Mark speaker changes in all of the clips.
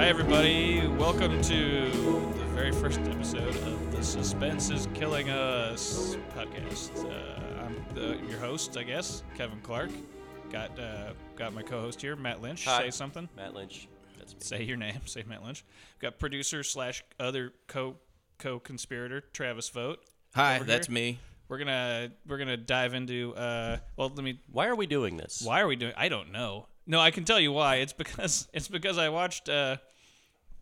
Speaker 1: everybody. Welcome to the very first episode of the Suspense is Killing Us podcast. Uh, I'm the, your host, I guess, Kevin Clark. Got uh, got my co-host here, Matt Lynch.
Speaker 2: Hi.
Speaker 1: Say something.
Speaker 2: Matt Lynch. That's me.
Speaker 1: Say your name. Say Matt Lynch. Got producer slash other co co-conspirator Travis Vote.
Speaker 3: Hi,
Speaker 1: over
Speaker 3: that's
Speaker 1: here.
Speaker 3: me.
Speaker 1: We're gonna we're gonna dive into. Uh, well, let me
Speaker 2: Why are we doing this?
Speaker 1: Why are we doing? I don't know. No, I can tell you why. It's because it's because I watched. Uh,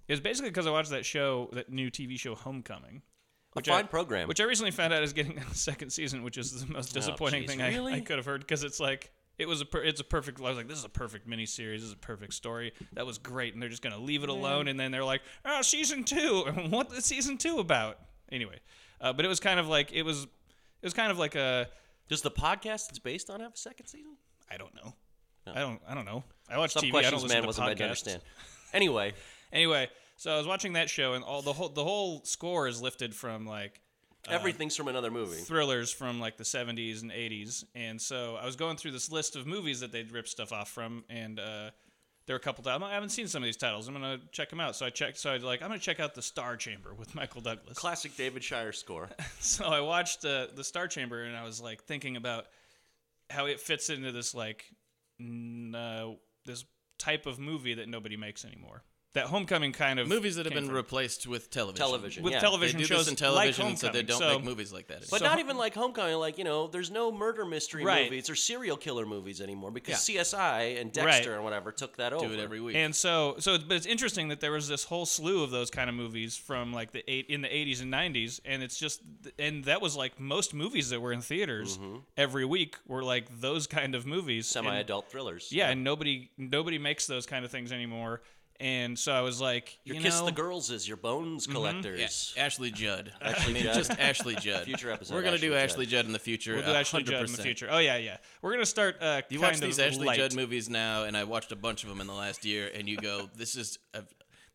Speaker 1: it was basically because I watched that show, that new TV show, Homecoming,
Speaker 2: A
Speaker 1: I-
Speaker 2: fine program. Oh,
Speaker 1: which I recently found out is getting a second season, which is the most disappointing
Speaker 2: jeez,
Speaker 1: thing I,
Speaker 2: really?
Speaker 1: I could have heard because it's like. It was a per, it's a perfect. I was like, this is a perfect miniseries. This is a perfect story. That was great, and they're just gonna leave it alone. And then they're like, oh, season two. what is season two about? Anyway, uh, but it was kind of like it was, it was kind of like a.
Speaker 2: Does the podcast it's based on have a second season?
Speaker 1: I don't know. I don't. I don't know. I watch
Speaker 2: Some
Speaker 1: TV. I don't
Speaker 2: questions,
Speaker 1: listen
Speaker 2: man,
Speaker 1: to
Speaker 2: wasn't made
Speaker 1: podcasts.
Speaker 2: to understand. Anyway,
Speaker 1: Anyway, so I was watching that show, and all the whole the whole score is lifted from like
Speaker 2: everything's from another movie.
Speaker 1: thrillers from like the 70s and 80s, and so I was going through this list of movies that they'd ripped stuff off from, and uh, there were a couple. Titles. I haven't seen some of these titles. I'm gonna check them out. So I checked. So I was like, I'm gonna check out the Star Chamber with Michael Douglas.
Speaker 2: Classic David Shire score.
Speaker 1: so I watched uh, the Star Chamber, and I was like thinking about how it fits into this like n- uh, this type of movie that nobody makes anymore. That Homecoming kind of
Speaker 3: Movies that have
Speaker 1: came
Speaker 3: been
Speaker 1: from.
Speaker 3: replaced with television.
Speaker 2: Television.
Speaker 1: with
Speaker 2: Yeah,
Speaker 1: television
Speaker 3: they do
Speaker 1: shows
Speaker 3: this in television,
Speaker 1: like
Speaker 3: so they
Speaker 1: Homecoming,
Speaker 3: don't
Speaker 1: so-
Speaker 3: make movies like
Speaker 2: But
Speaker 3: that. anymore.
Speaker 1: So-
Speaker 2: not even like Homecoming. Like you know, there's no murder mystery
Speaker 1: Right.
Speaker 2: movies or serial killer movies anymore because
Speaker 3: Yeah.
Speaker 2: CSI and
Speaker 1: Right.
Speaker 2: Dexter and whatever took that over.
Speaker 3: do it every week.
Speaker 1: And so, so, it's- but it's interesting that there was this whole slew of those kind of movies from like the eight in the eighties and nineties, and it's just, and that was like most movies that were in theaters
Speaker 3: Mm-hmm.
Speaker 1: every week were like those kind of movies. And-
Speaker 2: Semi-adult thrillers.
Speaker 1: yeah, and nobody nobody makes those kind of things anymore. And so I was like,
Speaker 2: Your
Speaker 1: you
Speaker 2: Kiss
Speaker 1: know, Mm-hmm.
Speaker 2: the Girls is your Bones
Speaker 3: Yeah,
Speaker 2: collectors.
Speaker 3: Ashley Judd.
Speaker 2: Ashley
Speaker 3: I mean,
Speaker 2: Judd.
Speaker 3: just Ashley Judd.
Speaker 2: Future episode,
Speaker 3: We're gonna do
Speaker 2: Ashley
Speaker 3: Ashley Judd in the future.
Speaker 1: we'll do Ashley Judd in the
Speaker 3: 100%.
Speaker 1: future. Oh yeah, yeah. We're gonna start. Uh,
Speaker 3: You
Speaker 1: kind
Speaker 3: watch these
Speaker 1: of
Speaker 3: Ashley
Speaker 1: light.
Speaker 3: Judd movies now, and I watched a bunch of them in the last year, and you go, "This is." A,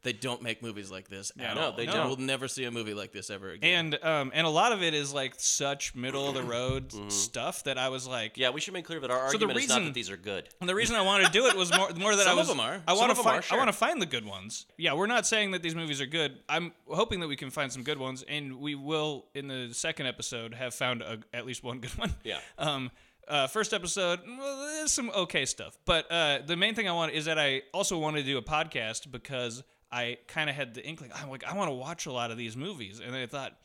Speaker 3: they don't make movies like this. at
Speaker 1: No,
Speaker 3: all.
Speaker 2: they
Speaker 3: And
Speaker 2: don't.
Speaker 3: We'll never see a movie like this ever again.
Speaker 1: And um, and a lot of it is like such middle of the road
Speaker 3: Mm-hmm.
Speaker 1: stuff that I was like,
Speaker 2: Yeah, we should make clear that our
Speaker 1: So the
Speaker 2: argument is not
Speaker 1: reason-
Speaker 2: that these are good.
Speaker 1: And the reason I wanted to do it was more more that I
Speaker 3: Some
Speaker 1: was
Speaker 3: of 'em are.
Speaker 1: I
Speaker 3: Some
Speaker 1: want
Speaker 3: of
Speaker 1: to
Speaker 3: 'em
Speaker 1: find
Speaker 3: are, sure.
Speaker 1: I want to find the good ones. Yeah, we're not saying that these movies are good. I'm hoping that we can find some good ones, and we will in the second episode have found a, at least one good one.
Speaker 2: Yeah.
Speaker 1: Um. Uh, first episode, well, there's some okay stuff, but uh, the main thing I want is that I also wanted to do a podcast because I kind of had the inkling. I'm like, I want to watch a lot of these movies, and then I thought,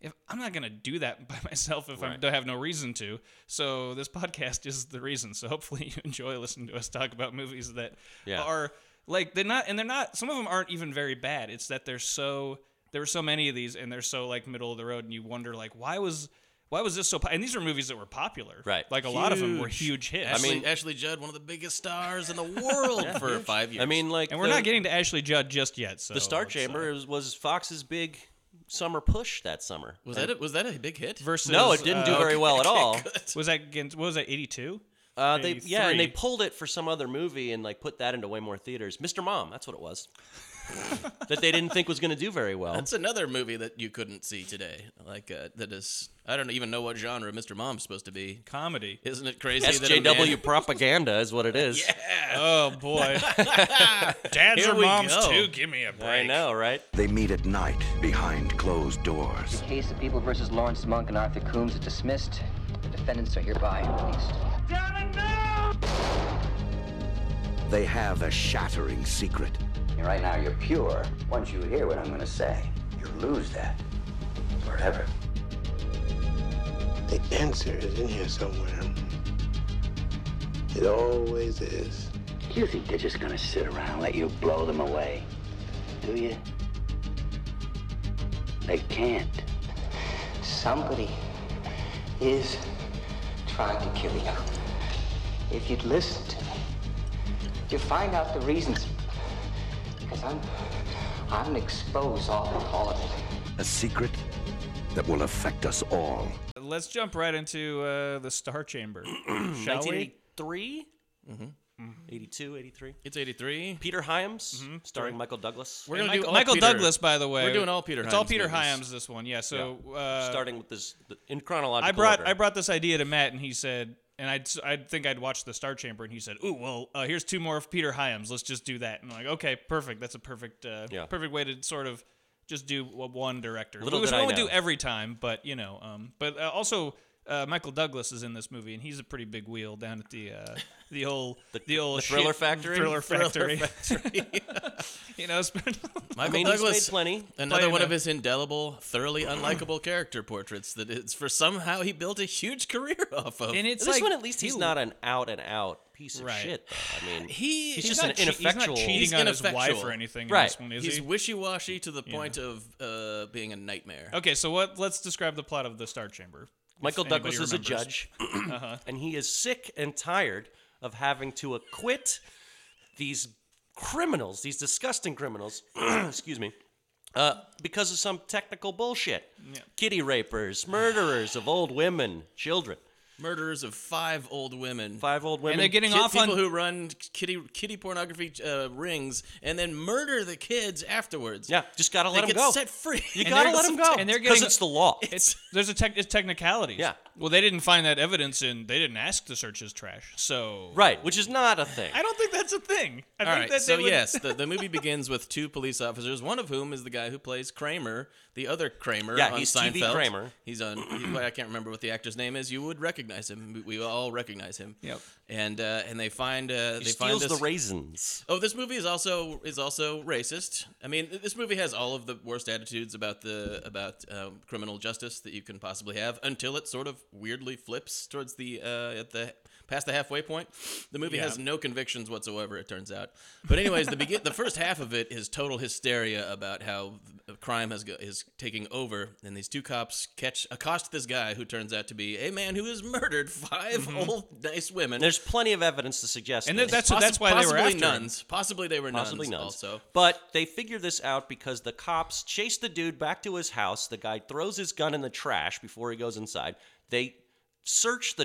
Speaker 1: if I'm not gonna do that by myself if I
Speaker 2: Right.
Speaker 1: don't have no reason to. So this podcast is the reason. So hopefully you enjoy listening to us talk about movies that
Speaker 2: Yeah.
Speaker 1: are like they're not, and they're not. Some of them aren't even very bad. It's that they're so there were so many of these, and they're so like middle of the road, and you wonder like why was why was this so? Po-? And these are movies that were popular,
Speaker 2: Right.
Speaker 1: Like a lot of them were huge hits.
Speaker 3: Ashley,
Speaker 2: I mean-
Speaker 3: Ashley Judd, one of the biggest stars in the world for five years.
Speaker 2: I mean, like,
Speaker 1: and we're
Speaker 2: the-
Speaker 1: not getting to Ashley Judd just yet. So
Speaker 2: The Star
Speaker 1: let's, uh,
Speaker 2: Chamber is, was Fox's big summer push that summer.
Speaker 3: was that a, was that a big hit?
Speaker 1: versus
Speaker 2: no, it didn't do
Speaker 1: uh,
Speaker 2: very well at all.
Speaker 1: Was that against? What was that? Eighty two.
Speaker 2: Uh, they yeah, and they
Speaker 1: 83.
Speaker 2: pulled it for some other movie and like put that into way more theaters. Mr. Mom, that's what it was. that they didn't think was going to do very well.
Speaker 3: That's another movie that you couldn't see today. Like uh, that is, I don't even know what genre Mr. Mom's supposed to be.
Speaker 1: Comedy.
Speaker 3: Isn't it crazy? that a man-
Speaker 2: SJW propaganda is what it is.
Speaker 1: Oh boy. Dads or
Speaker 3: Here we
Speaker 1: moms
Speaker 3: go.
Speaker 1: too. Give me a break.
Speaker 2: I know, right?
Speaker 4: They meet at night behind closed doors.
Speaker 5: The case of People versus Lawrence Monk and Arthur Coombs is dismissed. The defendants are hereby released.
Speaker 4: They have a shattering secret.
Speaker 5: Right now, you're pure. Once you hear what I'm going to say, you'll lose that forever.
Speaker 6: The answer is in here somewhere. It always is.
Speaker 5: You think they're just going to sit around and let you blow them away? Do you? They can't. Somebody is trying to kill you. If you'd listen to me, you'd find out the reasons. Because I'm, I'm gonna expose all, all of it.
Speaker 4: A secret that will affect us all.
Speaker 1: Let's jump right into uh, the Star Chamber, shall we?
Speaker 2: 1983? Mm-hmm. 82, 83.
Speaker 3: It's '83.
Speaker 2: Peter Hyams, starring Michael Douglas.
Speaker 3: We're
Speaker 1: And
Speaker 3: gonna
Speaker 1: Michael,
Speaker 3: do all
Speaker 1: Michael
Speaker 3: Peter-
Speaker 1: Douglas, by the way.
Speaker 3: We're doing all Peter.
Speaker 1: It's
Speaker 3: Hyams
Speaker 1: all Peter
Speaker 3: movies.
Speaker 1: Hyams this one, yeah. So uh,
Speaker 2: starting with this in chronological
Speaker 1: I brought
Speaker 2: order.
Speaker 1: I brought this idea to Matt, and he said, And I'd, I'd think I'd watched the Star Chamber, and he said, "Ooh, well, uh, here's two more of Peter Hyams. Let's just do that." And I'm like, "Okay, perfect. That's a perfect, uh,
Speaker 2: Yeah.
Speaker 1: perfect way to sort of just do w- one director,
Speaker 2: Little
Speaker 1: which
Speaker 2: did
Speaker 1: we
Speaker 2: I
Speaker 1: won't
Speaker 2: know.
Speaker 1: do every time, but you know, um, but uh, also." Uh, Michael Douglas is in this movie, and he's a pretty big wheel down at the uh, the old the, old
Speaker 2: the Thriller
Speaker 1: shit-
Speaker 2: Factory?
Speaker 1: Thriller
Speaker 2: Thriller
Speaker 1: Factory, you know. it's been-
Speaker 3: Michael
Speaker 2: mean, he's
Speaker 3: Douglas
Speaker 2: made plenty.
Speaker 3: Another
Speaker 1: Playing
Speaker 3: one
Speaker 1: a-
Speaker 3: of his indelible, thoroughly unlikable character portraits that it's for somehow he built a huge career off of.
Speaker 1: and it's
Speaker 2: this
Speaker 1: like,
Speaker 2: one, at least, he's
Speaker 1: he-
Speaker 2: not an out and out piece of
Speaker 1: Right.
Speaker 2: shit. Though. I mean,
Speaker 3: He-
Speaker 2: he's,
Speaker 3: he's
Speaker 2: just an
Speaker 1: not che- he's not
Speaker 2: ineffectual.
Speaker 1: cheating
Speaker 3: He's
Speaker 1: on his wife
Speaker 3: ineffectual.
Speaker 1: or anything. In
Speaker 2: Right.
Speaker 1: this one, is
Speaker 3: he's
Speaker 1: he?
Speaker 3: wishy-washy to the point of uh, being a nightmare.
Speaker 1: Okay, so what? Let's describe the plot of the Star Chamber.
Speaker 2: Michael
Speaker 1: if anybody
Speaker 2: Douglas is a
Speaker 1: remembers.
Speaker 2: judge, and he is sick and tired of having to acquit these criminals, these disgusting criminals. excuse me. Uh, because of some technical bullshit. Kitty rapers, murderers of old women, children.
Speaker 3: Murderers of five old women.
Speaker 2: Five old women.
Speaker 1: And they're getting
Speaker 3: Kid-
Speaker 1: off
Speaker 3: people
Speaker 1: on.
Speaker 3: who run kitty kitty pornography uh, rings and then murder the kids afterwards.
Speaker 2: Yeah, just gotta
Speaker 3: they
Speaker 2: let them
Speaker 3: get
Speaker 2: go.
Speaker 3: set free.
Speaker 2: You gotta
Speaker 1: they're-
Speaker 2: let them go.
Speaker 1: and they're
Speaker 2: Because
Speaker 1: getting-
Speaker 2: it's the law.
Speaker 1: it's there's a tech, it's technicalities.
Speaker 2: Yeah.
Speaker 1: Well, they didn't find that evidence, and they didn't ask to search his trash. So
Speaker 2: right, which is not a thing.
Speaker 1: I don't think that's a thing. I
Speaker 3: All
Speaker 1: think
Speaker 3: right,
Speaker 1: that
Speaker 3: so
Speaker 1: they would,
Speaker 3: yes, the, the movie begins with two police officers, one of whom is the guy who plays Kramer, the other Kramer
Speaker 2: Yeah,
Speaker 3: on
Speaker 2: he's
Speaker 3: Seinfeld.
Speaker 2: TV Kramer.
Speaker 3: He's on. he- I can't remember what the actor's name is. You would recognize him. We all recognize him.
Speaker 1: Yep.
Speaker 3: And uh, and they find uh, they
Speaker 2: He steals
Speaker 3: find
Speaker 2: the
Speaker 3: this,
Speaker 2: raisins.
Speaker 3: Oh, this movie is also is also racist. I mean, th- this movie has all of the worst attitudes about the about um, criminal justice that you can possibly have until it sort of weirdly flips towards the uh, at the past the halfway point. The movie has no convictions whatsoever. It turns out, but anyways, the begin the first half of it is total hysteria about how th- crime has go- is taking over, and these two cops catch accost this guy who turns out to be a man who has murdered 5 old nice women.
Speaker 2: And there's plenty of evidence to suggest
Speaker 1: And
Speaker 2: this.
Speaker 1: that's so that's
Speaker 3: Possi-
Speaker 1: why they were
Speaker 3: possibly
Speaker 1: after him.
Speaker 3: nuns. Possibly they were
Speaker 2: possibly
Speaker 3: nuns.
Speaker 2: nuns.
Speaker 3: Also,
Speaker 2: But they figure this out because the cops chase the dude back to his house. The guy throws his gun in the trash before he goes inside. They search the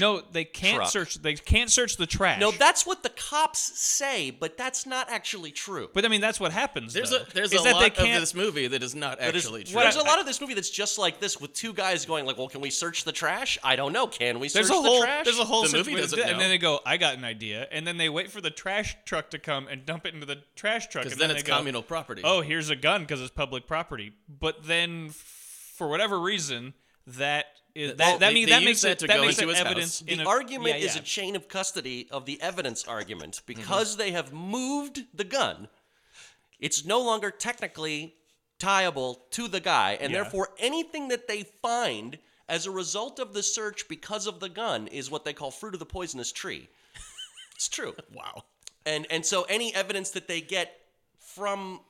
Speaker 1: No, they can't
Speaker 2: Truck.
Speaker 1: search. They can't search the trash.
Speaker 2: no, that's what the cops say, but that's not actually true.
Speaker 1: But I mean, that's what happens.
Speaker 3: There's
Speaker 1: though,
Speaker 3: a there's
Speaker 1: is
Speaker 3: a
Speaker 1: that
Speaker 3: lot
Speaker 1: they
Speaker 3: of
Speaker 1: can't,
Speaker 3: this movie that is not
Speaker 2: There's-
Speaker 3: actually true.
Speaker 2: There's a lot of this movie that's just like this, with two guys going like, "Well, can we search the trash? I don't know. Can we search
Speaker 1: There's a whole
Speaker 2: the trash?"
Speaker 1: there's a whole
Speaker 3: The
Speaker 1: situation
Speaker 3: movie doesn't
Speaker 1: with that, and
Speaker 3: know.
Speaker 1: then they go, I got an idea, and then they wait for the trash truck to come and dump it into the trash truck,
Speaker 3: because
Speaker 1: and
Speaker 3: then,
Speaker 1: they
Speaker 3: it's
Speaker 1: go,
Speaker 3: communal property.
Speaker 1: Oh, here's a gun because it's public property. But then, f- for whatever reason, that is that
Speaker 3: Well,
Speaker 1: that,
Speaker 3: they-
Speaker 1: mean,
Speaker 3: they
Speaker 1: that
Speaker 3: use
Speaker 1: makes
Speaker 3: that
Speaker 1: it
Speaker 3: to
Speaker 1: that
Speaker 3: go
Speaker 1: makes
Speaker 3: into
Speaker 1: it
Speaker 3: his house.
Speaker 1: evidence. in
Speaker 2: the
Speaker 1: a- yeah,
Speaker 2: argument is a
Speaker 1: yeah. Mm-hmm.
Speaker 2: chain of custody of the evidence argument because they have moved the gun it's no longer technically tieable to the guy and therefore anything that they find as a result of the search because of the gun is what they call fruit of the poisonous tree it's true
Speaker 3: wow.
Speaker 2: and and so any evidence that they get from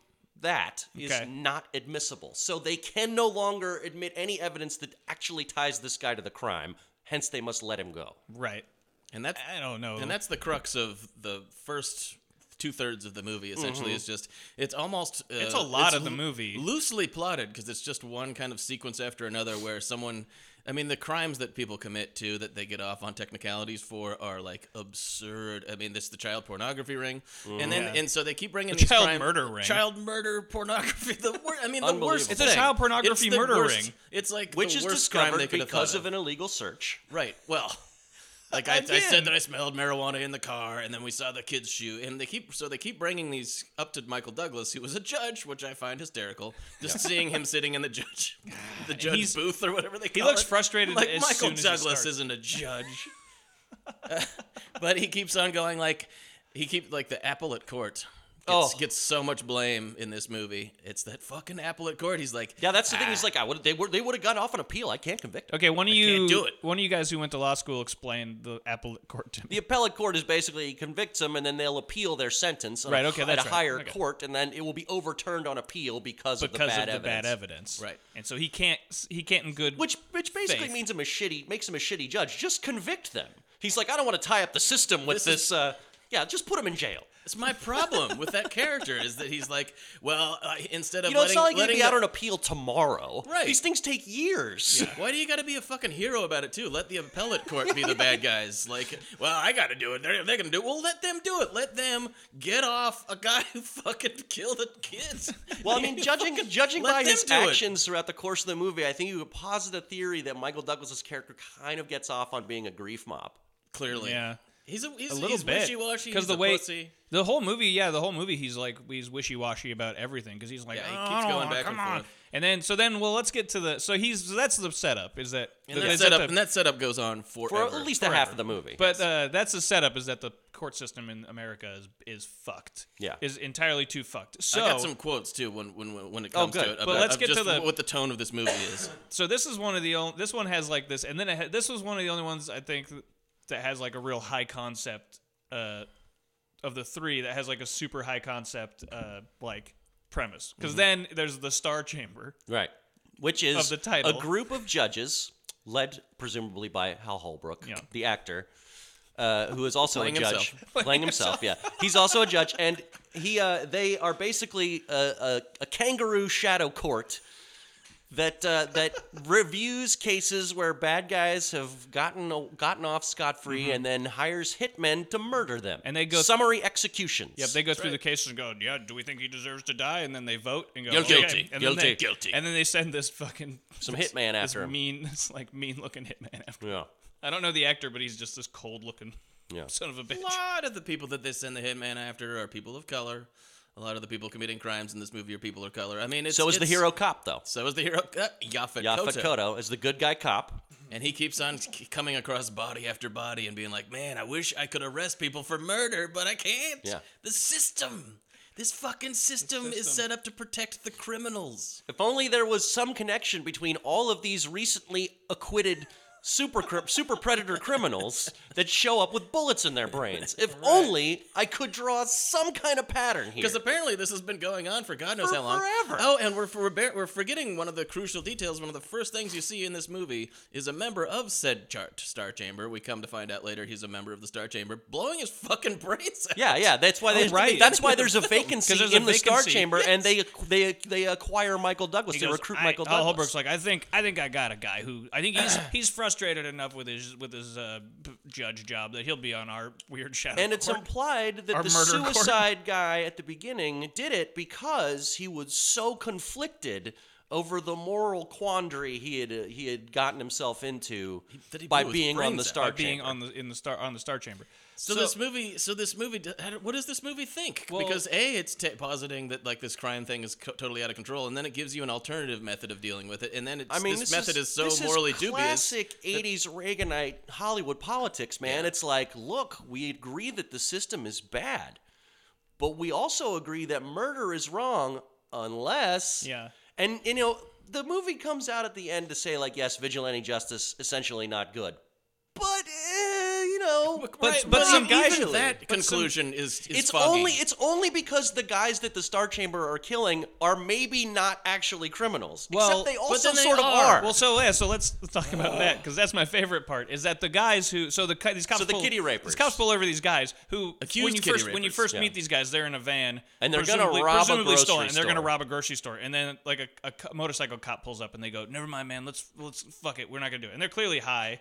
Speaker 2: that is
Speaker 1: Okay.
Speaker 2: not admissible. So they can no longer admit any evidence that actually ties this guy to the crime. Hence, they must let him go.
Speaker 1: right.
Speaker 3: And that's
Speaker 1: I don't know.
Speaker 3: and that's the crux of the first two thirds of the movie. Essentially, is just it's almost uh,
Speaker 1: Mm-hmm. It's a lot of the
Speaker 3: loo-
Speaker 1: movie.
Speaker 3: loosely plotted because it's just one kind of sequence after another where someone. I mean, the crimes that people commit to that they get off on technicalities for are like absurd. I mean, this the child pornography ring, and then and so they keep bringing these
Speaker 1: child
Speaker 3: crime-
Speaker 1: murder ring.
Speaker 3: child murder pornography. The wor- I mean, the
Speaker 2: Unbelievable. It's
Speaker 3: worst.
Speaker 2: a
Speaker 3: thing.
Speaker 1: child pornography
Speaker 3: It's the
Speaker 1: murder
Speaker 3: worst-
Speaker 1: ring.
Speaker 3: It's like
Speaker 2: Which
Speaker 3: the
Speaker 2: is
Speaker 3: worst crime they
Speaker 2: discovered
Speaker 3: could have
Speaker 2: because
Speaker 3: thought
Speaker 2: of an illegal search.
Speaker 3: Right. Well, like I, I
Speaker 1: Again.
Speaker 3: said that I smelled marijuana in the car, and then we saw the kids shoot, and they keep so they keep bringing these up to Michael Douglas, who was a judge, which I find hysterical. Just seeing him sitting in the judge, the judge
Speaker 1: he's-
Speaker 3: booth or whatever they call it.
Speaker 1: looks frustrated
Speaker 3: Like
Speaker 1: as
Speaker 3: Michael
Speaker 1: soon as he
Speaker 3: Douglas
Speaker 1: starts.
Speaker 3: isn't a judge, Uh, but he keeps on going like he keep like the appellate court. Gets,
Speaker 2: Oh.
Speaker 3: gets so much blame in this movie. It's that fucking appellate court. He's like,
Speaker 2: Yeah, that's the thing. He's like, I would they would they would have got off an appeal. I can't convict him.
Speaker 1: Okay, one of you
Speaker 3: do it.
Speaker 1: one of you guys who went to law school explained the appellate court to me.
Speaker 2: The appellate court is basically he convicts them and then they'll appeal their sentence on
Speaker 1: Right,
Speaker 2: a,
Speaker 1: okay,
Speaker 2: at
Speaker 1: that's
Speaker 2: a
Speaker 1: right.
Speaker 2: higher
Speaker 1: Okay.
Speaker 2: court, and then it will be overturned on appeal because, of the,
Speaker 1: because
Speaker 2: bad,
Speaker 1: of the
Speaker 2: evidence.
Speaker 1: bad evidence,
Speaker 3: Right.
Speaker 1: And so he can't he can't in good
Speaker 2: Which which basically
Speaker 1: Faith.
Speaker 2: means him a shitty makes him a shitty judge. Just convict them. He's like, I don't want to tie up the system with this. uh, Yeah, just put him in jail.
Speaker 3: It's my problem with that character is that he's like, well, uh, instead of
Speaker 2: You know, it's
Speaker 3: letting,
Speaker 2: not like
Speaker 3: letting
Speaker 2: you'd be out
Speaker 3: the-
Speaker 2: on appeal tomorrow.
Speaker 3: Right.
Speaker 2: These things take years.
Speaker 3: Why do you got to be a fucking hero about it too? Let the appellate court be the bad guys. Like, well, I got to do it. They're, they're gonna do it. Well, let them do it. Let them get off a guy who fucking killed the kids.
Speaker 2: Well, I mean, judging
Speaker 3: Fucking
Speaker 2: judging
Speaker 3: let
Speaker 2: by
Speaker 3: them
Speaker 2: his
Speaker 3: do it.
Speaker 2: actions throughout the course of the movie, I think you could posit a theory that Michael Douglas's character kind of gets off on being a grief mob.
Speaker 3: clearly,
Speaker 1: Yeah.
Speaker 3: he's a he's
Speaker 1: a little
Speaker 3: he's
Speaker 1: bit
Speaker 3: wishy-washy.
Speaker 1: because
Speaker 3: Because
Speaker 1: the way
Speaker 3: pussy.
Speaker 1: the whole movie, yeah, the whole movie, he's like he's wishy washy about everything because he's like,
Speaker 3: Yeah, he
Speaker 1: "Oh,
Speaker 3: keeps
Speaker 1: I don't
Speaker 3: going
Speaker 1: wanna-
Speaker 3: back
Speaker 1: come
Speaker 3: and
Speaker 1: on.
Speaker 3: forth.
Speaker 1: And then so then well, let's get to the so he's so that's the setup is that
Speaker 3: and
Speaker 1: the,
Speaker 3: that
Speaker 1: is that
Speaker 3: setup
Speaker 1: the-
Speaker 3: and that setup goes on
Speaker 2: For
Speaker 3: forever,
Speaker 2: at least
Speaker 3: forever.
Speaker 2: a half of the movie.
Speaker 1: but uh, that's the setup is that the court system in America is is fucked.
Speaker 2: Yeah.
Speaker 1: is entirely too fucked. So
Speaker 3: I got some quotes too when when when it comes
Speaker 2: Oh, good.
Speaker 3: to it.
Speaker 2: But
Speaker 3: about-
Speaker 1: let's
Speaker 3: of
Speaker 1: get
Speaker 3: just
Speaker 1: to the-
Speaker 3: what the tone of this movie is.
Speaker 1: so this is one of the only this one has like this and then it ha- this was one of the only ones i think that has like a real high concept uh of the three that has like a super high concept uh like premise because then there's the star chamber
Speaker 2: Right. Which is
Speaker 1: Of the title.
Speaker 2: a group of judges led presumably by Hal Holbrook,
Speaker 1: Yeah.
Speaker 2: the actor, uh, who is also
Speaker 3: Playing
Speaker 2: a judge,
Speaker 3: himself.
Speaker 2: playing himself. Yeah, he's also a judge, and he uh, they are basically a, a, a kangaroo shadow court that uh, that reviews cases where bad guys have gotten gotten off scot free, and then hires hitmen to murder them.
Speaker 1: Mm-hmm. And they go-
Speaker 2: summary executions.
Speaker 1: yep they go through the cases and go yeah do we think he deserves to die and then they vote and go
Speaker 3: You're
Speaker 1: "Okay."
Speaker 3: guilty.
Speaker 1: and then they,
Speaker 3: Guilty. Guilty.
Speaker 1: and then they send this fucking
Speaker 2: Some
Speaker 1: this-
Speaker 2: hitman
Speaker 1: this
Speaker 2: after him.
Speaker 1: mean this like mean looking hitman after him.
Speaker 2: yeah.
Speaker 1: i don't know the actor but he's just this cold looking
Speaker 2: Yeah.
Speaker 1: son of a bitch
Speaker 3: A lot of the people that they send the hitman after are people of color. A lot of the people committing crimes in this movie are people of color. I mean, it's,
Speaker 2: So is the
Speaker 3: it's-
Speaker 2: hero cop though?
Speaker 3: So is the hero uh, Yaphet,
Speaker 2: Yaphet
Speaker 3: Kotto.
Speaker 2: Kotto is the good guy cop.
Speaker 3: and he keeps on c- coming across body after body and being like, "Man, I wish I could arrest people for murder, but I can't.
Speaker 2: Yeah.
Speaker 3: The system, this fucking system, is set up to protect the criminals."
Speaker 2: If only there was some connection between all of these recently acquitted super cri- super predator criminals that show up with bullets in their brains. If only I could draw some kind of pattern here.
Speaker 3: Because apparently this has been going on for God knows
Speaker 2: For
Speaker 3: how long.
Speaker 2: forever.
Speaker 3: Oh, and we're, we're bar- we're forgetting one of the crucial details. One of the first things you see in this movie is a member of said chart Star Chamber. We come to find out later he's a member of the Star Chamber, blowing his fucking brains out.
Speaker 2: yeah, yeah, that's why they,
Speaker 1: Oh, right.
Speaker 2: that's why there's a vacancy
Speaker 1: 'Cause there's a
Speaker 2: in the Star
Speaker 1: vacancy.
Speaker 2: Chamber and they they they acquire Michael Douglas.
Speaker 1: He
Speaker 2: they
Speaker 1: goes,
Speaker 2: recruit
Speaker 1: I-
Speaker 2: Michael
Speaker 1: Al
Speaker 2: Douglas.
Speaker 1: Holbrook's like, I think, I think I got a guy who, I think he's he's frustrated enough with his with his uh, p- judge job that he'll be on our weird shadow.
Speaker 2: and it's
Speaker 1: court."
Speaker 2: implied that
Speaker 1: Our
Speaker 2: the
Speaker 1: murder court.
Speaker 2: suicide guy at the beginning did it because he was so conflicted over the moral quandary he had uh, he had gotten himself into
Speaker 3: that he
Speaker 2: by
Speaker 3: blew his
Speaker 2: being on
Speaker 3: brains
Speaker 2: the
Speaker 3: out.
Speaker 2: star
Speaker 1: By being
Speaker 2: chamber.
Speaker 1: on the in the star on the star chamber.
Speaker 3: So, this movie, so this movie, d- I don't- what does this movie think? because a, it's t- positing that like this crime thing is co- totally out of control, and then it gives you an alternative method of dealing with it, and then it's,
Speaker 2: I mean,
Speaker 3: this, method is, so
Speaker 2: this
Speaker 3: morally
Speaker 2: is
Speaker 3: dubious.
Speaker 2: classic '80s Reaganite Hollywood politics, man. It's like, look, we agree that the system is bad, but we also agree that murder is wrong unless,
Speaker 1: Yeah.
Speaker 2: And you know, the movie comes out at the end to say, like, yes, vigilante justice essentially not good, but eh, you know,
Speaker 1: But-
Speaker 3: Right,
Speaker 1: but some guys-
Speaker 3: even that
Speaker 1: but some-
Speaker 3: conclusion is, is
Speaker 2: it's
Speaker 3: foggy.
Speaker 2: only it's only because the guys that the Star Chamber are killing are maybe not actually criminals.
Speaker 1: Well,
Speaker 2: Except they
Speaker 1: but
Speaker 2: also
Speaker 3: then they
Speaker 2: sort of
Speaker 3: are.
Speaker 2: are.
Speaker 1: Well, so yeah, so let's talk about that because that's my favorite part. Is that the guys who so the co- these cops
Speaker 2: So the
Speaker 1: pull,
Speaker 2: kitty rapers.
Speaker 1: These cops pull over these guys who
Speaker 3: Accused
Speaker 1: when you
Speaker 3: kitty
Speaker 1: first when you
Speaker 3: rapers,
Speaker 1: first
Speaker 2: yeah.
Speaker 1: meet these guys, they're in a van
Speaker 2: And they're gonna
Speaker 1: presumably-
Speaker 2: rob a
Speaker 1: presumably
Speaker 2: grocery
Speaker 1: stolen, and they're
Speaker 2: store.
Speaker 1: gonna rob a grocery store, and then like a, a co- motorcycle cop pulls up and they go, "Never mind, man, let's let's fuck it, we're not gonna do it," and they're clearly high.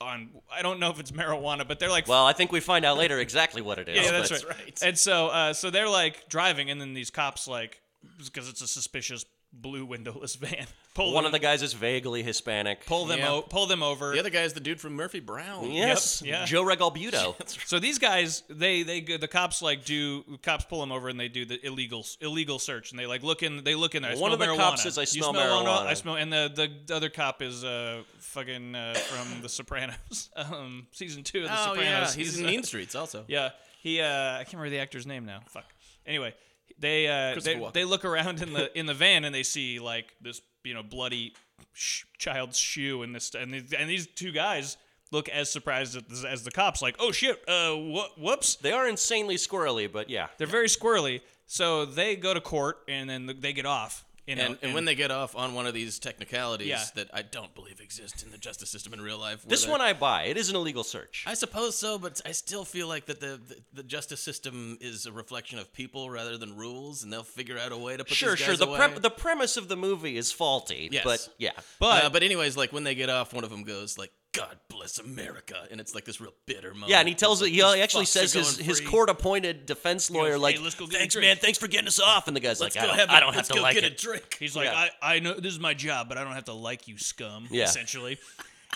Speaker 1: On I don't know if it's marijuana, but they're like
Speaker 2: Well, I think we find out later exactly what it is.
Speaker 1: yeah, that's
Speaker 2: but-
Speaker 1: right. And so, uh, so they're like driving, and then these cops like because it's a suspicious blue windowless van. Pull
Speaker 2: One
Speaker 1: them,
Speaker 2: of the guys is vaguely Hispanic.
Speaker 1: pull them
Speaker 3: Yeah.
Speaker 1: o- pull them over.
Speaker 3: the other guy is the dude from Murphy Brown.
Speaker 2: yes,
Speaker 1: yeah.
Speaker 2: Joe Oh, Regalbuto.
Speaker 1: so these guys, they they go- the cops like do cops pull them over and they do the illegal illegal search and they like look in they look in there. I
Speaker 2: One of
Speaker 1: smell
Speaker 2: the
Speaker 1: marijuana.
Speaker 2: cops says, "I
Speaker 1: You
Speaker 2: smell marijuana."
Speaker 1: I smell and the, the the other cop is uh fucking uh, from The Sopranos, um season two of The
Speaker 3: Oh yeah,
Speaker 1: Sopranos.
Speaker 3: he's in
Speaker 1: uh,
Speaker 3: Mean Streets also.
Speaker 1: Yeah, he. Uh, I can't remember the actor's name now. Fuck. Anyway, they uh,
Speaker 3: Christopher
Speaker 1: they,
Speaker 3: Walken.
Speaker 1: they look around in the in the van and they see like this you know bloody sh- child's shoe and this and these, and these two guys look as surprised at this, as the cops like oh shit uh wh- whoops
Speaker 2: they are insanely squirrely, but yeah.
Speaker 1: they're very squirrely so they go to court and then they get off You know,
Speaker 3: And, and when they get off on one of these technicalities
Speaker 1: Yeah.
Speaker 3: that I don't believe exist in the justice system in real life, where
Speaker 2: This
Speaker 3: they're-
Speaker 2: one I buy. It is an illegal search.
Speaker 3: I suppose so, but I still feel like that the, the the justice system is a reflection of people rather than rules, and they'll figure out a way to put
Speaker 2: sure,
Speaker 3: these
Speaker 2: sure.
Speaker 3: guys
Speaker 2: The,
Speaker 3: away.
Speaker 2: prem- the premise of the movie is faulty,
Speaker 3: Yes.
Speaker 2: but yeah.
Speaker 3: but
Speaker 1: but
Speaker 3: but anyways, like when they get off, one of them goes like, "God bless America," and it's like this real bitter moment.
Speaker 2: Yeah, and he
Speaker 3: It's
Speaker 2: tells it.
Speaker 3: like,
Speaker 2: He
Speaker 3: Oh, "These
Speaker 2: actually
Speaker 3: fucks
Speaker 2: says
Speaker 3: are
Speaker 2: his,
Speaker 3: going
Speaker 2: his
Speaker 3: free.
Speaker 2: court-appointed defense lawyer,
Speaker 1: "Hey,
Speaker 2: like,
Speaker 1: let's go get a
Speaker 2: "Thanks,
Speaker 1: drink."
Speaker 2: man. Thanks for getting us off." And the guy's
Speaker 3: Let's
Speaker 2: like,
Speaker 3: go
Speaker 2: I
Speaker 3: have
Speaker 2: don't,
Speaker 3: a,
Speaker 2: I don't have
Speaker 3: let's
Speaker 2: to
Speaker 3: go
Speaker 2: like
Speaker 3: get
Speaker 2: it."
Speaker 3: a drink.
Speaker 1: he's like,
Speaker 2: Yeah.
Speaker 1: I, I know this is my job, but I don't have to like you, scum.
Speaker 2: Yeah.
Speaker 1: Essentially,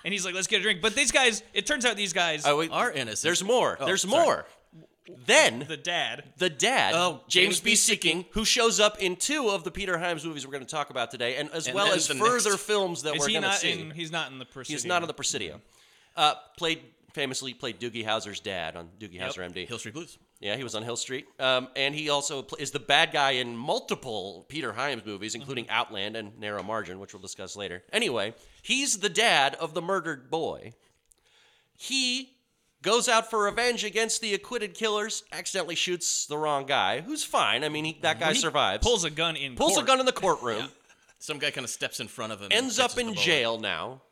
Speaker 1: and he's like, let's get a drink. But these guys, it turns out these guys,
Speaker 2: Oh, wait,
Speaker 3: Are innocent.
Speaker 2: There's more.
Speaker 3: Oh,
Speaker 2: There's
Speaker 3: sorry.
Speaker 2: more. Then
Speaker 1: the dad,
Speaker 2: the dad,
Speaker 3: Oh,
Speaker 2: James
Speaker 3: James
Speaker 2: B.
Speaker 3: B.
Speaker 2: Seeking, who shows up in two of the Peter Himes movies we're going to talk about today, and as
Speaker 3: And
Speaker 2: well
Speaker 3: then
Speaker 2: as
Speaker 3: the
Speaker 2: further
Speaker 3: next-
Speaker 2: films that
Speaker 1: is
Speaker 2: we're
Speaker 1: he
Speaker 2: going to
Speaker 1: not
Speaker 2: see.
Speaker 1: in? He's not in the Presidio.
Speaker 2: He's not on the Presidio. Uh, played famously played Doogie Howser's dad on Doogie Howser MD.
Speaker 3: Hill Street Blues.
Speaker 2: Yeah, he was on Hill Street, um, and he also pl- is the bad guy in multiple Peter Hyams movies, including
Speaker 1: Mm-hmm.
Speaker 2: Outland and Narrow Margin, which we'll discuss later. Anyway, he's the dad of the murdered boy. He goes out for revenge against the acquitted killers, accidentally shoots the wrong guy, who's fine. I mean, he, that guy
Speaker 1: Mm-hmm. He
Speaker 2: survives.
Speaker 1: Pulls a gun in.
Speaker 2: Pulls
Speaker 1: court.
Speaker 2: a gun in the courtroom
Speaker 3: Some guy kind of steps in front of him. and
Speaker 2: ends up
Speaker 3: catches the
Speaker 2: in
Speaker 3: bullet.
Speaker 2: jail now.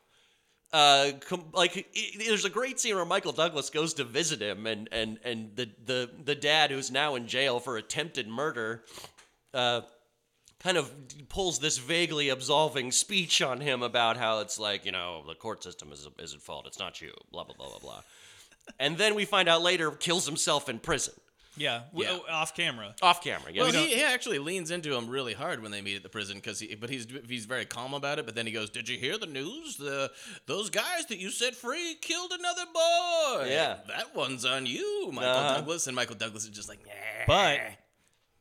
Speaker 2: Uh, com- like i- i- there's a great scene where Michael Douglas goes to visit him, and and and the the the dad who's now in jail for attempted murder, uh, kind of pulls this vaguely absolving speech on him about how it's like you know the court system is is at fault, it's not you, blah blah blah blah blah, and then we find out later kills himself in prison
Speaker 1: Yeah, w-
Speaker 3: Yeah.
Speaker 1: oh, off camera.
Speaker 2: off camera. Yeah,
Speaker 3: Well, he, he actually leans into him really hard when they meet at the prison because he, but he's he's very calm about it. But then he goes, "Did you hear the news? The those guys that you set free killed another boy.
Speaker 2: Yeah.
Speaker 3: that one's on you, Michael
Speaker 2: Uh-huh.
Speaker 3: Douglas." And Michael Douglas is just like, "Nah."
Speaker 1: But
Speaker 2: Eh.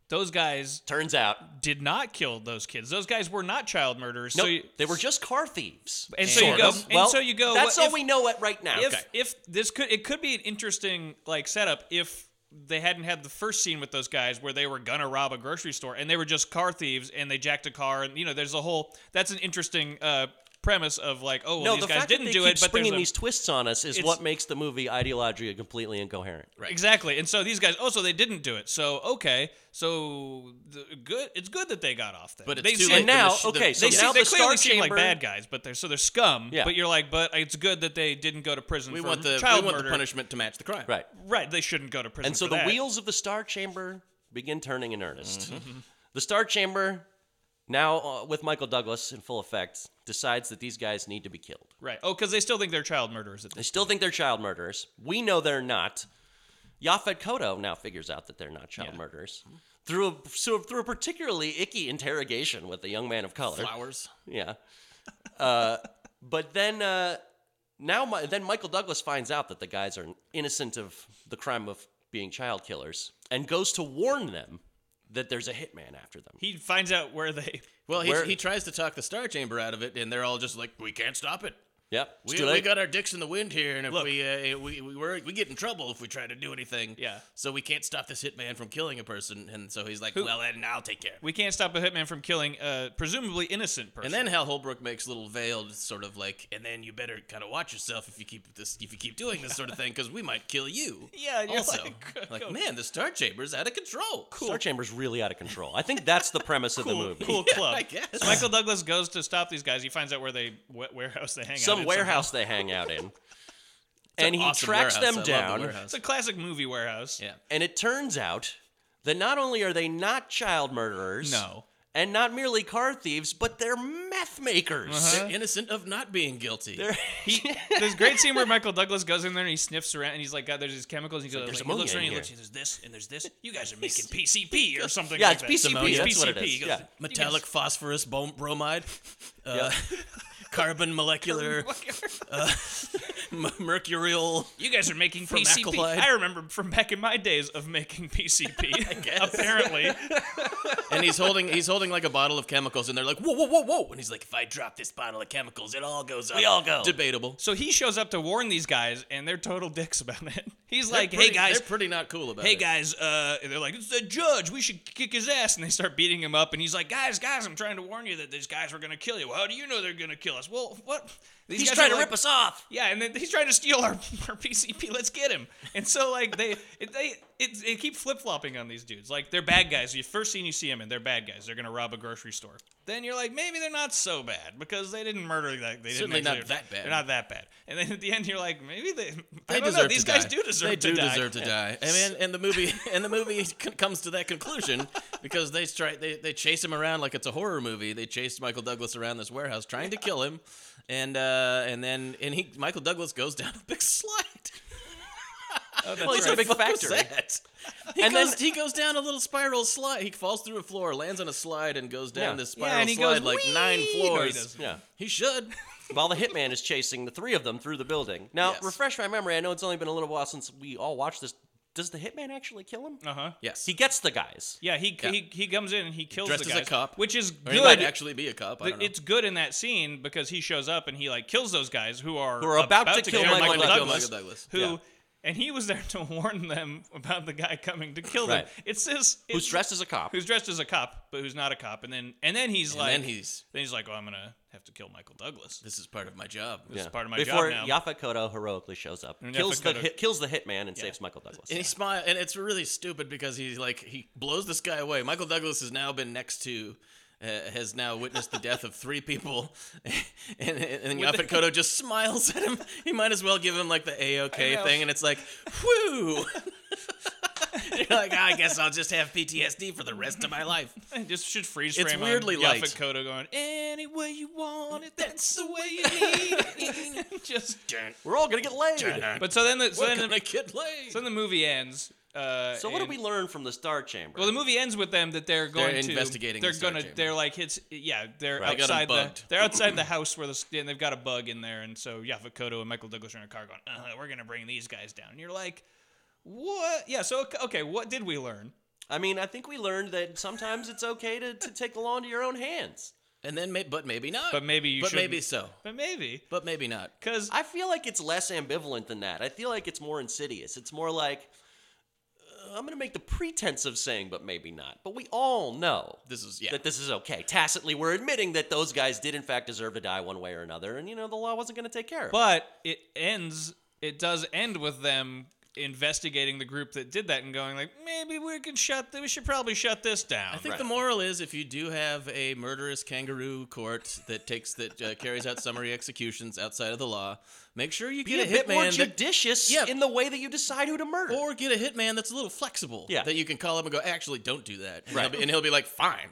Speaker 1: those guys
Speaker 2: turns out
Speaker 1: did not kill those kids. Those guys were not child murderers.
Speaker 2: no,
Speaker 1: so you,
Speaker 2: they were just car thieves.
Speaker 1: And so you
Speaker 2: Sort
Speaker 1: go.
Speaker 2: of.
Speaker 1: And so you go.
Speaker 2: That's
Speaker 1: well,
Speaker 2: all
Speaker 1: if-
Speaker 2: we know at right now.
Speaker 1: If if this could it could be an interesting like setup if they hadn't had the first scene with those guys where they were gonna rob a grocery store and they were just car thieves and they jacked a car and you know there's a whole that's an interesting uh, premise of like oh well
Speaker 2: no,
Speaker 1: these
Speaker 2: the
Speaker 1: guys
Speaker 2: fact
Speaker 1: didn't
Speaker 2: that they
Speaker 1: do
Speaker 2: keep
Speaker 1: it but there's
Speaker 2: springing
Speaker 1: a,
Speaker 2: these twists on us is
Speaker 1: It's-
Speaker 2: what makes the movie ideologically completely incoherent.
Speaker 1: Exactly. And so these guys, oh, so they didn't do it. So okay, so the, good. It's good that they got off then.
Speaker 3: But it's
Speaker 1: they
Speaker 3: too
Speaker 1: seem-
Speaker 3: late
Speaker 2: And now,
Speaker 3: the-
Speaker 2: okay, so
Speaker 1: They,
Speaker 2: now
Speaker 1: seem, they
Speaker 2: the
Speaker 1: clearly
Speaker 2: star
Speaker 1: seem
Speaker 2: chamber.
Speaker 1: like bad guys, but they're so they're scum.
Speaker 2: Yeah.
Speaker 1: But you're like, but it's good that they didn't go to prison
Speaker 3: we
Speaker 1: for
Speaker 3: want the
Speaker 1: child
Speaker 3: we want
Speaker 1: murder.
Speaker 3: the punishment to match the crime.
Speaker 2: right?
Speaker 1: Right. They shouldn't go to prison.
Speaker 2: And so
Speaker 1: for
Speaker 2: the
Speaker 1: that. Mm-hmm.
Speaker 2: wheels of the star chamber begin turning in earnest. The star chamber, now uh, with Michael Douglas in full effect, decides that these guys need to be killed.
Speaker 1: Right. Oh, because they still think they're child murderers. At
Speaker 2: They
Speaker 1: this.
Speaker 2: still think they're child murderers. We know they're not. Yaphet Koto now figures out that they're not child murderers through a, so through a particularly icky interrogation with a young man of color.
Speaker 3: Flowers.
Speaker 2: Yeah. Uh, but then uh, now my, then Michael Douglas finds out that the guys are innocent of the crime of being child killers and goes to warn them that there's a hitman after them.
Speaker 1: He finds out where they.
Speaker 3: Well, he,
Speaker 2: Where-
Speaker 3: he tries to talk the Star Chamber out of it, and they're all just like, "We can't stop it.
Speaker 2: Yep. it's
Speaker 3: We,
Speaker 2: too
Speaker 3: we
Speaker 2: late.
Speaker 3: got our dicks in the wind here, and if
Speaker 1: Look.
Speaker 3: we, uh, we we we're, we get in trouble if we try to do anything.
Speaker 1: Yeah.
Speaker 3: So we can't stop this hitman from killing a person, and so he's like, "Well, then I'll take care." of it."
Speaker 1: We can't stop a hitman from killing a presumably innocent person.
Speaker 3: And then Hal Holbrook makes little veiled sort of like, and then you better kind of watch yourself if you keep this if you keep doing this sort of thing because we might kill you.
Speaker 1: Yeah, and you're
Speaker 3: also,
Speaker 1: like, "Oh."
Speaker 3: like man, the Star Chamber's out of control.
Speaker 2: Star Chamber's really out of control. I think that's the premise of the
Speaker 1: cool,
Speaker 2: movie.
Speaker 1: cool club.
Speaker 3: I guess.
Speaker 1: So Michael Douglas goes to stop these guys. He finds out where they wh- warehouse they hang out.
Speaker 2: some
Speaker 1: at
Speaker 2: warehouse they hang out in.
Speaker 3: It's
Speaker 2: and
Speaker 3: an
Speaker 2: he
Speaker 3: awesome
Speaker 2: tracks them
Speaker 3: warehouse. I love the
Speaker 2: down.
Speaker 3: warehouse.
Speaker 1: It's a classic movie warehouse.
Speaker 3: yeah.
Speaker 2: and it turns out that not only are they not child murderers,
Speaker 1: No.
Speaker 2: and not merely car thieves, but they're meth makers.
Speaker 3: They're innocent of not being guilty.
Speaker 1: There's a great scene where Michael Douglas goes in there and he sniffs around and he's like, God, there's these chemicals. And he goes,
Speaker 2: there's
Speaker 1: like, he looks
Speaker 2: ammonia
Speaker 1: around,
Speaker 2: in
Speaker 1: and he
Speaker 2: here.
Speaker 1: looks, and there's this and there's this. You guys are making PCP or something.
Speaker 2: Yeah,
Speaker 1: like
Speaker 2: it's
Speaker 1: that.
Speaker 2: PCP,
Speaker 1: It's
Speaker 2: that's what it
Speaker 1: PCP.
Speaker 2: is.
Speaker 1: He goes,
Speaker 2: Yeah.
Speaker 1: "You guys-
Speaker 3: Metallic phosphorus bom- bromide, uh, carbon molecular, Uh, m- mercurial.
Speaker 1: You guys are making
Speaker 3: From
Speaker 1: PCP.
Speaker 3: Acolyte.
Speaker 1: I remember from back in my days of making PCP. Apparently,
Speaker 3: and he's holding he's holding like a bottle of chemicals, and they're like, whoa, whoa, whoa, whoa, and he's like, if I drop this bottle of chemicals, it all goes up. We
Speaker 2: all go.
Speaker 3: Debatable.
Speaker 1: so he shows up to warn these guys, and they're total dicks about it. He's
Speaker 3: They're
Speaker 1: like, "Hey
Speaker 3: pretty-
Speaker 1: guys,
Speaker 3: they're pretty not cool about
Speaker 1: hey
Speaker 3: it.
Speaker 1: guys, uh, and they're like, it's the judge. We should kick his ass. And they start beating him up. And he's like, guys, guys, I'm trying to warn you that these guys were going to kill you. Well, how do you know they're going to kill us? Well, what? These
Speaker 2: He's
Speaker 1: guys
Speaker 2: trying
Speaker 1: are
Speaker 2: to
Speaker 1: like-
Speaker 2: rip us off.
Speaker 1: Yeah, and then he's trying to steal our, our PCP. Let's get him. And so like they it, they it, they keep flip flopping on these dudes. Like they're bad guys. You first scene you see them and they're bad guys. They're gonna rob a grocery store. Then you're like maybe they're not so bad because they didn't murder that. They didn't
Speaker 3: Certainly not
Speaker 1: actually-
Speaker 3: that bad.
Speaker 1: They're not that bad. And then at the end you're like maybe they. I
Speaker 3: They
Speaker 1: don't
Speaker 3: deserve
Speaker 1: know. These
Speaker 3: to
Speaker 1: guys
Speaker 3: die.
Speaker 1: do deserve
Speaker 3: they
Speaker 1: to
Speaker 3: do
Speaker 1: die.
Speaker 3: deserve to die. I mean, and the movie and the movie c- comes to that conclusion because they try they, they chase him around like it's a horror movie. They chased Michael Douglas around this warehouse trying to kill him, and uh, and then and he Michael Douglas goes down a big slide.
Speaker 1: "Oh,
Speaker 2: Well, he's
Speaker 3: What
Speaker 2: a
Speaker 3: the
Speaker 2: big
Speaker 3: fuck was
Speaker 2: factory.
Speaker 3: that? He
Speaker 2: And
Speaker 3: goes
Speaker 2: then-
Speaker 3: he goes down a little spiral slide. He falls through a floor, lands on a slide, and goes down
Speaker 2: Yeah.
Speaker 3: this
Speaker 1: Yeah,
Speaker 3: spiral
Speaker 1: and he
Speaker 3: slide
Speaker 1: goes,
Speaker 3: like nine
Speaker 1: "Whee!" No, he
Speaker 3: floors.
Speaker 1: doesn't.
Speaker 2: Yeah.
Speaker 3: he should.
Speaker 2: While the hitman is chasing the three of them through the building. Now,
Speaker 3: Yes.
Speaker 2: refresh my memory. I know it's only been a little while since we all watched this. Does the hitman actually kill him?
Speaker 1: Uh huh.
Speaker 3: Yes,
Speaker 2: He gets the guys.
Speaker 1: Yeah, he,
Speaker 3: Yeah.
Speaker 1: he he comes in and he kills
Speaker 3: Dressed
Speaker 1: the
Speaker 3: as a
Speaker 1: guys,
Speaker 3: cop.
Speaker 1: which is
Speaker 3: Or he might
Speaker 1: good.
Speaker 3: actually be a cop. I
Speaker 1: Th-
Speaker 3: don't know.
Speaker 1: It's good in that scene because he shows up and he like kills those guys who are
Speaker 2: Who are about to kill
Speaker 1: kill
Speaker 2: Michael
Speaker 1: Michael
Speaker 2: Douglas.
Speaker 1: Douglas,
Speaker 3: Michael Douglas.
Speaker 1: who
Speaker 2: Yeah.
Speaker 1: and he was there to warn them about the guy coming to kill them.
Speaker 2: Right.
Speaker 1: It's this
Speaker 2: Who's
Speaker 1: it's-
Speaker 2: dressed as a cop.
Speaker 1: who's dressed as a cop but who's not a cop, and then and then he's like
Speaker 3: then he's-
Speaker 1: then he's like, oh, I'm gonna have to kill Michael Douglas.
Speaker 3: this is part of my job.
Speaker 1: This is part of my
Speaker 2: Before
Speaker 1: job now.
Speaker 2: Yaphet Kotto heroically shows up,
Speaker 1: And
Speaker 2: kills the,
Speaker 1: Yaphet Kotto-
Speaker 2: hit, kills the hitman, and saves Michael Douglas.
Speaker 3: And he smile, and it's really stupid because he's like he blows this guy away. Michael Douglas has now been next to, uh, has now witnessed the death of three people, and and, and Yaphet Kotto just smiles at him. He might as well give him like the AOK
Speaker 1: know.
Speaker 3: thing, and it's like, whoo. You're like, I guess I'll just have PTSD for the rest of my life.
Speaker 1: It just should freeze
Speaker 3: It's
Speaker 1: frame
Speaker 3: weirdly
Speaker 1: on
Speaker 3: light.
Speaker 1: Yaphet Kotto going any way you want it, that's the way you need it. just.
Speaker 2: We're all gonna get laid.
Speaker 1: But so then the so
Speaker 3: What
Speaker 1: then
Speaker 3: can
Speaker 1: the,
Speaker 3: I get laid?
Speaker 1: so then the movie ends. Uh,
Speaker 2: So what do
Speaker 1: and-
Speaker 2: we learn from the Star Chamber?
Speaker 1: Well, the movie ends with them that they're going to
Speaker 3: investigating
Speaker 1: They're
Speaker 3: the Star
Speaker 1: gonna.
Speaker 3: Chamber.
Speaker 1: They're like it's yeah. They're
Speaker 3: They got 'em
Speaker 1: outside the.
Speaker 3: bugged.
Speaker 1: They're outside the house where the and they've got a bug in there, and so Yaphet Kotto and Michael Douglas are in a car going, uh, "We're gonna bring these guys down." And you're like, "What?" Yeah. So ok- okay, what did we learn?
Speaker 2: I mean, I think we learned that sometimes it's okay to, to take the law into your own hands.
Speaker 3: and then, may- but maybe not.
Speaker 1: But maybe you
Speaker 3: But
Speaker 1: shouldn't.
Speaker 3: maybe so.
Speaker 1: But maybe
Speaker 3: But maybe not.
Speaker 1: because
Speaker 2: I feel like it's less ambivalent than that. I feel like it's more insidious. It's more like uh, I'm gonna make the pretense of saying, but maybe not. But we all know
Speaker 3: This is yeah.
Speaker 2: that this is okay. Tacitly, we're admitting that those guys did in fact deserve to die one way or another, and you know the law wasn't gonna take care of. it.
Speaker 1: but it ends. It does end with them investigating the group that did that and going like, maybe we can shut. th- We should probably shut this down.
Speaker 3: I think the moral is if you do have a murderous kangaroo court that takes that uh, carries out summary executions outside of the law, make sure you
Speaker 2: be
Speaker 3: get
Speaker 2: a, bit more
Speaker 3: hitman that-
Speaker 2: judicious
Speaker 3: Yeah.
Speaker 2: in the way that you decide who to murder.
Speaker 3: or get a hitman that's a little flexible.
Speaker 2: Yeah.
Speaker 3: that you can call up and go, actually, don't do that. And, he'll, be, and he'll be like, fine,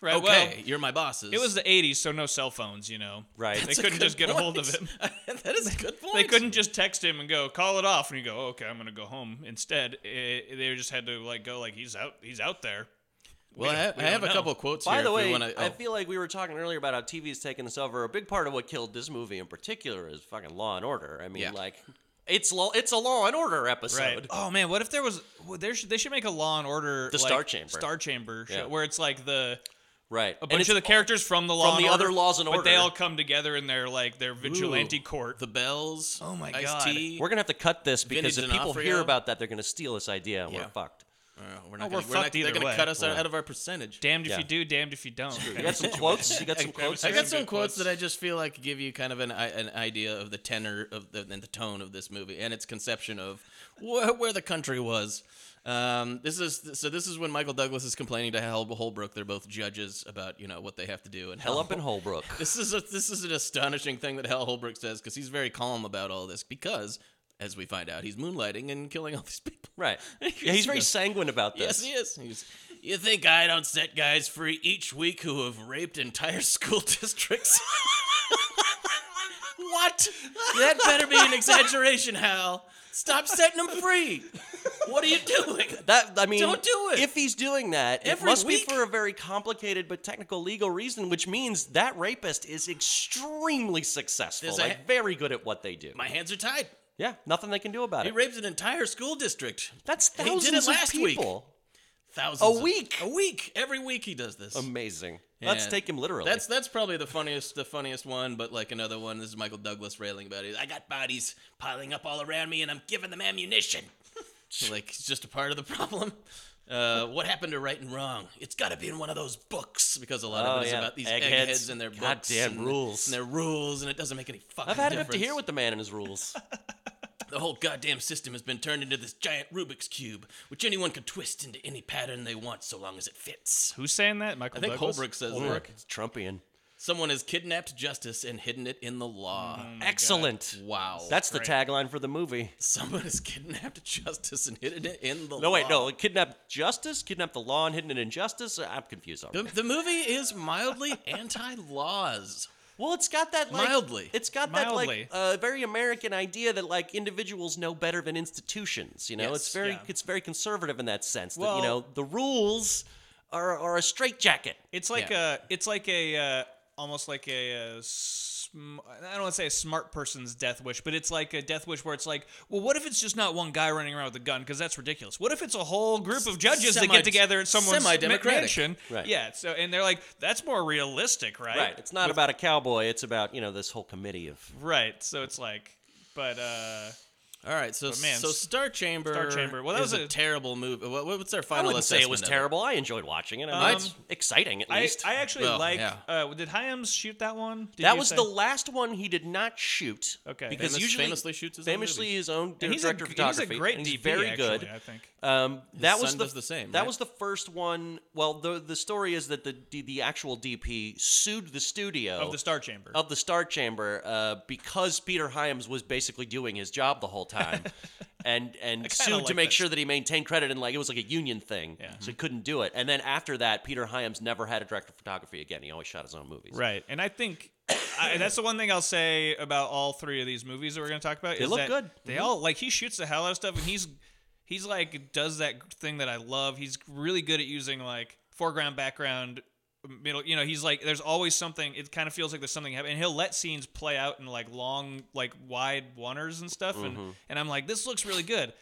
Speaker 1: Right,
Speaker 3: okay,
Speaker 1: well,
Speaker 3: you're my bosses.
Speaker 1: It was the 80s, so no cell phones, you know.
Speaker 2: Right.
Speaker 1: They
Speaker 2: That's a
Speaker 1: couldn't
Speaker 3: Good
Speaker 1: just get a hold of
Speaker 3: point.
Speaker 1: him.
Speaker 3: that is a good point.
Speaker 1: They couldn't just text him and go call it off, and you go, "Oh, okay, I'm gonna go home. Instead, eh, they just had to like go like he's out, he's out there.
Speaker 3: Well, I have,
Speaker 1: we
Speaker 3: I have
Speaker 1: don't
Speaker 3: a
Speaker 1: know.
Speaker 3: couple quotes
Speaker 2: By
Speaker 3: here.
Speaker 2: the
Speaker 3: if we
Speaker 2: way,
Speaker 3: wanna,
Speaker 2: I
Speaker 3: oh.
Speaker 2: feel like we were talking earlier about how TV is taking this over. A big part of what killed this movie in particular is fucking Law and Order. I mean,
Speaker 3: Yeah.
Speaker 2: like it's law, it's a Law and Order episode.
Speaker 1: Right. Oh man, what if there was? Well, there should they should make a Law and Order
Speaker 2: The
Speaker 1: like,
Speaker 2: Star Chamber.
Speaker 1: Star Chamber show
Speaker 2: Yeah.
Speaker 1: where it's like the
Speaker 2: Right.
Speaker 1: a bunch of the characters from the Law and
Speaker 2: from the
Speaker 1: Order,
Speaker 2: other Laws and
Speaker 1: but they
Speaker 2: Order.
Speaker 1: all come together in their like their vigilante court.
Speaker 3: the bells.
Speaker 1: Oh my
Speaker 3: Ice-T.
Speaker 2: We're gonna have to cut this because
Speaker 3: Vinny
Speaker 2: if people hear
Speaker 3: D'Onofrio.
Speaker 2: about that, they're gonna steal this idea and we're
Speaker 3: Yeah.
Speaker 2: fucked.
Speaker 3: Oh, we're not
Speaker 1: we're
Speaker 3: gonna, we're not-
Speaker 1: fucked
Speaker 3: They're
Speaker 1: either
Speaker 3: going to
Speaker 1: way.
Speaker 3: cut us out of our percentage.
Speaker 1: damned if
Speaker 2: Yeah.
Speaker 1: you do, damned if you don't.
Speaker 2: You got some quotes? You got some quotes?
Speaker 3: I
Speaker 1: There's
Speaker 3: got
Speaker 1: some
Speaker 3: some
Speaker 1: good
Speaker 3: quotes
Speaker 1: quotes.
Speaker 3: that I just feel like give you kind of an i- an idea of the tenor of the and the tone of this movie and its conception of where, where the country was. Um, this is so. This is when Michael Douglas is complaining to Hel Holbrook. They're both judges about you know what they have to do. And
Speaker 2: Hell up in Holbrook.
Speaker 3: This is a, this is an astonishing thing that Hal Holbrook says because he's very calm about all this because, as we find out, he's moonlighting and killing all these people.
Speaker 2: Right. Yeah, he's very sanguine about
Speaker 3: Yes,
Speaker 2: this.
Speaker 3: he is. He's, you think I don't set guys free each week who have raped entire school districts? what? That better be an exaggeration, Hal. Stop setting them free. What are you doing?
Speaker 2: That I mean,
Speaker 3: Don't do it.
Speaker 2: If he's doing that, it
Speaker 3: Every
Speaker 2: must
Speaker 3: week.
Speaker 2: be for a very complicated but technical legal reason, which means that rapist is extremely successful,
Speaker 3: There's a-
Speaker 2: like very good at what they do.
Speaker 3: My hands are tied.
Speaker 2: yeah, nothing they can do about
Speaker 3: He
Speaker 2: it.
Speaker 3: raped an entire school district.
Speaker 2: That's
Speaker 3: He did it
Speaker 2: thousands
Speaker 3: last
Speaker 2: of
Speaker 3: week.
Speaker 2: people.
Speaker 3: Thousands.
Speaker 2: A
Speaker 3: of-
Speaker 2: week.
Speaker 3: a week. Every week he does this.
Speaker 2: Amazing. Let's
Speaker 3: Yeah.
Speaker 2: take him literally.
Speaker 3: That's that's probably the funniest the funniest one, but like another one. This is Michael Douglas railing about it. I got bodies piling up all around me, and I'm giving them ammunition. like it's just a part of the problem. Uh, what happened to right and wrong? It's got to be in one of those books because a lot
Speaker 2: Oh,
Speaker 3: of it is
Speaker 2: yeah.
Speaker 3: about these
Speaker 2: Eggheads.
Speaker 3: eggheads, and their books
Speaker 2: Goddamn
Speaker 3: and,
Speaker 2: rules.
Speaker 3: and their rules, and it doesn't make any fucking.
Speaker 2: I've had enough
Speaker 3: difference.
Speaker 2: to hear with the man and his rules.
Speaker 3: the whole goddamn system has been turned into this giant Rubik's cube, which anyone can twist into any pattern they want so long as it fits.
Speaker 1: Who's saying that? Michael
Speaker 3: I think
Speaker 1: Douglas?
Speaker 3: Holbrook says
Speaker 2: Ugh,
Speaker 3: that.
Speaker 2: It's Trumpian.
Speaker 3: Someone has kidnapped justice and hidden it in the law.
Speaker 1: Mm.
Speaker 2: Excellent.
Speaker 3: Wow.
Speaker 2: That's the tagline for the movie.
Speaker 3: someone has kidnapped justice and hidden it in the law.
Speaker 2: No, wait, no. Kidnap justice, kidnap the law, and hidden in injustice. Uh, I'm confused
Speaker 3: The,
Speaker 2: already.
Speaker 3: the movie is mildly anti-laws.
Speaker 2: Well, it's got that like,
Speaker 3: Mildly.
Speaker 2: It's got
Speaker 1: Mildly.
Speaker 2: that like uh, very American idea that like individuals know better than institutions. You know, it's
Speaker 3: Yes,
Speaker 2: very
Speaker 1: yeah.
Speaker 2: it's very conservative in that sense. that
Speaker 1: Well-
Speaker 2: you know the rules are are a straitjacket.
Speaker 1: It's like
Speaker 3: Yeah.
Speaker 1: a, it's like a, uh, almost like a, uh, sm- I don't want to say a smart person's death wish, but it's like a death wish where it's like, well, what if it's just not one guy running around with a gun? Because that's ridiculous. What if it's a whole group of judges that
Speaker 3: Semi-
Speaker 1: get together at someone's ma-
Speaker 3: semi-democratic.
Speaker 1: mansion?
Speaker 2: Right.
Speaker 1: Yeah. So, and they're like, that's more realistic, right?
Speaker 2: Right. It's not about a cowboy. It's about you know this whole committee of
Speaker 1: Right. So it's like, but uh,
Speaker 3: All right, so
Speaker 1: man,
Speaker 3: so Star Chamber.
Speaker 1: Star Chamber. Well, that
Speaker 3: is
Speaker 1: was
Speaker 3: a,
Speaker 1: a-
Speaker 3: terrible movie. What, what's their
Speaker 2: I
Speaker 3: final
Speaker 2: wouldn't say it was
Speaker 3: assessment of
Speaker 2: terrible. I enjoyed watching it. I mean, it's exciting at
Speaker 1: I,
Speaker 2: least.
Speaker 1: I actually
Speaker 3: Well,
Speaker 1: like.
Speaker 3: yeah.
Speaker 1: Uh, did Hyams shoot that one? Did
Speaker 2: that
Speaker 1: you
Speaker 2: was
Speaker 1: say-
Speaker 2: the last one he did not shoot.
Speaker 1: Okay.
Speaker 2: Because
Speaker 3: Famous-
Speaker 2: usually
Speaker 3: famously shoots his own
Speaker 2: famously
Speaker 3: movies.
Speaker 2: his own
Speaker 1: And he's a
Speaker 2: director of
Speaker 1: g- he's a
Speaker 2: photography.
Speaker 1: great
Speaker 2: and he's
Speaker 1: DP,
Speaker 2: very good.
Speaker 1: actually, I think.
Speaker 2: Um, that was
Speaker 3: son
Speaker 2: the,
Speaker 3: does the same,
Speaker 2: That
Speaker 3: right?
Speaker 2: was the first one. Well, the the story is that the the, the actual DP sued the studio
Speaker 1: of the Star Chamber.
Speaker 2: of the Star Chamber uh, because Peter Hyams was basically doing his job the whole time, and and sued to
Speaker 1: like
Speaker 2: make
Speaker 1: this.
Speaker 2: sure that he maintained credit and like it was like a union thing, so he couldn't do it. And then after that, Peter Hyams never had a director of photography again. He always shot his own movies.
Speaker 1: Right, and I think I, that's the one thing I'll say about all three of these movies that we're going to talk about. They
Speaker 2: look good. Mm-hmm.
Speaker 1: They all like he shoots the hell out of stuff, and he's he's like does that thing that I love. He's really good at using like foreground, background, middle. You know, he's like there's always something. It kind of feels like there's something happening. And he'll let scenes play out in like long, like wide oneers and stuff.
Speaker 2: Mm-hmm.
Speaker 1: And and I'm like, this looks really good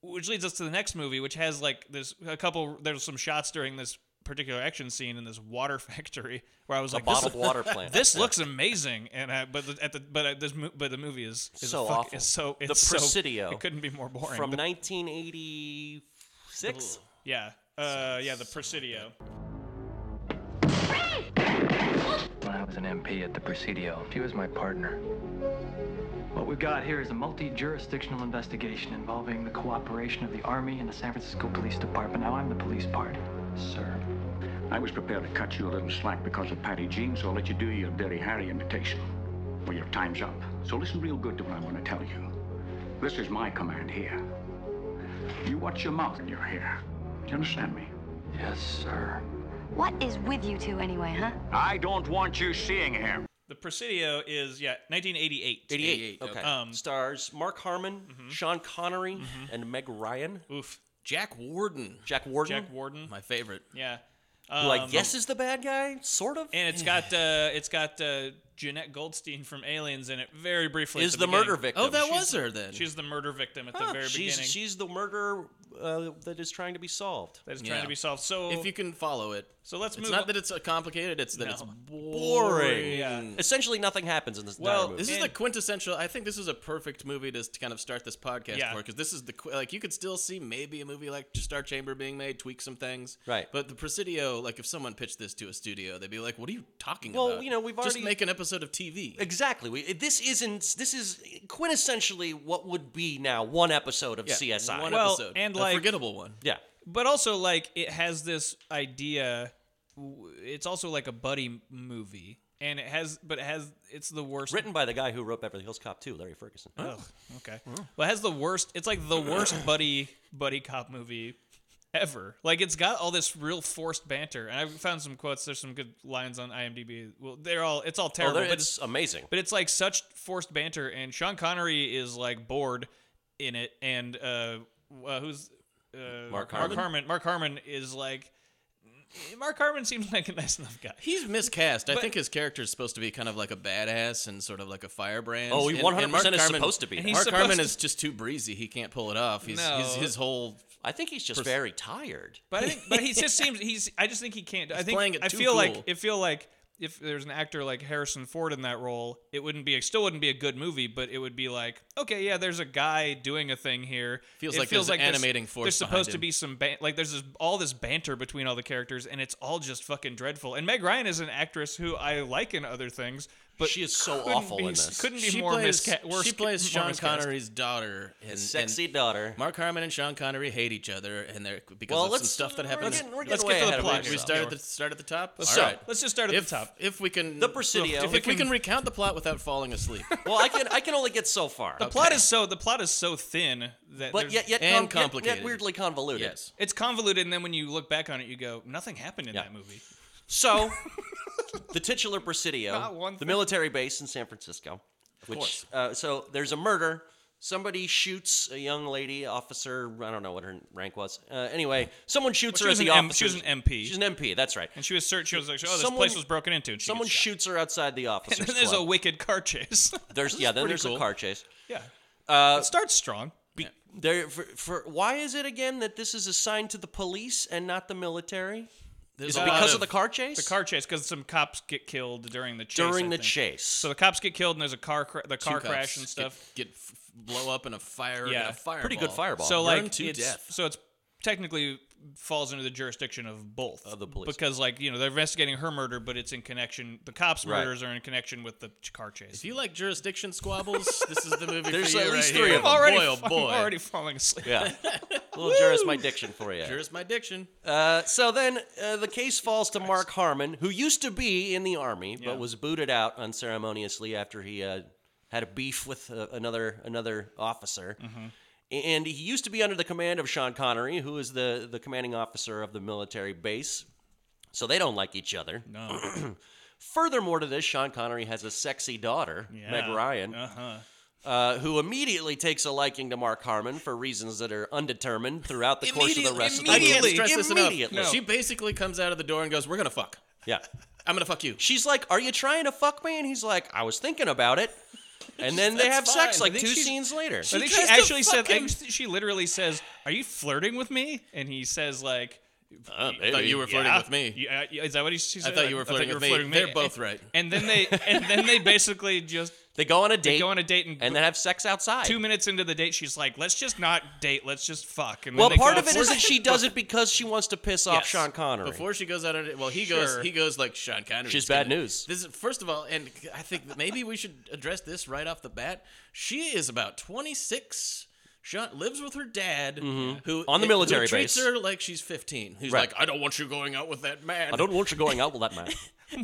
Speaker 1: which leads us to the next movie, which has like there's a couple there's some shots during this particular action scene in this water factory where I was
Speaker 2: A
Speaker 1: like this-
Speaker 2: bottled water plant.
Speaker 1: This looks amazing, and I, but the, at the but uh, this mo- but the movie is, is
Speaker 2: So
Speaker 1: a fuck,
Speaker 2: awful.
Speaker 1: Is so
Speaker 2: The
Speaker 1: it's so-
Speaker 2: Presidio
Speaker 1: it couldn't be more boring.
Speaker 2: from
Speaker 1: The-
Speaker 2: 1986.
Speaker 1: yeah, uh, yeah, the Presidio.
Speaker 7: When I was an MP at the Presidio, she was my partner. What we've got here is a multi jurisdictional investigation involving the cooperation of the Army and the San Francisco Police Department. Now, I'm the police part, sir.
Speaker 8: I was prepared to cut you a little slack because of Patty Jean, so I'll let you do your Dirty Harry imitation. Well, your time's up. So listen real good to what I want to tell you. This is my command here. You watch your mouth when you're here. Do you understand me?
Speaker 7: Yes, sir.
Speaker 9: What is with you two anyway, huh?
Speaker 8: I don't want you seeing him.
Speaker 1: The Presidio is yeah 1988.
Speaker 2: 88.
Speaker 3: 88,
Speaker 2: Okay.
Speaker 3: okay.
Speaker 1: Um,
Speaker 2: Stars Mark Harmon, Sean Connery, and Meg Ryan.
Speaker 1: Oof,
Speaker 3: Jack Warden,
Speaker 2: Jack Warden,
Speaker 1: Jack Warden.
Speaker 3: my favorite.
Speaker 1: Yeah,
Speaker 2: who I
Speaker 1: Um,
Speaker 2: guess is the bad guy, sort of.
Speaker 1: and it's got uh, it's got uh, Jeanette Goldstein from Aliens in it very briefly. at
Speaker 2: is the,
Speaker 1: beginning.
Speaker 2: murder victim.
Speaker 3: Oh, that
Speaker 2: She's- Ah,
Speaker 3: was her then.
Speaker 1: She's the murder victim at the very
Speaker 2: she's,
Speaker 1: beginning.
Speaker 2: She's the murderer uh, that is trying to be solved.
Speaker 1: that is trying
Speaker 3: Yeah.
Speaker 1: to be solved. So
Speaker 3: if you can follow it.
Speaker 1: so let's
Speaker 3: It's
Speaker 1: move.
Speaker 3: not
Speaker 1: on.
Speaker 3: that it's uh, complicated. It's that it's
Speaker 1: No.
Speaker 2: Boring.
Speaker 1: Yeah.
Speaker 2: Essentially, nothing happens in this entire
Speaker 1: Well,
Speaker 2: movie.
Speaker 3: This is
Speaker 1: And-
Speaker 3: the quintessential. I think this is a perfect movie to, to kind of start this podcast
Speaker 1: Yeah.
Speaker 3: for because this is the qu- like you could still see maybe a movie like Star Chamber being made, tweak some things,
Speaker 2: Right.
Speaker 3: But the Presidio, like if someone pitched this to a studio, they'd be like, "What are you talking
Speaker 2: Well,
Speaker 3: about?"
Speaker 2: you know, we've already-
Speaker 3: just make an episode of TV.
Speaker 2: exactly. We, this isn't. This is quintessentially what would be now one episode of
Speaker 3: Yeah,
Speaker 2: CSI.
Speaker 3: One
Speaker 1: Well,
Speaker 3: episode,
Speaker 1: and
Speaker 3: a
Speaker 1: like-
Speaker 3: forgettable one.
Speaker 2: yeah.
Speaker 1: but also like it has this idea. w- It's also like a buddy m- movie, and it has, but it has it's the worst.
Speaker 2: Written by the guy who wrote Beverly Hills Cop 2, Larry Ferguson. Oh,
Speaker 1: Ugh, okay, well, it has the worst. It's like the worst buddy buddy cop movie ever. Like it's got all this real forced banter, and I found some quotes. There's some good lines on IMDb. Well, they're all it's all
Speaker 2: Oh,
Speaker 1: terrible.
Speaker 2: there-
Speaker 1: but
Speaker 2: it's amazing.
Speaker 1: But it's like such forced banter, and Sean Connery is like bored in it, and uh, uh who's uh, Mark
Speaker 2: Mark Harmon?
Speaker 1: Harmon. Mark Harmon is like. Mark Harmon seems like a nice enough guy.
Speaker 3: He's miscast. I think his character is supposed to be kind of like a badass and sort of like a firebrand.
Speaker 2: Oh, he
Speaker 3: And-
Speaker 2: 100%
Speaker 3: and Mark
Speaker 2: is
Speaker 3: Harmon-
Speaker 2: supposed to be.
Speaker 1: And he's
Speaker 3: Mark
Speaker 1: supposed
Speaker 3: Harmon
Speaker 1: to-
Speaker 3: is just too breezy. He can't pull it off. He's,
Speaker 1: No.
Speaker 3: he's his whole
Speaker 2: I think he's just very tired.
Speaker 1: But I think, but he just seems he's. I just think he can't. I think
Speaker 3: playing it
Speaker 1: I
Speaker 3: too
Speaker 1: feel like
Speaker 3: cool.
Speaker 1: it feel like if there's an actor like Harrison Ford in that role, it wouldn't be it still wouldn't be a good movie, but it would be like, okay, yeah, there's a guy doing a thing here.
Speaker 3: Feels
Speaker 1: it
Speaker 3: like there's an animating force
Speaker 1: There's
Speaker 3: behind
Speaker 1: supposed to
Speaker 3: him.
Speaker 1: be some ban- like there's this, all this banter between all the characters, and it's all just fucking dreadful. And Meg Ryan is an actress who I like in other things, but
Speaker 2: She is so
Speaker 1: couldn't
Speaker 2: awful
Speaker 1: be-
Speaker 2: in this.
Speaker 1: Couldn't be
Speaker 3: she
Speaker 1: more
Speaker 3: plays,
Speaker 1: miscast. Worse,
Speaker 3: she plays
Speaker 1: more
Speaker 3: Sean
Speaker 1: miscast.
Speaker 3: Connery's daughter. And, and
Speaker 2: Sexy daughter.
Speaker 3: Mark Harmon and Sean Connery hate each other, and they're because
Speaker 2: Well,
Speaker 3: of
Speaker 2: let's-
Speaker 3: some stuff that
Speaker 2: we're
Speaker 3: happened.
Speaker 2: getting- we're
Speaker 1: Let's
Speaker 2: getting way
Speaker 1: get to
Speaker 2: ahead
Speaker 1: the
Speaker 2: of
Speaker 1: plot.
Speaker 2: ourselves.
Speaker 3: we
Speaker 1: Yeah,
Speaker 3: start
Speaker 1: we're-
Speaker 3: at the start at the top.
Speaker 1: Let's
Speaker 3: All
Speaker 1: start-
Speaker 3: right.
Speaker 1: let's just start at
Speaker 3: if,
Speaker 1: the top.
Speaker 3: If we can,
Speaker 2: The Presidio.
Speaker 3: If we can, recount the plot without falling asleep,
Speaker 2: well, I can I can only get so far.
Speaker 1: The plot is so the plot is so thin that
Speaker 2: but
Speaker 1: there's-
Speaker 2: yet yet,
Speaker 3: And
Speaker 2: com- yet- yet
Speaker 3: complicated.
Speaker 2: weirdly convoluted.
Speaker 3: yes.
Speaker 1: it's convoluted, and then when you look back on it, you go, nothing happened in
Speaker 2: Yeah.
Speaker 1: that movie.
Speaker 2: So, the titular Presidio,
Speaker 1: Not one
Speaker 2: the
Speaker 1: thing.
Speaker 2: military base in San Francisco, which
Speaker 3: course.
Speaker 2: uh, so there's a murder. Somebody shoots a young lady officer. I don't know what her rank was. Uh, anyway, someone shoots
Speaker 1: she
Speaker 2: her
Speaker 1: was
Speaker 2: at the
Speaker 1: an M-
Speaker 2: office.
Speaker 1: she was an MP.
Speaker 2: She's an MP. That's right.
Speaker 1: And she was searched. She was like, "Oh, this
Speaker 2: Someone-
Speaker 1: place was broken into." And she
Speaker 2: Someone
Speaker 1: gets shot.
Speaker 2: shoots her outside the officer's
Speaker 1: And then there's a
Speaker 2: club.
Speaker 1: wicked car chase.
Speaker 2: There's yeah. Then
Speaker 3: pretty
Speaker 2: there's a
Speaker 3: cool.
Speaker 2: car chase.
Speaker 1: yeah. it starts strong.
Speaker 2: There for, for why is it again that this is assigned to the police and not the military?
Speaker 3: There's
Speaker 2: Is
Speaker 3: a
Speaker 2: it
Speaker 3: lot
Speaker 2: because of, the car chase?
Speaker 1: The car chase because some cops get killed during the chase.
Speaker 2: during
Speaker 1: I
Speaker 2: the
Speaker 1: think.
Speaker 2: chase.
Speaker 1: So the cops get killed and there's a car cra- the
Speaker 3: two
Speaker 1: car
Speaker 3: cops
Speaker 1: crash and
Speaker 3: get-
Speaker 1: stuff.
Speaker 3: get, f- blow up in a fire.
Speaker 1: Yeah.
Speaker 3: and a fireball.
Speaker 2: pretty good fireball.
Speaker 1: so like
Speaker 3: Burned to
Speaker 1: it's,
Speaker 3: death.
Speaker 1: so it's technically falls into the jurisdiction of both of
Speaker 2: the police.
Speaker 1: because like you know they're investigating her murder, but it's in connection. The cops'
Speaker 2: Right.
Speaker 1: murders are in connection with the ch- car chase.
Speaker 3: If you like jurisdiction squabbles, this is the movie
Speaker 2: There's
Speaker 3: for you
Speaker 2: at least
Speaker 3: right
Speaker 2: three
Speaker 3: here.
Speaker 2: of them.
Speaker 1: already,
Speaker 3: Boy, oh
Speaker 1: fa- I'm
Speaker 3: boy.
Speaker 1: already falling asleep.
Speaker 2: yeah, little Juris my diction for you.
Speaker 3: Here's my diction.
Speaker 2: Uh, so then uh, the case falls to Mark Harmon, who used to be in the army
Speaker 1: Yeah.
Speaker 2: but was booted out unceremoniously after he uh, had a beef with uh, another another officer.
Speaker 3: Mm-hmm.
Speaker 2: And he used to be under the command of Sean Connery, who is the the commanding officer of the military base. So they don't like each other.
Speaker 1: No.
Speaker 2: Furthermore to this, Sean Connery has a sexy daughter, Meg Ryan,
Speaker 3: Uh-huh.
Speaker 1: Uh huh.
Speaker 2: uh, who immediately takes a liking to Mark Harmon for reasons that are undetermined throughout the course of the
Speaker 3: Immediately-
Speaker 2: rest of the
Speaker 1: I can't
Speaker 2: movie.
Speaker 3: Immediately. Stress this enough.
Speaker 2: Immediately.
Speaker 1: No.
Speaker 3: She basically comes out of the door and goes, "We're gonna fuck.
Speaker 2: Yeah.
Speaker 3: I'm gonna fuck you."
Speaker 2: She's like, "Are you trying to fuck me?" And he's like, "I was thinking about it." And then they have
Speaker 3: That's
Speaker 2: sex
Speaker 3: fine.
Speaker 2: like
Speaker 3: I think
Speaker 2: two
Speaker 3: she's-
Speaker 2: scenes later.
Speaker 1: I think she
Speaker 3: tries to
Speaker 1: actually said
Speaker 3: fuck him.
Speaker 1: like, she literally says, "Are you flirting with me?" And he says like,
Speaker 3: I Oh, thought you were flirting
Speaker 1: "Yeah."
Speaker 3: with me.
Speaker 1: Yeah, yeah, is that what he she said?
Speaker 3: thought
Speaker 1: Like,
Speaker 3: you were flirting with me. They're both right.
Speaker 1: And then they and then they basically just
Speaker 2: They go on a date.
Speaker 1: go on a date and,
Speaker 2: and then have sex outside.
Speaker 1: two minutes into the date, she's like, "Let's just not date. Let's just fuck." And then
Speaker 2: well,
Speaker 1: they go
Speaker 2: part of it
Speaker 1: outside.
Speaker 2: is that she does it because she wants to piss off
Speaker 1: Yes.
Speaker 2: Sean Connery.
Speaker 3: Before she goes out on it, well, he
Speaker 1: Sure.
Speaker 3: goes. He goes like Sean Connery.
Speaker 2: She's
Speaker 3: is
Speaker 2: bad
Speaker 3: gonna-
Speaker 2: news.
Speaker 3: This is, first of all, and I think that maybe we should address this right off the bat. She is about 26. Sean lives with her dad, who
Speaker 2: Mm-hmm. On the military
Speaker 3: who treats
Speaker 2: base.
Speaker 3: her like she's 15. Who's
Speaker 2: Right.
Speaker 3: like, I don't want you going out with that man.
Speaker 2: I don't want you going out with that man.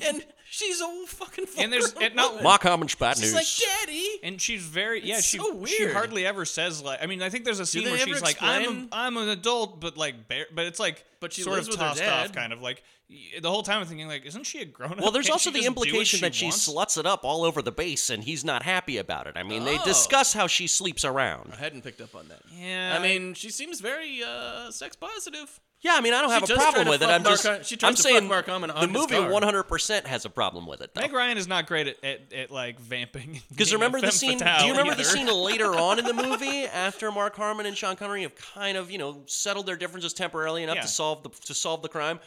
Speaker 3: And she's a fucking.
Speaker 1: And there's-
Speaker 3: full-grown
Speaker 1: and not-
Speaker 3: woman.
Speaker 2: Mark Harmon's bad news.
Speaker 3: She's like, Daddy.
Speaker 1: And she's very yeah.
Speaker 3: It's
Speaker 1: she
Speaker 3: so
Speaker 1: she
Speaker 3: weird.
Speaker 1: hardly ever says like. I mean, I think there's a scene
Speaker 3: they
Speaker 1: where
Speaker 3: ever
Speaker 1: she's like, "I'm
Speaker 3: explain-
Speaker 1: a, I'm an adult," but like, bare, but it's like,
Speaker 3: But she
Speaker 1: sort
Speaker 3: lives
Speaker 1: of
Speaker 3: with her
Speaker 1: tossed off,
Speaker 3: dad.
Speaker 1: kind of like y- the whole time I'm thinking like, isn't she a grown up?
Speaker 2: well, there's also the implication that she sluts it up all over the base, and he's not happy about it. I mean, they
Speaker 3: Oh.
Speaker 2: discuss how she sleeps around.
Speaker 3: I hadn't picked up on that.
Speaker 1: Yeah.
Speaker 3: I mean, she seems very uh, sex positive.
Speaker 2: Yeah, I mean, I don't
Speaker 3: She
Speaker 2: have a
Speaker 3: does
Speaker 2: problem
Speaker 3: try to
Speaker 2: with it.
Speaker 3: fuck
Speaker 2: I'm
Speaker 3: Mark
Speaker 2: just,
Speaker 3: Har- she tries
Speaker 2: I'm
Speaker 3: to fuck
Speaker 2: saying
Speaker 3: Mark Harmon on
Speaker 2: the
Speaker 3: his
Speaker 2: movie
Speaker 3: car.
Speaker 2: 100% has a problem with it. Though.
Speaker 1: Meg Ryan is not great at, at, at like vamping.
Speaker 2: Because remember the scene? Do you remember the scene later on in the movie after Mark Harmon and Sean Connery have kind of you know settled their differences temporarily enough
Speaker 1: Yeah.
Speaker 2: to solve the to solve the crime?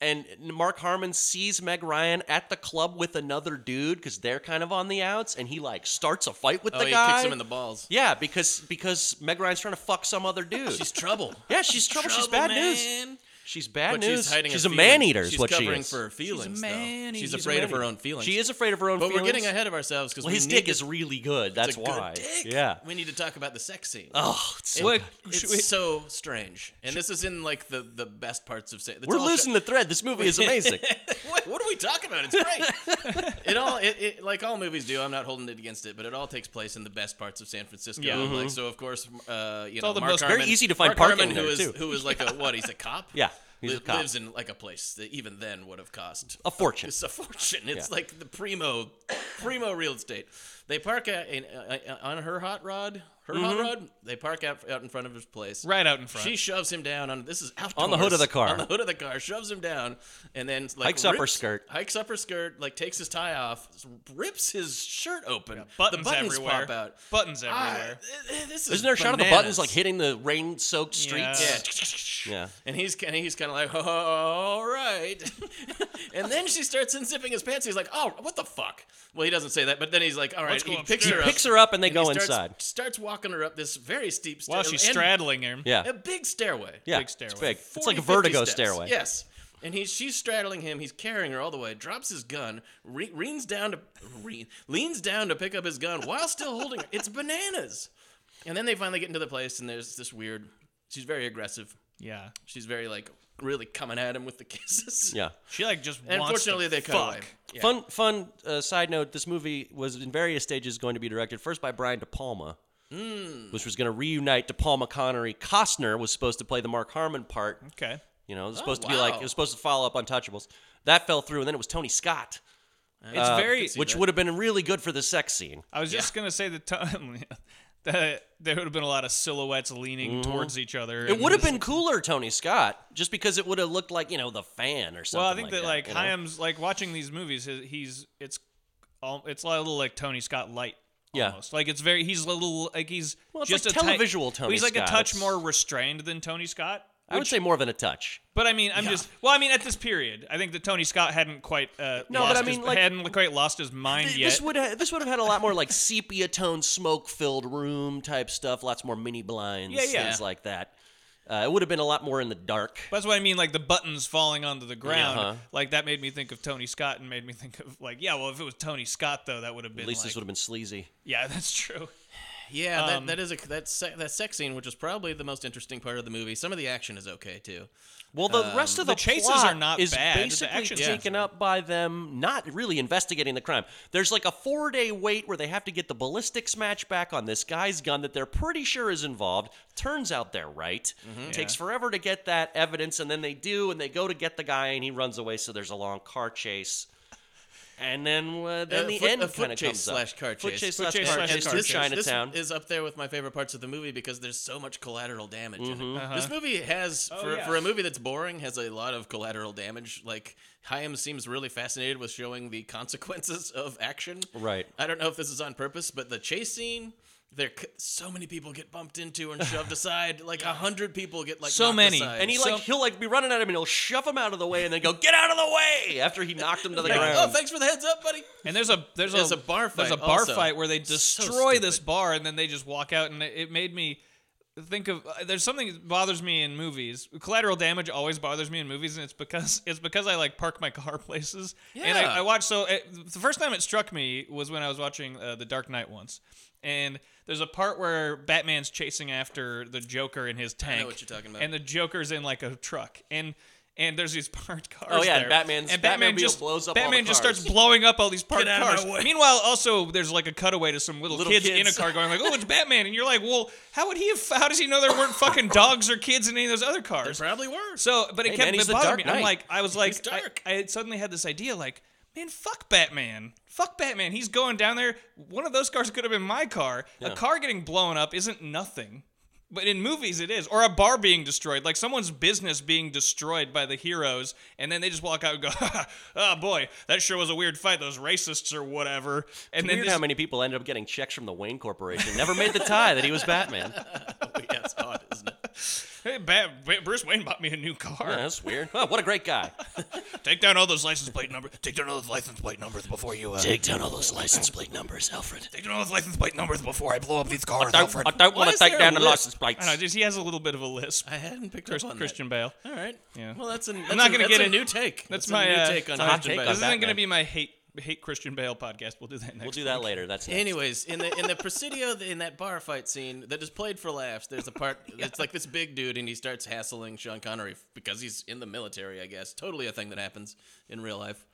Speaker 2: And Mark Harmon sees Meg Ryan at the club with another dude because they're kind of on the outs, and he like starts a fight with
Speaker 3: Oh,
Speaker 2: the
Speaker 3: he
Speaker 2: guy.
Speaker 3: kicks him in the balls.
Speaker 2: yeah, because because Meg Ryan's trying to fuck some other dude.
Speaker 3: She's trouble.
Speaker 2: yeah, she's trouble. she's bad news.
Speaker 3: news.
Speaker 2: She's bad
Speaker 3: But
Speaker 2: news.
Speaker 3: she's hiding.
Speaker 2: she's
Speaker 3: her
Speaker 2: a
Speaker 3: feelings.
Speaker 2: man eater. Is
Speaker 3: She's
Speaker 2: what she
Speaker 3: covering
Speaker 2: is.
Speaker 3: for her feelings. though.
Speaker 1: man-eater.
Speaker 3: She's
Speaker 1: She's a
Speaker 3: afraid of her
Speaker 2: man-eater.
Speaker 3: own feelings.
Speaker 2: She is afraid of her own
Speaker 3: But
Speaker 2: feelings.
Speaker 3: we're getting ahead of ourselves because
Speaker 2: Well, his dick is really good. That's
Speaker 3: a good
Speaker 2: why.
Speaker 3: dick.
Speaker 2: Yeah.
Speaker 3: We need to talk about the sex scene.
Speaker 2: Oh, it's so
Speaker 1: Look, should we-
Speaker 3: it's so strange, and this is in like the the best parts of. Sa-
Speaker 2: We're losing the thread. This movie is amazing.
Speaker 3: what, what are we talking about? It's great. it all, it, it, like all movies do. I'm not holding it against it, but it all takes place in the best parts of San Francisco.
Speaker 1: Yeah.
Speaker 2: Mm-hmm.
Speaker 3: Like, so of course, uh, you know,
Speaker 1: all the
Speaker 3: Mark
Speaker 1: most-
Speaker 3: Harmon,
Speaker 2: very easy to find
Speaker 3: Mark
Speaker 2: parking
Speaker 3: Harmon, who
Speaker 2: there, too.
Speaker 3: is who is like a what? He's a cop.
Speaker 2: Yeah, he's a
Speaker 3: Li-
Speaker 2: cop.
Speaker 3: Lives in like a place that even then would have cost
Speaker 2: A fortune.
Speaker 3: It's a fortune. It's
Speaker 2: Yeah.
Speaker 3: like the primo, primo real estate. They park a, in, uh, uh, on her hot rod. Her
Speaker 2: Mm-hmm.
Speaker 3: hot rod. They park out out in front of his place.
Speaker 1: Right out in front.
Speaker 3: She shoves him down on this is outdoors,
Speaker 2: the hood of the car.
Speaker 3: On the hood of the car, shoves him down, and then like
Speaker 2: Hikes up her
Speaker 3: rips-
Speaker 2: skirt.
Speaker 3: Hikes up her skirt, like takes his tie off, rips his shirt open.
Speaker 1: buttons,
Speaker 3: the buttons
Speaker 1: everywhere.
Speaker 3: pop out.
Speaker 1: Buttons
Speaker 3: Ah,
Speaker 1: everywhere.
Speaker 3: th- this is
Speaker 2: Isn't there a shot of the
Speaker 3: bananas.
Speaker 2: buttons like hitting the rain-soaked streets?
Speaker 3: Yeah.
Speaker 2: Yeah.
Speaker 3: And he's kind of he's kind of like, "Oh, all right. and then she starts unzipping his pants. He's like, oh, what the fuck? Well, he doesn't say that, but then he's like, all right,
Speaker 1: Let's go
Speaker 3: he picks
Speaker 1: upstairs.
Speaker 3: her up,
Speaker 2: Picks her up and they
Speaker 3: he
Speaker 2: go
Speaker 3: starts,
Speaker 2: inside.
Speaker 3: Starts walking her up this very steep stairway.
Speaker 1: While she's straddling him.
Speaker 2: Yeah.
Speaker 3: a big stairway.
Speaker 2: Yeah.
Speaker 1: Big stairway.
Speaker 2: It's big. It's
Speaker 3: 40,
Speaker 2: like a vertigo
Speaker 3: 50 steps.
Speaker 2: stairway.
Speaker 3: Yes. And he's she's straddling him. He's carrying her all the way. Drops his gun. Re- leans down to re- leans down to pick up his gun while still holding her. It's bananas. And then they finally get into the place, and there's this weird. She's very aggressive.
Speaker 1: Yeah.
Speaker 3: She's very like really coming at him with the kisses.
Speaker 2: Yeah.
Speaker 1: She like just
Speaker 3: And
Speaker 1: wants to
Speaker 3: unfortunately, they cut
Speaker 1: fuck.
Speaker 3: away. Yeah.
Speaker 2: Fun, fun uh, side note: This movie was in various stages going to be directed first by Brian De Palma,
Speaker 3: Hmm.
Speaker 2: which was going to reunite De Palma, Connery, Costner was supposed to play the Mark Harmon part.
Speaker 1: Okay.
Speaker 2: You know, it was supposed to be like it
Speaker 3: Oh, wow.
Speaker 2: was supposed to follow up Untouchables. That fell through, and then it was Tony Scott,
Speaker 1: It's very
Speaker 2: Uh, which would have been really good for the sex scene.
Speaker 1: I was just gonna say the time that there would have been a lot of silhouettes leaning towards each other.
Speaker 2: Mm-hmm. It
Speaker 1: and
Speaker 2: would have
Speaker 1: this-
Speaker 2: been cooler, Tony Scott, just because it would have looked like you know the fan or something.
Speaker 1: Well, I think that, like
Speaker 2: you know?
Speaker 1: Hyams, like watching these movies, his- he's it's all it's a little like Tony Scott light.
Speaker 2: Yeah.
Speaker 1: Almost. Like it's very he's a little like he's
Speaker 2: Well, it's
Speaker 1: just
Speaker 2: like
Speaker 1: a ti-
Speaker 2: televisual Tony
Speaker 1: He's like a
Speaker 2: Scott.
Speaker 1: touch
Speaker 2: It's-
Speaker 1: more restrained than Tony Scott.
Speaker 2: I would say more than a touch.
Speaker 1: But I mean, I'm just well. I mean, at this period, I think that Tony Scott hadn't quite uh,
Speaker 2: No, but
Speaker 1: lost
Speaker 2: I mean,
Speaker 1: his,
Speaker 2: like-
Speaker 1: hadn't quite lost his mind
Speaker 2: Th-
Speaker 1: yet.
Speaker 2: This would ha- this would have had a lot more like sepia tone, smoke filled room type stuff. Lots more mini blinds,
Speaker 1: Yeah, yeah.
Speaker 2: things like that. Uh, it would have been a lot more in the dark.
Speaker 1: That's what I mean, like the buttons falling onto the ground.
Speaker 2: Uh-huh.
Speaker 1: Like that made me think of Tony Scott, and made me think of like, yeah, well, if it was Tony Scott though, that would have been
Speaker 2: At least
Speaker 1: like,
Speaker 2: this would have been sleazy.
Speaker 1: yeah, that's true.
Speaker 3: Yeah,
Speaker 1: Um,
Speaker 3: that, that is a that se- that sex scene, which is probably the most interesting part of the movie. Some of the action is okay too.
Speaker 2: Well, the rest of the,
Speaker 1: the chases
Speaker 2: plot
Speaker 1: are not
Speaker 2: is
Speaker 1: bad. The
Speaker 2: basically
Speaker 1: action's
Speaker 2: taken up by them not really investigating the crime. There's like a four day wait where they have to get the ballistics match back on this guy's gun that they're pretty sure is involved. Turns out they're right. Takes forever to get that evidence, and then they do, and they go to get the guy, and he runs away. So there's a long car chase. And then, uh, then
Speaker 3: Uh,
Speaker 2: the
Speaker 3: foot-
Speaker 2: end
Speaker 3: a foot
Speaker 2: kind of
Speaker 3: chase
Speaker 2: comes
Speaker 3: slash
Speaker 2: up.
Speaker 3: car
Speaker 2: Foot
Speaker 3: chase.
Speaker 2: chase
Speaker 3: Foot
Speaker 2: slash
Speaker 1: chase
Speaker 2: car
Speaker 1: slash
Speaker 2: chase
Speaker 1: car
Speaker 2: to
Speaker 1: chase.
Speaker 2: Chinatown.
Speaker 3: This is up there with my favorite parts of the movie because there's so much collateral damage. In it. This movie has, for,
Speaker 1: Mm-hmm. Oh, yeah.
Speaker 3: for a movie that's boring, has a lot of collateral damage. Like Hayam seems really fascinated with showing the consequences of action.
Speaker 2: Right.
Speaker 3: I don't know if this is on purpose, but the chase scene. There, c- so many people get bumped into and shoved aside. Like a hundred people get like
Speaker 1: So
Speaker 3: knocked
Speaker 1: many.
Speaker 3: aside.
Speaker 2: and he like he'll like be running at him and he'll shove him out of the way and then go get out of the way after he knocked him to the
Speaker 3: Like,
Speaker 2: ground.
Speaker 3: oh, thanks for the heads up, buddy.
Speaker 1: And there's a there's,
Speaker 3: There's a bar
Speaker 1: there's a
Speaker 3: fight
Speaker 1: bar
Speaker 3: also.
Speaker 1: fight where they destroy this
Speaker 3: stupid.
Speaker 1: bar and then they just walk out, and it, it made me think of uh, there's something that bothers me in movies. Collateral damage always bothers me in movies, and it's because it's because I like park my car places. And
Speaker 3: Yeah.
Speaker 1: I, I watch so it, the first time it struck me was when I was watching uh, The Dark Knight once, and there's a part where Batman's chasing after the Joker in his tank.
Speaker 3: what you're talking about.
Speaker 1: And the Joker's in like a truck and. And there's these parked cars.
Speaker 2: Oh, yeah, and
Speaker 1: there.
Speaker 2: Batman's-
Speaker 1: and Batman,
Speaker 2: Batmobile
Speaker 1: just
Speaker 2: blows up all the
Speaker 1: Batman just
Speaker 2: cars.
Speaker 1: starts blowing up all these parked
Speaker 3: out of my
Speaker 1: cars.
Speaker 3: way.
Speaker 1: Meanwhile, also there's like a cutaway to some little,
Speaker 2: Little
Speaker 1: kids, in a
Speaker 2: kids.
Speaker 1: car going like, "Oh, it's Batman," and you're like, "Well, how would he? Have, how does he know there weren't fucking dogs or kids in any of those other cars?"
Speaker 3: Probably worse.
Speaker 1: So, but it
Speaker 2: Hey,
Speaker 1: kept
Speaker 2: man, he's
Speaker 1: it
Speaker 2: the
Speaker 1: bothered
Speaker 2: Dark
Speaker 1: me. I'm
Speaker 2: Knight.
Speaker 1: like, I was like,
Speaker 3: He's dark.
Speaker 1: I, I suddenly had this idea like, man, fuck Batman, fuck Batman. He's going down there. One of those cars could have been my car. A car getting blown up isn't nothing. But in movies, it is, or a bar being destroyed, like someone's business being destroyed by the heroes, and then they just walk out and go, "Oh boy, that sure was a weird fight. Those racists or whatever." And then
Speaker 2: Weird
Speaker 1: this-
Speaker 2: how many people ended up getting checks from the Wayne Corporation. Never made the tie that he was Batman.
Speaker 3: yeah, it's odd, isn't it?
Speaker 1: hey, Bat- Ba- Bruce Wayne bought me a new car.
Speaker 2: Yeah, that's weird. Oh, what a great guy.
Speaker 1: Take down all those license plate numbers. Take down all those license plate numbers before you. Uh, take
Speaker 2: down all those license plate numbers, Alfred.
Speaker 1: down all those license plate numbers before I blow up these cars.
Speaker 2: I don't want to
Speaker 3: is
Speaker 2: take
Speaker 3: there
Speaker 2: down the
Speaker 3: a list?
Speaker 2: license plates.
Speaker 1: I know, just he has a little bit of a lisp.
Speaker 3: I hadn't picked up on
Speaker 1: Christian
Speaker 3: that.
Speaker 1: Bale.
Speaker 3: All right.
Speaker 1: Yeah.
Speaker 3: Well, that's an. That's
Speaker 1: not
Speaker 3: a-
Speaker 1: gonna
Speaker 3: that's
Speaker 1: get
Speaker 3: a
Speaker 1: in-
Speaker 3: new take.
Speaker 1: That's
Speaker 3: a
Speaker 1: my
Speaker 3: new
Speaker 1: uh,
Speaker 3: take on
Speaker 1: hot
Speaker 3: Christian
Speaker 2: take
Speaker 3: Bale.
Speaker 2: on
Speaker 1: This isn't going to
Speaker 2: Batman.
Speaker 1: be my hate hate Christian Bale podcast. We'll do that next.
Speaker 2: We'll do that later. That's next.
Speaker 3: Anyways, in the in the Presidio in that bar fight scene that is played for laughs, there's a part it's like this big dude and he starts hassling Sean Connery because he's in the military, I guess. Totally a thing that happens in real life.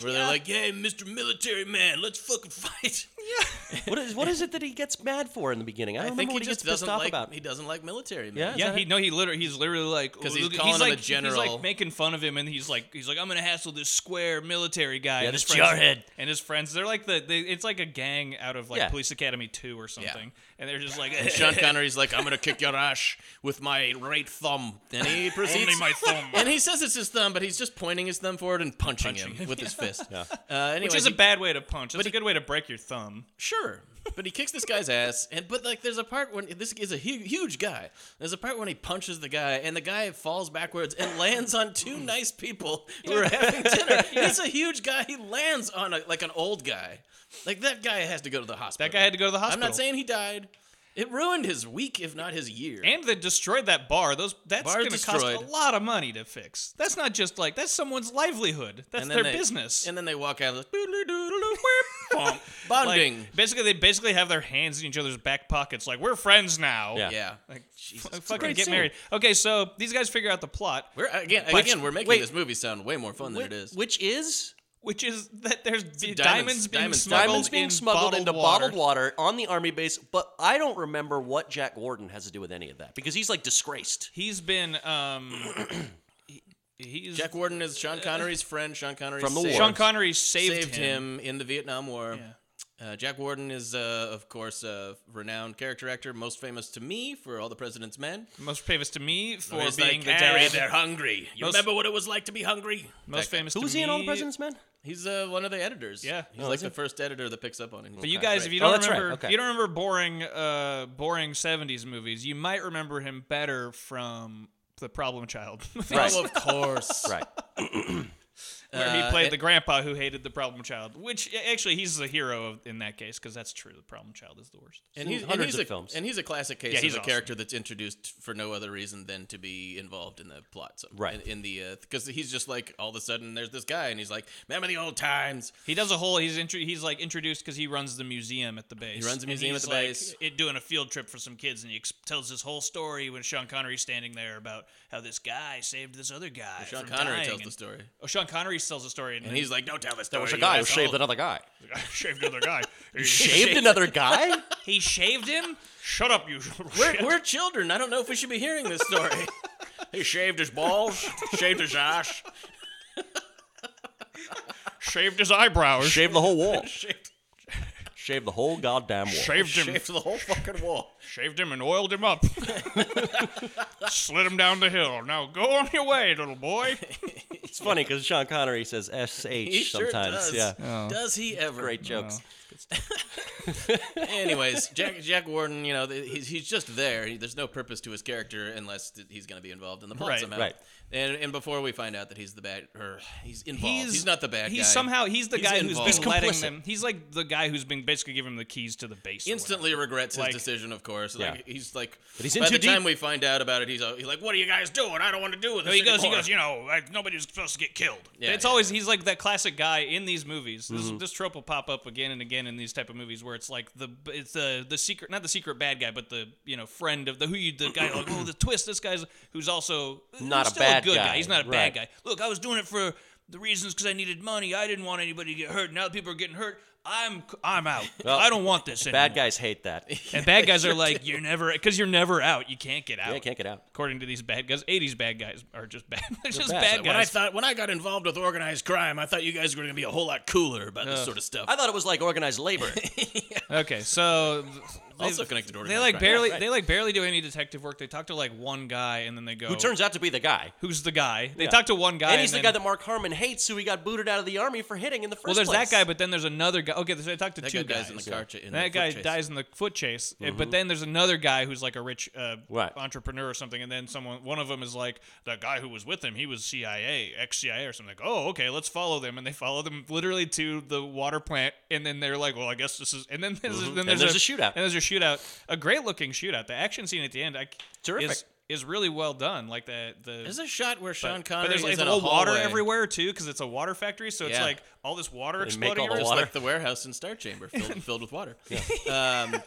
Speaker 3: Where they're like, "Hey, Mr. Military Man, let's fucking fight." Yeah.
Speaker 2: What is what is it that he gets mad for in the beginning? I
Speaker 3: I
Speaker 2: don't
Speaker 3: think
Speaker 2: remember what
Speaker 3: he
Speaker 2: he
Speaker 3: just
Speaker 2: gets pissed
Speaker 3: doesn't
Speaker 2: off
Speaker 3: like
Speaker 2: about.
Speaker 3: he doesn't like military
Speaker 2: Yeah.
Speaker 3: men.
Speaker 1: Yeah, he no, he literally he's literally like
Speaker 3: 'Cause
Speaker 1: "Oh,
Speaker 3: he's
Speaker 1: look,"
Speaker 3: calling him a
Speaker 1: like, He's
Speaker 3: general.
Speaker 1: like making fun of him, and he's like he's like I'm gonna hassle this square military guy.
Speaker 2: Yeah,
Speaker 1: and his
Speaker 2: this
Speaker 1: friends,
Speaker 2: jarhead.
Speaker 1: and his friends. They're like the they, it's like a gang out of like
Speaker 2: Yeah.
Speaker 1: Police Academy Two or something, and they're just like
Speaker 3: Sean Connery's like, I'm gonna kick your ass with my right thumb, and he proceeds.
Speaker 1: Only my thumb.
Speaker 3: and he says it's his thumb, but he's just pointing his thumb forward and punching, him, with his fist. Uh, anyway,
Speaker 1: which is a
Speaker 3: he-
Speaker 1: bad way to punch. It's a good way to break your thumb.
Speaker 3: Sure, but he kicks this guy's ass, and but like there's a part when this is a hu- huge guy. There's a part when he punches the guy, and the guy falls backwards and lands on two nice people who are having dinner. It's a huge guy. He lands on a, like an old guy. Like that guy has to go to the hospital.
Speaker 1: That guy had to go to the
Speaker 3: I'm
Speaker 1: hospital.
Speaker 3: not saying he died. It ruined his week, if not his year.
Speaker 1: And they destroyed that bar. Those that's
Speaker 3: Bar
Speaker 1: going to cost a
Speaker 3: destroyed.
Speaker 1: lot of money to fix. That's not just like that's someone's livelihood. That's
Speaker 3: And
Speaker 1: their
Speaker 3: then they-
Speaker 1: business.
Speaker 3: And then they walk out like "Doodly-doodly-doo, whip, bump." bonding.
Speaker 1: Like, basically, they basically have their hands in each other's back pockets. Like we're friends now.
Speaker 2: Yeah.
Speaker 3: yeah.
Speaker 1: Like Jesus
Speaker 3: Christ.
Speaker 1: fucking
Speaker 3: Great
Speaker 1: get
Speaker 3: scene.
Speaker 1: married. Okay, so these guys figure out the plot,
Speaker 3: We're uh, again,
Speaker 1: But-
Speaker 3: again, we're making
Speaker 2: wait.
Speaker 3: this movie sound way more fun than it is.
Speaker 2: Which is
Speaker 1: which is that there's b- diamonds,
Speaker 3: diamonds-
Speaker 1: being
Speaker 3: diamonds-
Speaker 1: smuggled
Speaker 2: diamonds being
Speaker 1: in
Speaker 2: smuggled
Speaker 1: bottled
Speaker 2: into
Speaker 1: water.
Speaker 2: bottled water on the army base, but I don't remember what Jack Warden has to do with any of that because he's like disgraced.
Speaker 1: He's been um, he, he's
Speaker 3: Jack Warden is Sean Connery's friend. Sean Connery
Speaker 2: From the
Speaker 3: saved-
Speaker 2: war.
Speaker 1: Sean Connery saved,
Speaker 3: saved him. in the Vietnam War. Uh, Jack Warden is, uh, of course, a renowned character actor, most famous to me for All the President's Men.
Speaker 1: Most famous to me for
Speaker 3: He's
Speaker 1: being
Speaker 3: like,
Speaker 1: the
Speaker 3: "Harry,
Speaker 1: dad.
Speaker 3: they're hungry. You
Speaker 1: Most-
Speaker 3: remember what it was like to be hungry?
Speaker 1: Most
Speaker 3: That guy.
Speaker 1: famous.
Speaker 2: Who
Speaker 1: to
Speaker 2: was he in All the
Speaker 1: me-
Speaker 2: President's Men?
Speaker 3: He's uh, one of the editors.
Speaker 1: Yeah.
Speaker 3: he's like the first editor that picks up on it.
Speaker 1: But you guys, if you
Speaker 2: Oh,
Speaker 1: don't
Speaker 2: that's right.
Speaker 1: remember,
Speaker 2: Okay.
Speaker 1: if you don't remember boring, uh, boring '70s movies, you might remember him better from the Problem Child,
Speaker 2: Right.
Speaker 3: oh, of course,
Speaker 2: Right.
Speaker 1: where
Speaker 3: Uh,
Speaker 1: he played the grandpa who hated the Problem Child. Which actually, he's the hero of, in that case because that's true. The Problem Child is the worst.
Speaker 3: and
Speaker 2: Seen
Speaker 3: he's, and
Speaker 2: hundreds
Speaker 3: he's
Speaker 2: of
Speaker 3: a,
Speaker 2: films.
Speaker 3: And he's a classic case
Speaker 1: Yeah,
Speaker 3: of
Speaker 1: he's
Speaker 3: a
Speaker 1: awesome.
Speaker 3: character that's introduced for no other reason than to be involved in the plot. So,
Speaker 2: Right.
Speaker 3: In, in the because he's just like all of a sudden there's this guy and he's like, remember the old times?
Speaker 1: He does a whole. He's intro, he's like introduced because he runs the museum at the base.
Speaker 3: He runs the
Speaker 1: And
Speaker 3: museum at
Speaker 1: he's,
Speaker 3: the
Speaker 1: like,
Speaker 3: base.
Speaker 1: It doing a field trip for some kids, and he ex- tells his whole story when Sean Connery's standing there about how this guy saved this other guy.
Speaker 3: Sean
Speaker 1: from
Speaker 3: Connery
Speaker 1: dying,
Speaker 3: tells the
Speaker 1: and-
Speaker 3: story,
Speaker 1: Oh, Sean Connery tells the story, and,
Speaker 3: and he's like, don't tell the story.
Speaker 2: There was a
Speaker 3: you
Speaker 2: guy who
Speaker 3: asshole."
Speaker 2: shaved another guy.
Speaker 1: shaved another guy. He
Speaker 2: Shaved another guy?
Speaker 1: He shaved him? Shut up, you.
Speaker 3: We're,
Speaker 1: shit.
Speaker 3: we're children. I don't know if we should be hearing this story. he shaved his balls, shaved his ass,
Speaker 1: shaved his eyebrows.
Speaker 2: Shaved the whole wall. Shaved the whole goddamn wall.
Speaker 1: shaved him.
Speaker 3: shaved the whole fucking wall.
Speaker 1: Shaved him and oiled him up. Slid him down the hill. Now go on your way, little boy.
Speaker 2: It's funny because Sean Connery says
Speaker 3: He
Speaker 2: SH
Speaker 3: sure
Speaker 2: sometimes.
Speaker 3: does.
Speaker 2: Yeah.
Speaker 3: Does he ever?
Speaker 2: Great jokes.
Speaker 3: Anyways, Jack Jack Warden, you know, th- he's, he's just there. He- there's no purpose to his character unless th- he's going to be involved in the plot
Speaker 1: Right,
Speaker 3: somehow.
Speaker 2: right.
Speaker 3: And and before we find out that he's the bad, or he's involved. He's,
Speaker 1: He's,
Speaker 3: not the bad
Speaker 1: he's
Speaker 3: guy.
Speaker 1: somehow he's the
Speaker 3: He's
Speaker 1: guy who's
Speaker 3: involved.
Speaker 1: been
Speaker 3: He's
Speaker 1: letting
Speaker 2: complicit.
Speaker 1: them. He's like the guy who's been basically giving him the keys to the base. or
Speaker 3: instantly regrets his
Speaker 1: Like-
Speaker 3: decision. Of course, like
Speaker 2: Yeah.
Speaker 3: he's like.
Speaker 2: But he's in
Speaker 3: by
Speaker 2: too
Speaker 3: the time
Speaker 2: deep.
Speaker 3: we find out about it, he's, uh, he's like, "What are you guys doing? I don't want to do with
Speaker 1: whatever.
Speaker 3: this."
Speaker 1: So he goes. He
Speaker 3: anymore."
Speaker 1: goes. You know, like, nobody's supposed to get killed.
Speaker 3: Yeah,
Speaker 1: it's
Speaker 3: yeah,
Speaker 1: always he's like that classic guy in these movies. This
Speaker 2: Mm-hmm.
Speaker 1: this trope will pop up again and again in these type of movies where it's like the it's the the secret not the secret bad guy but the you know friend of the who you the guy like oh the twist this guy's who's also
Speaker 2: Not
Speaker 1: he's
Speaker 2: a
Speaker 1: still
Speaker 2: bad
Speaker 1: good guy.
Speaker 2: guy,
Speaker 1: He's not a bad
Speaker 2: right.
Speaker 1: guy. Look, I was doing it for the reasons because I needed money. I didn't want anybody to get hurt. Now that people are getting hurt. I'm I'm out.
Speaker 2: Well,
Speaker 1: I don't want this anymore.
Speaker 2: Bad guys hate that.
Speaker 1: And bad guys are like, you're never, because you're never out. You can't get out.
Speaker 2: Yeah, can't get out.
Speaker 1: According to these bad guys, 80s bad guys are just bad. They're just
Speaker 2: bad.
Speaker 1: bad,
Speaker 3: When I
Speaker 1: guys.
Speaker 3: thought when I got involved with organized crime, I thought you guys were going to be a whole lot cooler about this sort of stuff.
Speaker 2: I thought it was like organized labor.
Speaker 1: okay, so
Speaker 3: also connected to organized
Speaker 1: they like
Speaker 3: crime.
Speaker 1: barely, they like barely do any detective work. They talk to like one guy, and then they go,
Speaker 2: Who turns out to be the guy.
Speaker 1: Who's the guy? They talk to one guy,
Speaker 2: And he's the guy
Speaker 1: then-
Speaker 2: that Mark Harmon hates, who he got booted out of the army for hitting in the first
Speaker 1: Well, there's
Speaker 2: place.
Speaker 1: that guy, but then there's another guy. Okay, so they talked to
Speaker 3: That
Speaker 1: two
Speaker 3: guy
Speaker 1: guys.
Speaker 3: dies in the car cha- in the
Speaker 1: that
Speaker 3: foot
Speaker 1: guy
Speaker 3: chase. Mm-hmm.
Speaker 1: dies in the foot chase, eh, but then there's another guy who's like a rich uh,
Speaker 2: Right.
Speaker 1: entrepreneur or something, and then someone, one of them is like the guy who was with him. He was CIA, ex CIA or something. Like, oh, okay, let's follow them, and they follow them literally to the water plant, and then they're like, well, I guess this is, and then
Speaker 3: Mm-hmm.
Speaker 1: there's, then there's,
Speaker 2: there's a shootout.
Speaker 1: and there's a shootout, a great looking shootout. The action scene at the end, I,
Speaker 2: Terrific.
Speaker 1: is, is really well done. Like the the
Speaker 3: There's a shot where Sean
Speaker 1: but,
Speaker 3: Connery
Speaker 1: but there's
Speaker 3: is
Speaker 1: like
Speaker 3: in
Speaker 1: all
Speaker 3: a
Speaker 1: water
Speaker 3: hallway.
Speaker 1: everywhere too, because it's a water factory. So it's
Speaker 3: Yeah.
Speaker 1: like all this water
Speaker 2: make
Speaker 1: exploding.
Speaker 2: all the
Speaker 1: everywhere.
Speaker 3: It's
Speaker 2: water.
Speaker 3: like the warehouse in Star Chamber filled, filled with water. Um,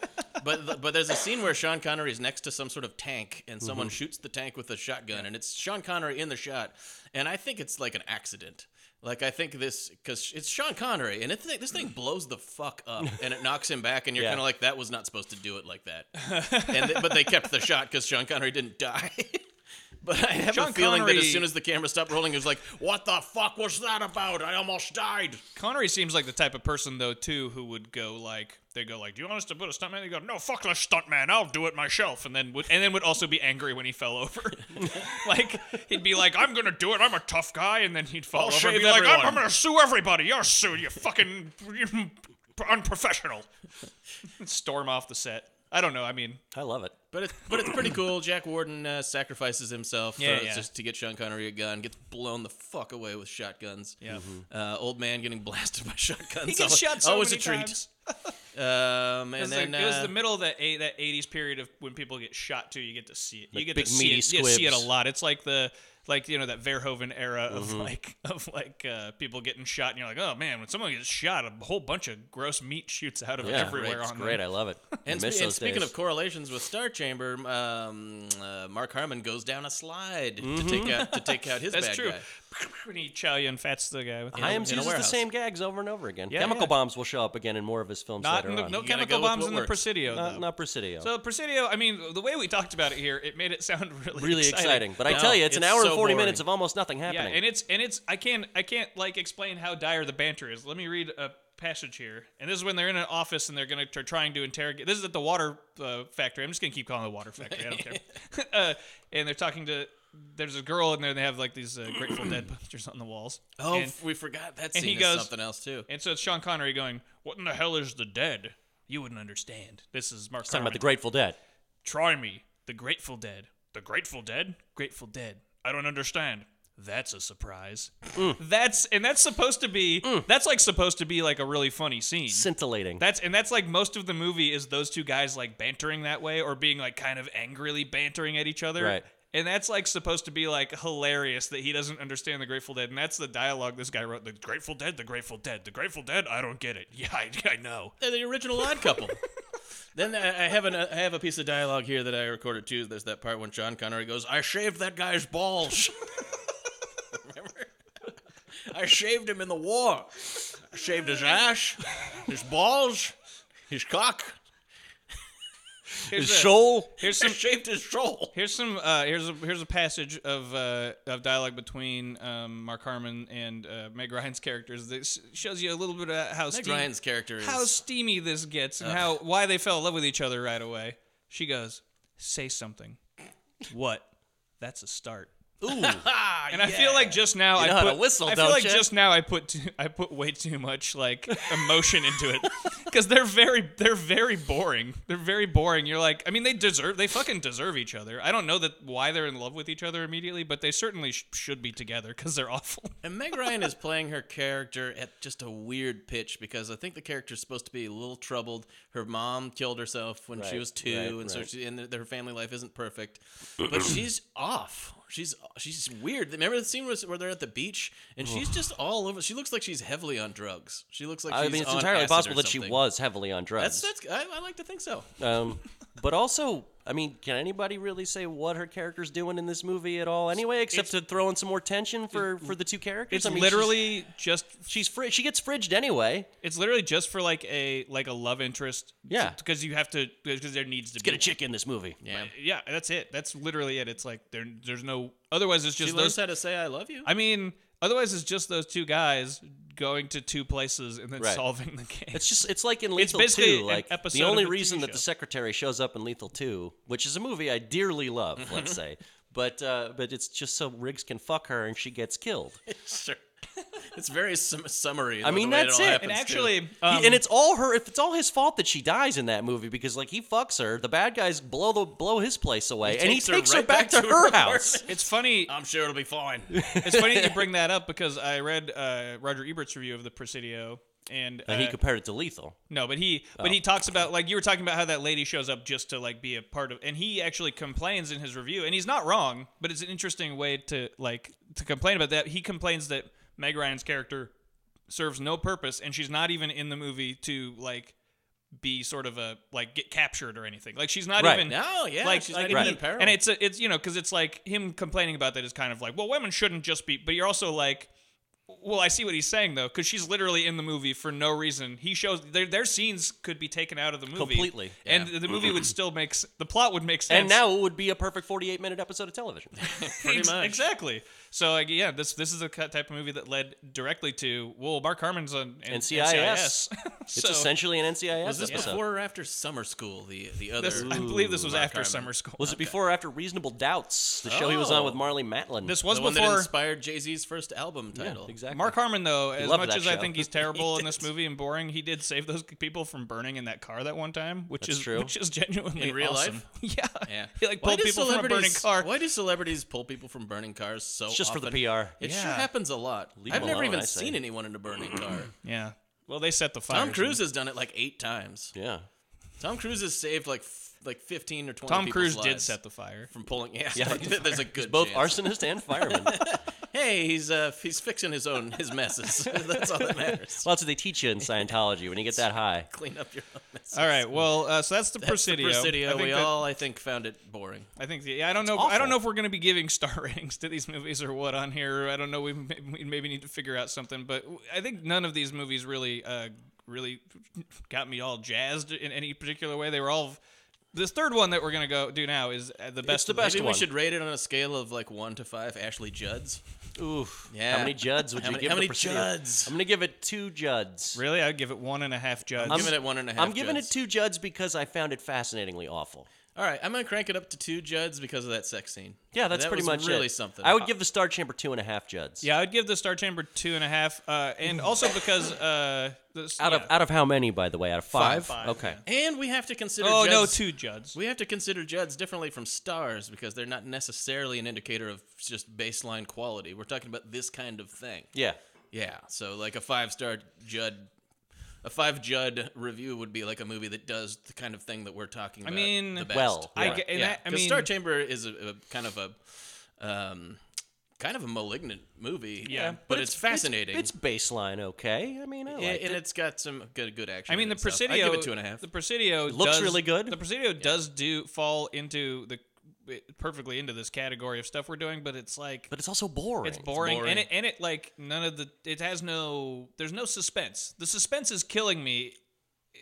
Speaker 3: but th- but there's a scene where Sean Connery is next to some sort of tank, and someone shoots the tank with a shotgun, and it's Sean Connery in the shot, and I think it's like an accident. Like I think this because it's Sean Connery, and it thi- this thing blows the fuck up, and it knocks him back, and you're
Speaker 2: Yeah.
Speaker 3: kind of like, that was not supposed to do it like that. and th- but they kept the shot because Sean Connery didn't die. But I have a
Speaker 1: Sean
Speaker 3: feeling that
Speaker 1: Connery-
Speaker 3: as soon as the camera stopped rolling, it was like, "What the fuck was that about? I almost died."
Speaker 1: Connery seems like the type of person though too who would go like they go like, "Do you want us to put a stuntman?" They go, "No, fuck the stuntman. I'll do it myself." And then would and then would also be angry when he fell over. like he'd be like, "I'm gonna do it. I'm a tough guy." And then he'd fall
Speaker 3: I'll
Speaker 1: over and
Speaker 3: save
Speaker 1: be like, I'm,
Speaker 3: everyone."
Speaker 1: "I'm gonna sue everybody. You're sued. You fucking you unprofessional." Storm off the set. I don't know. I mean,
Speaker 2: I love it.
Speaker 3: But it's but it's pretty cool. Jack Warden uh, sacrifices himself
Speaker 1: Yeah,
Speaker 3: for,
Speaker 1: yeah.
Speaker 3: just to get Sean Connery a gun. Gets blown the fuck away with shotguns.
Speaker 1: yeah.
Speaker 3: Uh, old man getting blasted by shotguns.
Speaker 1: He gets
Speaker 3: always,
Speaker 1: shot so
Speaker 3: always
Speaker 1: many
Speaker 3: a treat.
Speaker 1: times.
Speaker 3: Um,
Speaker 1: It
Speaker 3: and
Speaker 1: was,
Speaker 3: then
Speaker 1: like, it was
Speaker 3: uh,
Speaker 1: the middle of that eight, that 80s period of when people get shot too. You get to see it. You
Speaker 2: Like
Speaker 1: get
Speaker 2: big
Speaker 1: to see
Speaker 2: meaty
Speaker 1: it. You get to see it a
Speaker 2: squibs. Mm-hmm.
Speaker 1: lot. It's like the like you know that Verhoeven era of like of like uh, people getting shot, and you're like, oh man, when someone gets shot, a whole bunch of gross meat shoots out of
Speaker 2: Yeah,
Speaker 1: everywhere
Speaker 2: It's
Speaker 1: on
Speaker 2: great.
Speaker 1: them.
Speaker 2: I love it.
Speaker 3: and,
Speaker 2: miss
Speaker 3: spe- and
Speaker 2: those
Speaker 3: speaking
Speaker 2: days.
Speaker 3: of correlations with Star Chamber, um, uh, Mark Harmon goes down a slide to take out to take out his
Speaker 1: That's
Speaker 3: bad
Speaker 1: true.
Speaker 3: guy.
Speaker 1: when he chow you and fats the guy with the-
Speaker 2: IMs
Speaker 3: in a
Speaker 2: uses the
Speaker 3: warehouse.
Speaker 2: same gags over and over again.
Speaker 1: Yeah,
Speaker 2: chemical
Speaker 1: yeah.
Speaker 2: bombs will show up again in more of his films
Speaker 1: not
Speaker 2: later
Speaker 1: in the,
Speaker 2: on.
Speaker 1: no
Speaker 3: gotta
Speaker 1: chemical
Speaker 3: go with
Speaker 1: bombs
Speaker 3: what
Speaker 1: in the
Speaker 3: works.
Speaker 1: Presidio.
Speaker 2: not,
Speaker 1: though.
Speaker 2: not Presidio.
Speaker 1: so Presidio, I mean, the way we talked about it here, it made it sound really
Speaker 2: really exciting. But I
Speaker 3: No,
Speaker 2: tell you, it's, an
Speaker 3: it's
Speaker 2: hour and
Speaker 3: so
Speaker 2: 40
Speaker 3: boring.
Speaker 2: minutes of almost nothing happening.
Speaker 1: Yeah, and it's and it's I can't I can't like explain how dire the banter is. Let me read a passage here, and this is when they're in an office and they're gonna they're trying to interrogate. This is at the water uh, factory. I'm just gonna keep calling it the water factory. I don't care. uh, and they're talking to there's a girl in there. and They have like these uh, Grateful Dead posters on the walls.
Speaker 3: Oh,
Speaker 1: and,
Speaker 3: f- we forgot that
Speaker 1: and
Speaker 3: scene.
Speaker 1: he
Speaker 3: is
Speaker 1: goes-
Speaker 3: something else too.
Speaker 1: and so it's Sean Connery going, "What in the hell is the dead? You wouldn't understand." This is Mark
Speaker 2: talking about the
Speaker 1: Harmon.
Speaker 2: Grateful Dead.
Speaker 1: Try me, the Grateful Dead. The Grateful Dead? Grateful Dead. Mm. I don't understand. That's a surprise. That's and that's supposed to be that's like supposed to be like a really funny scene.
Speaker 2: Scintillating.
Speaker 1: that's and that's like most of the movie is those two guys like bantering that way or being like kind of angrily bantering at each other.
Speaker 2: Right.
Speaker 1: And that's like supposed to be like hilarious that he doesn't understand the Grateful Dead, and that's the dialogue this guy wrote: the Grateful Dead, the Grateful Dead, the Grateful Dead. I don't get it. Yeah, I, I know.
Speaker 3: They're the original odd couple. then I I have an, I have a piece of dialogue here that I recorded too. There's that part when John Connery goes, "I shaved that guy's balls." Remember? I shaved him in the war. I shaved his ass, his balls, his cock.
Speaker 1: Here's
Speaker 2: His
Speaker 1: a-
Speaker 2: shoal.
Speaker 1: Here's
Speaker 3: I
Speaker 1: some
Speaker 3: shaved his soul.
Speaker 1: Here's some. Uh, here's a here's a passage of uh, of dialogue between um, Mark Harmon and uh, Meg Ryan's characters that sh- shows you a little bit of how
Speaker 3: Meg
Speaker 1: steam-
Speaker 3: Ryan's character is
Speaker 1: how steamy this gets and how why they fell in love with each other right away. She goes, "Say something." what? That's a start.
Speaker 3: Ah,
Speaker 1: And I feel like just now I
Speaker 2: know how
Speaker 1: put
Speaker 2: to whistle,
Speaker 1: I feel
Speaker 2: don't
Speaker 1: like
Speaker 2: ya?
Speaker 1: just now I put too, I put way too much like emotion into it because they're very they're very boring. They're very boring. You're like I mean they deserve they fucking deserve each other. I don't know that why they're in love with each other immediately, but they certainly sh- should be together because they're awful.
Speaker 3: And Meg Ryan is playing her character at just a weird pitch because I think the character's supposed to be a little troubled. Her mom killed herself when she
Speaker 2: Right,
Speaker 3: was two,
Speaker 2: right,
Speaker 3: and so
Speaker 2: right.
Speaker 3: she and th- her family life isn't perfect. But she's off. She's she's weird. Remember the scene where, where they're at the beach and she's just all over. She looks like she's heavily on drugs. She looks like
Speaker 2: I
Speaker 3: she's
Speaker 2: mean, it's
Speaker 3: on
Speaker 2: entirely
Speaker 3: acid or
Speaker 2: possible that she
Speaker 3: something.
Speaker 2: was heavily on
Speaker 3: That's
Speaker 2: drugs.
Speaker 3: that's I, I like to think so.
Speaker 2: um, but also, I mean, can anybody really say what her character's doing in this movie at all? Anyway, except to throw in some more tension for, for the two characters.
Speaker 1: It's
Speaker 2: I mean,
Speaker 1: literally just
Speaker 2: she's, she's fri- she gets fridged anyway.
Speaker 1: it's literally just for like a like a love interest.
Speaker 2: Yeah.
Speaker 1: because you have to because there needs to
Speaker 2: Get
Speaker 1: be
Speaker 2: a chick in this movie.
Speaker 3: Yeah,
Speaker 1: yeah that's it that's literally it. It's like there there's no otherwise it's
Speaker 3: she
Speaker 1: just
Speaker 3: learns
Speaker 1: those
Speaker 3: how to say "I love you."
Speaker 1: I mean, otherwise it's just those two guys going to two places and then
Speaker 2: Right.
Speaker 1: solving the case.
Speaker 2: It's just it's like in
Speaker 1: It's
Speaker 2: Lethal
Speaker 1: basically
Speaker 2: 2.
Speaker 1: an
Speaker 2: Like
Speaker 1: episode
Speaker 2: the only
Speaker 1: of a TV
Speaker 2: reason that
Speaker 1: show.
Speaker 2: the secretary shows up in Lethal 2, which is a movie I dearly love, let's say, but uh, but it's just so Riggs can fuck her and she gets killed.
Speaker 3: sure. It's very sum- summary.
Speaker 2: I mean,
Speaker 3: the way
Speaker 2: that's
Speaker 3: it. All
Speaker 2: it. And
Speaker 1: and
Speaker 3: happens, too.
Speaker 1: actually,
Speaker 2: He-
Speaker 1: um,
Speaker 2: and it's all her. If it's all his fault that she dies in that movie because like he fucks her, the bad guys blow the blow his place away, and he
Speaker 3: takes her
Speaker 2: takes her,
Speaker 3: right
Speaker 2: back, to
Speaker 3: back to her
Speaker 2: her house.
Speaker 1: it's funny. uh,
Speaker 3: I'm sure it'll be fine.
Speaker 1: It's funny that you bring that up because I read uh, Roger Ebert's review of the Presidio, and, uh,
Speaker 2: And he compared it to Lethal.
Speaker 1: no, but he but he talks about like you were talking about how that lady shows up just to like be a part of, and he actually complains in his review, and he's not wrong, but it's an interesting way to like to complain about that. He complains that Meg Ryan's character serves no purpose, and she's not even in the movie to like be sort of a like get captured or anything. Like she's not
Speaker 2: Right.
Speaker 1: even
Speaker 3: No, yeah,
Speaker 1: like,
Speaker 3: she's
Speaker 1: like
Speaker 3: not even
Speaker 1: he-
Speaker 3: in peril.
Speaker 1: And it's a, it's you know because it's like him complaining about that is kind of like well women shouldn't just be. But you're also like. Well, I see what he's saying though, because she's literally in the movie for no reason. He shows their their scenes could be taken out of the movie
Speaker 2: Completely,
Speaker 1: and the movie would still make s- the plot would make sense.
Speaker 2: And now it would be a perfect 48 minute episode of television.
Speaker 3: pretty
Speaker 1: Ex-
Speaker 3: much.
Speaker 1: Exactly. So like, yeah, this this is the ki- type of movie that led directly to well, Mark Harmon's on N-
Speaker 2: NCIS.
Speaker 1: NCIS.
Speaker 2: It's
Speaker 1: so
Speaker 2: essentially an NCIS
Speaker 3: Was this
Speaker 2: episode.
Speaker 3: before or after summer school? The the other.
Speaker 1: this, I believe this was
Speaker 3: Mark
Speaker 1: after
Speaker 3: Harmon.
Speaker 1: summer school.
Speaker 2: Was it before or after Reasonable Doubts, the show he was on with
Speaker 3: Oh.
Speaker 2: Marley Matlin?
Speaker 1: This was
Speaker 3: the one that
Speaker 1: before
Speaker 3: inspired Jay Z's first album
Speaker 2: Yeah,
Speaker 3: title.
Speaker 2: exactly.
Speaker 1: Mark Harmon though. As
Speaker 2: loved
Speaker 1: much
Speaker 2: that
Speaker 1: as I
Speaker 2: show.
Speaker 1: think he's terrible
Speaker 3: He
Speaker 1: in this
Speaker 3: did.
Speaker 1: movie and boring, he did save those people from burning in that car that one time, which
Speaker 2: That's
Speaker 1: is
Speaker 2: true.
Speaker 1: which is genuinely
Speaker 3: In real
Speaker 1: awesome. Yeah.
Speaker 3: Yeah.
Speaker 1: He like
Speaker 3: Why
Speaker 1: pulled
Speaker 3: do
Speaker 1: people from a burning
Speaker 3: celebrities-
Speaker 1: car.
Speaker 3: Why do celebrities pull people from burning cars so
Speaker 2: It's just for the
Speaker 3: often?
Speaker 2: PR.
Speaker 3: It sure
Speaker 1: Yeah.
Speaker 3: happens a lot.
Speaker 2: Leave
Speaker 3: I've
Speaker 2: them
Speaker 3: never
Speaker 2: alone, I
Speaker 3: even
Speaker 2: say.
Speaker 3: seen anyone in a burning car.
Speaker 1: Yeah. Well, they set the fire.
Speaker 3: Tom Cruise has done it like eight times.
Speaker 2: Yeah.
Speaker 3: Tom Cruise has saved like f- like fifteen or twenty.
Speaker 1: Tom
Speaker 3: people's
Speaker 1: Cruise did
Speaker 3: lives
Speaker 1: set the fire.
Speaker 3: from pulling. Yeah,
Speaker 2: Yeah, he did.
Speaker 3: there's a good
Speaker 2: Both
Speaker 3: chance.
Speaker 2: arsonist and fireman.
Speaker 3: Hey, he's uh, he's fixing his own his messes. That's all that matters.
Speaker 2: Lots of they teach you in Scientology when you get that high.
Speaker 3: Clean up your own messes.
Speaker 1: All right. Well, uh, so that's the
Speaker 3: That's the
Speaker 1: Presidio. I
Speaker 3: Presidio.
Speaker 1: think
Speaker 3: We
Speaker 1: that-
Speaker 3: all I think found it boring.
Speaker 1: I think the, yeah, I don't know. I don't know if we're going to be giving star ratings to these movies or what on here. I don't know. We may- we maybe need to figure out something. But w- I think none of these movies really uh, really got me all jazzed in any particular way. They were all. This third one that we're going to go do now is uh, the best.
Speaker 2: the
Speaker 1: of them.
Speaker 2: best
Speaker 3: Maybe
Speaker 2: one.
Speaker 3: we should rate it on a scale of like one to five. Ashley Judds.
Speaker 2: Oof.
Speaker 3: Yeah.
Speaker 2: How many Judds would
Speaker 3: How
Speaker 2: you
Speaker 3: many-
Speaker 2: give
Speaker 3: how
Speaker 2: the
Speaker 3: many
Speaker 2: Presidio?
Speaker 3: Judds?
Speaker 2: I'm going to give it two Judds.
Speaker 1: Really, I'd give it one and a half judges.
Speaker 3: I'm giving it one and a half.
Speaker 2: I'm giving
Speaker 3: Judds.
Speaker 2: it two Judds because I found it fascinatingly awful.
Speaker 3: All right, I'm gonna crank it up to two Judds because of that sex scene.
Speaker 2: Yeah, that's
Speaker 3: That
Speaker 2: pretty
Speaker 3: was
Speaker 2: much
Speaker 3: really
Speaker 2: it.
Speaker 3: something.
Speaker 2: I would give the Star Chamber two and a half Judds.
Speaker 1: yeah, I'd give the Star Chamber two and a half, uh, and also because uh, this,
Speaker 2: Out of out of how many, by the way? Out of five.
Speaker 1: Five,
Speaker 2: okay.
Speaker 3: And we have to consider.
Speaker 1: oh no,
Speaker 3: Judds-
Speaker 1: two Judds.
Speaker 3: We have to consider Judds differently from stars because they're not necessarily an indicator of just baseline quality. We're talking about this kind of thing.
Speaker 2: Yeah.
Speaker 3: Yeah. So like a five star Judd, a five Judd review would be like a movie that does the kind of thing that we're talking about.
Speaker 1: mean,
Speaker 3: the best.
Speaker 2: Well,
Speaker 1: I
Speaker 2: yeah.
Speaker 1: ge- and
Speaker 3: yeah,
Speaker 1: I, I
Speaker 3: 'cause
Speaker 1: mean,
Speaker 3: Star Chamber is a, a kind of a, um, kind of a malignant movie.
Speaker 1: Yeah.
Speaker 3: but, it's, fascinating.
Speaker 2: It's baseline, okay. I mean, I
Speaker 3: I-
Speaker 2: like
Speaker 3: and,
Speaker 2: it.
Speaker 3: it's got some good good action.
Speaker 1: I mean,
Speaker 3: in
Speaker 1: the
Speaker 3: it, so
Speaker 1: Presidio.
Speaker 3: I give it two and a half.
Speaker 1: The Presidio
Speaker 2: looks
Speaker 1: does-
Speaker 2: really good.
Speaker 1: The Presidio does do fall into the perfectly into this category of stuff we're doing, but it's like
Speaker 2: But it's also boring.
Speaker 1: it's boring,
Speaker 3: boring.
Speaker 1: and it and it like none of the it has no there's no suspense. The suspense is killing me.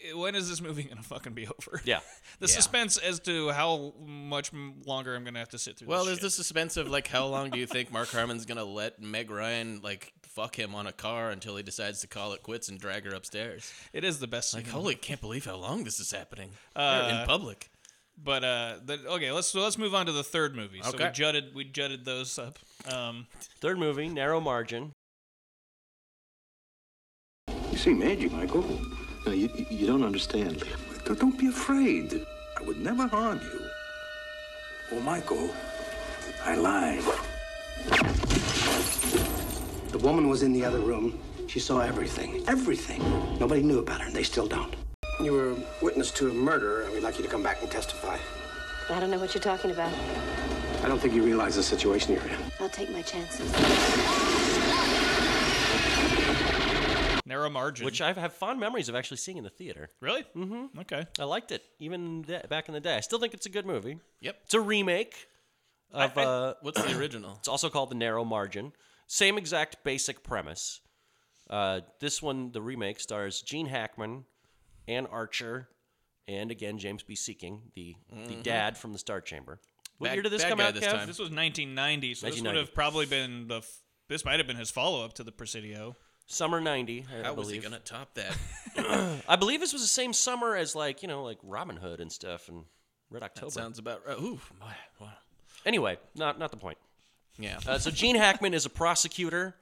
Speaker 1: Eh, When is this movie gonna fucking be over?
Speaker 2: Yeah.
Speaker 1: the suspense as to how much m- longer I'm gonna have to sit through.
Speaker 3: Well,
Speaker 1: this
Speaker 3: there's
Speaker 1: shit.
Speaker 3: the suspense of like how long do you think Mark Harmon's gonna let Meg Ryan like fuck him on a car until he decides to call it quits and drag her upstairs?
Speaker 1: It is the best.
Speaker 3: Like,
Speaker 1: scene.
Speaker 3: holy, can't believe how long this is happening
Speaker 1: Uh,
Speaker 3: in public.
Speaker 1: but uh, the, okay, let's so let's move on to the third movie. So we
Speaker 3: Okay.
Speaker 1: jutted we jutted those up. Um,
Speaker 2: Third movie, narrow margin.
Speaker 6: You seem edgy, Michael. No, you, you don't understand, Liam. Don't- Don't be afraid. I would never harm you. Oh, Michael, I lied.
Speaker 4: The woman was in the other room. She saw everything. Everything. Nobody knew about her, and they still don't. You were a witness to a murder, and we'd like you to come back and testify.
Speaker 9: I don't know what you're talking about.
Speaker 4: I don't think you realize the situation you're in.
Speaker 9: I'll take my chances.
Speaker 1: narrow margin.
Speaker 2: which I have fond memories of actually seeing in the theater.
Speaker 1: Really? Mm-hmm. Okay.
Speaker 2: I liked it even th- back in the day. I still think it's a good movie.
Speaker 3: Yep.
Speaker 2: It's a remake of. uh,
Speaker 3: What's the original?
Speaker 2: it's also called The Narrow Margin. Same exact basic premise. Uh, this one, the remake, stars Gene Hackman, Ann Archer, and again James B. Seeking, the the dad from the Star Chamber. What
Speaker 3: Mm-hmm. Bad-
Speaker 2: year did this
Speaker 3: bad
Speaker 2: come
Speaker 3: guy
Speaker 2: out?
Speaker 3: this
Speaker 2: Kev?
Speaker 3: time.
Speaker 1: This was 1990, so this would
Speaker 2: 1990.
Speaker 1: have probably been the. F- this might have been his follow up to the Presidio.
Speaker 2: Summer '90, I, I
Speaker 3: How was he
Speaker 2: believe.
Speaker 3: gonna top that?
Speaker 2: I believe this was the same summer as like you know like Robin Hood and stuff and Red October.
Speaker 3: Sounds about right. Ooh, my- wow.
Speaker 2: Anyway, not not the point.
Speaker 3: Yeah.
Speaker 2: Uh, so Gene Hackman is a prosecutor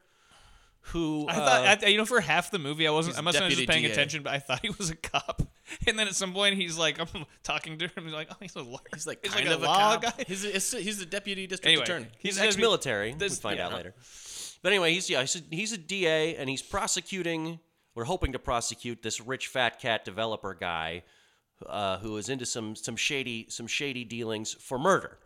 Speaker 2: who
Speaker 1: I
Speaker 2: uh,
Speaker 1: thought, I, you know, for half the movie, I wasn't. I must have been just
Speaker 3: deputy
Speaker 1: paying
Speaker 3: DA.
Speaker 1: attention, but I thought he was a cop. And then at some point, he's like, I'm talking to him. He's like, oh, he's a lawyer.
Speaker 3: He's like
Speaker 1: he's
Speaker 3: kind
Speaker 1: like
Speaker 3: of
Speaker 1: a, law
Speaker 3: cop.
Speaker 1: guy.
Speaker 3: He's, a- he's the deputy district
Speaker 1: Anyway,
Speaker 3: attorney.
Speaker 2: he's
Speaker 1: gonna be-
Speaker 2: ex-military.
Speaker 1: this-
Speaker 2: we'll find out
Speaker 1: yeah.
Speaker 2: later. But anyway, he's yeah, he's a, he's a DA and he's prosecuting. We're hoping to prosecute this rich fat cat developer guy uh, who is into some some shady some shady dealings for murder.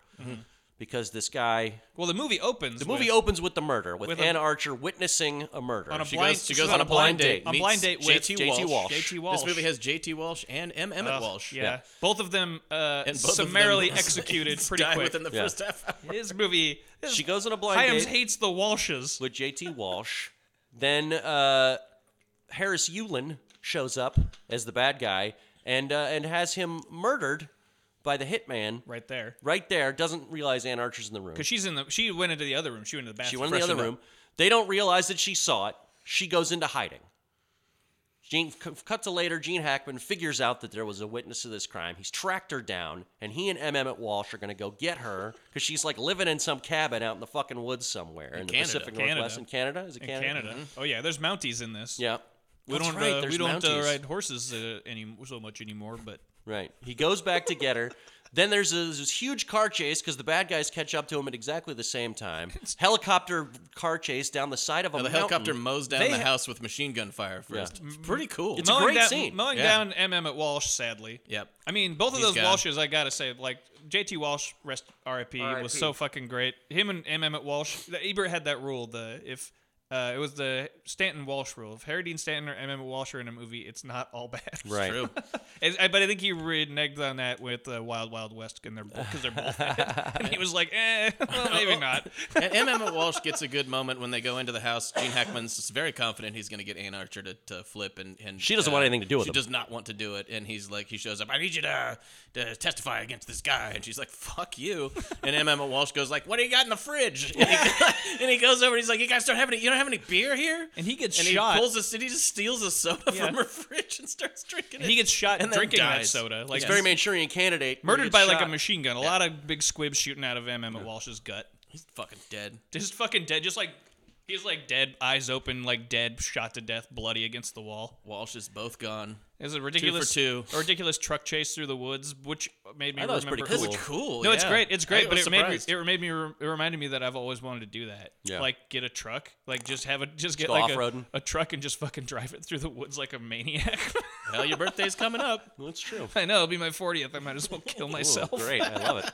Speaker 2: because this guy.
Speaker 1: Well, Mm-hmm. the movie opens.
Speaker 2: The movie
Speaker 1: with-
Speaker 2: opens with the murder, with,
Speaker 1: with a-
Speaker 2: Ann Archer witnessing a murder.
Speaker 1: On a
Speaker 2: She
Speaker 1: blind-
Speaker 2: goes-
Speaker 3: She goes
Speaker 1: on
Speaker 3: on
Speaker 1: a
Speaker 3: a blind
Speaker 1: blind date.
Speaker 3: date.
Speaker 1: A
Speaker 3: meets
Speaker 1: blind date with
Speaker 3: JT
Speaker 1: JT
Speaker 3: Walsh.
Speaker 2: Walsh.
Speaker 1: JT Walsh.
Speaker 3: This movie has JT Walsh and M. Emmett
Speaker 1: Ugh,
Speaker 3: Walsh.
Speaker 1: uh, Yeah.
Speaker 2: Yeah.
Speaker 1: both of them uh,
Speaker 3: And both of them
Speaker 1: summarily executed pretty
Speaker 3: die
Speaker 1: quick.
Speaker 3: within the
Speaker 2: Yeah.
Speaker 3: first half hour.
Speaker 1: This movie. This
Speaker 2: She goes on a blind
Speaker 1: Hyams
Speaker 2: date.
Speaker 1: hates the Walshes.
Speaker 2: with JT Walsh. then uh, Harris Yulin shows up as the bad guy and uh, and has him murdered by the hitman right,
Speaker 1: Right there,
Speaker 2: there. Doesn't realize Ann Archer's in the room.
Speaker 1: because she's in the. She went into the other room. She went into the
Speaker 2: She
Speaker 1: bathroom.
Speaker 2: went in the other
Speaker 1: Freshened
Speaker 2: room.
Speaker 1: up.
Speaker 2: They don't realize that she saw it. She goes into hiding. Gene, cu- cut to later, Gene Hackman figures out that there was a witness to this crime. He's tracked her down, and he and M. Emmett Walsh are going to go get her because she's like living in some cabin out in the fucking woods somewhere in, the
Speaker 3: Canada.
Speaker 2: Pacific
Speaker 1: Canada.
Speaker 2: Northwest in Canada. Is it
Speaker 1: in
Speaker 2: Canada?
Speaker 1: Canada. Oh yeah, there's Mounties in this.
Speaker 2: Yeah.
Speaker 1: we
Speaker 2: That's
Speaker 1: don't.
Speaker 2: right,
Speaker 1: uh,
Speaker 2: there's
Speaker 1: we don't uh,
Speaker 2: Mounties.
Speaker 1: ride horses uh, any so much anymore. But
Speaker 2: Right. He goes back to get her. Then there's a, this huge car chase because the bad guys catch up to him at exactly the same time. Helicopter car chase down the side of a
Speaker 3: Now, the
Speaker 2: mountain.
Speaker 3: helicopter mows down
Speaker 1: They
Speaker 3: the
Speaker 1: ha-
Speaker 3: house with machine gun fire first. It's pretty cool.
Speaker 2: It's a
Speaker 1: mowing
Speaker 2: great
Speaker 1: down,
Speaker 2: scene.
Speaker 1: Mowing
Speaker 3: Yeah.
Speaker 1: down M. Emmett Walsh, sadly.
Speaker 3: Yep.
Speaker 1: I mean, both of
Speaker 3: He's
Speaker 1: those
Speaker 3: gone.
Speaker 1: Walshes, I gotta say, like J.T. Walsh, rest R.I.P. was so fucking great. Him and M. Emmett Walsh. the- Ebert had that rule. The if uh, it was the Stanton Walsh rule. If Harry Dean Stanton or M. Emmett Walsh are in a movie, it's not all bad.
Speaker 2: Right.
Speaker 3: True.
Speaker 1: It's- I- but I think he reneged on that with uh, Wild Wild West, and they're because they're both. bad. and he was like, eh, well, maybe not.
Speaker 3: and M. Emmett Walsh gets a good moment when they go into the house. Gene Hackman's just very confident he's going to get Ann Archer to, to flip, and, and uh,
Speaker 2: She doesn't want anything to do with
Speaker 3: She
Speaker 2: him.
Speaker 3: does not want to do it, and he's like, he shows up. I need you to, to testify against this guy, and she's like, "Fuck you." And M. Emmett Walsh goes like, "What do you got in the fridge?" And he, and he goes over, and he's like, "You guys don't have any. You don't have any beer here."
Speaker 1: And he gets
Speaker 3: and
Speaker 1: shot.
Speaker 3: He pulls a, and he just steals a soda
Speaker 1: Yeah.
Speaker 3: from her fridge and starts drinking it.
Speaker 1: he gets shot
Speaker 3: and then
Speaker 1: drinking that
Speaker 3: dies.
Speaker 1: soda. Like
Speaker 2: It's very Manchurian candidate. where he
Speaker 1: murdered
Speaker 2: gets
Speaker 1: by like a
Speaker 2: shot.
Speaker 1: machine gun. A lot of big squibs shooting out of M. Emmett Walsh's gut.
Speaker 3: He's fucking dead.
Speaker 1: just fucking dead, just like he's like dead, eyes open, like dead, shot to death, bloody against the wall.
Speaker 3: Walsh is both gone.
Speaker 1: It was a ridiculous,
Speaker 3: two.
Speaker 1: a ridiculous truck chase through the woods, which made me
Speaker 2: I thought it was
Speaker 1: remember.
Speaker 2: pretty
Speaker 3: It's cool.
Speaker 1: No, it's
Speaker 3: yeah.
Speaker 1: great. It's
Speaker 3: I
Speaker 1: great, but
Speaker 3: was
Speaker 1: it made me.
Speaker 3: surprised.
Speaker 1: It made me. It reminded me that I've always wanted to do that.
Speaker 2: Yeah.
Speaker 1: Like get a truck. Like just have a just get
Speaker 2: go
Speaker 1: like a,
Speaker 2: off-roading.
Speaker 1: a truck and just fucking drive it through the woods like a maniac.
Speaker 3: Hell, your birthday's coming up.
Speaker 2: That's true.
Speaker 1: I know it'll be my fortieth. I might as well kill myself.
Speaker 2: Ooh, great. I love it.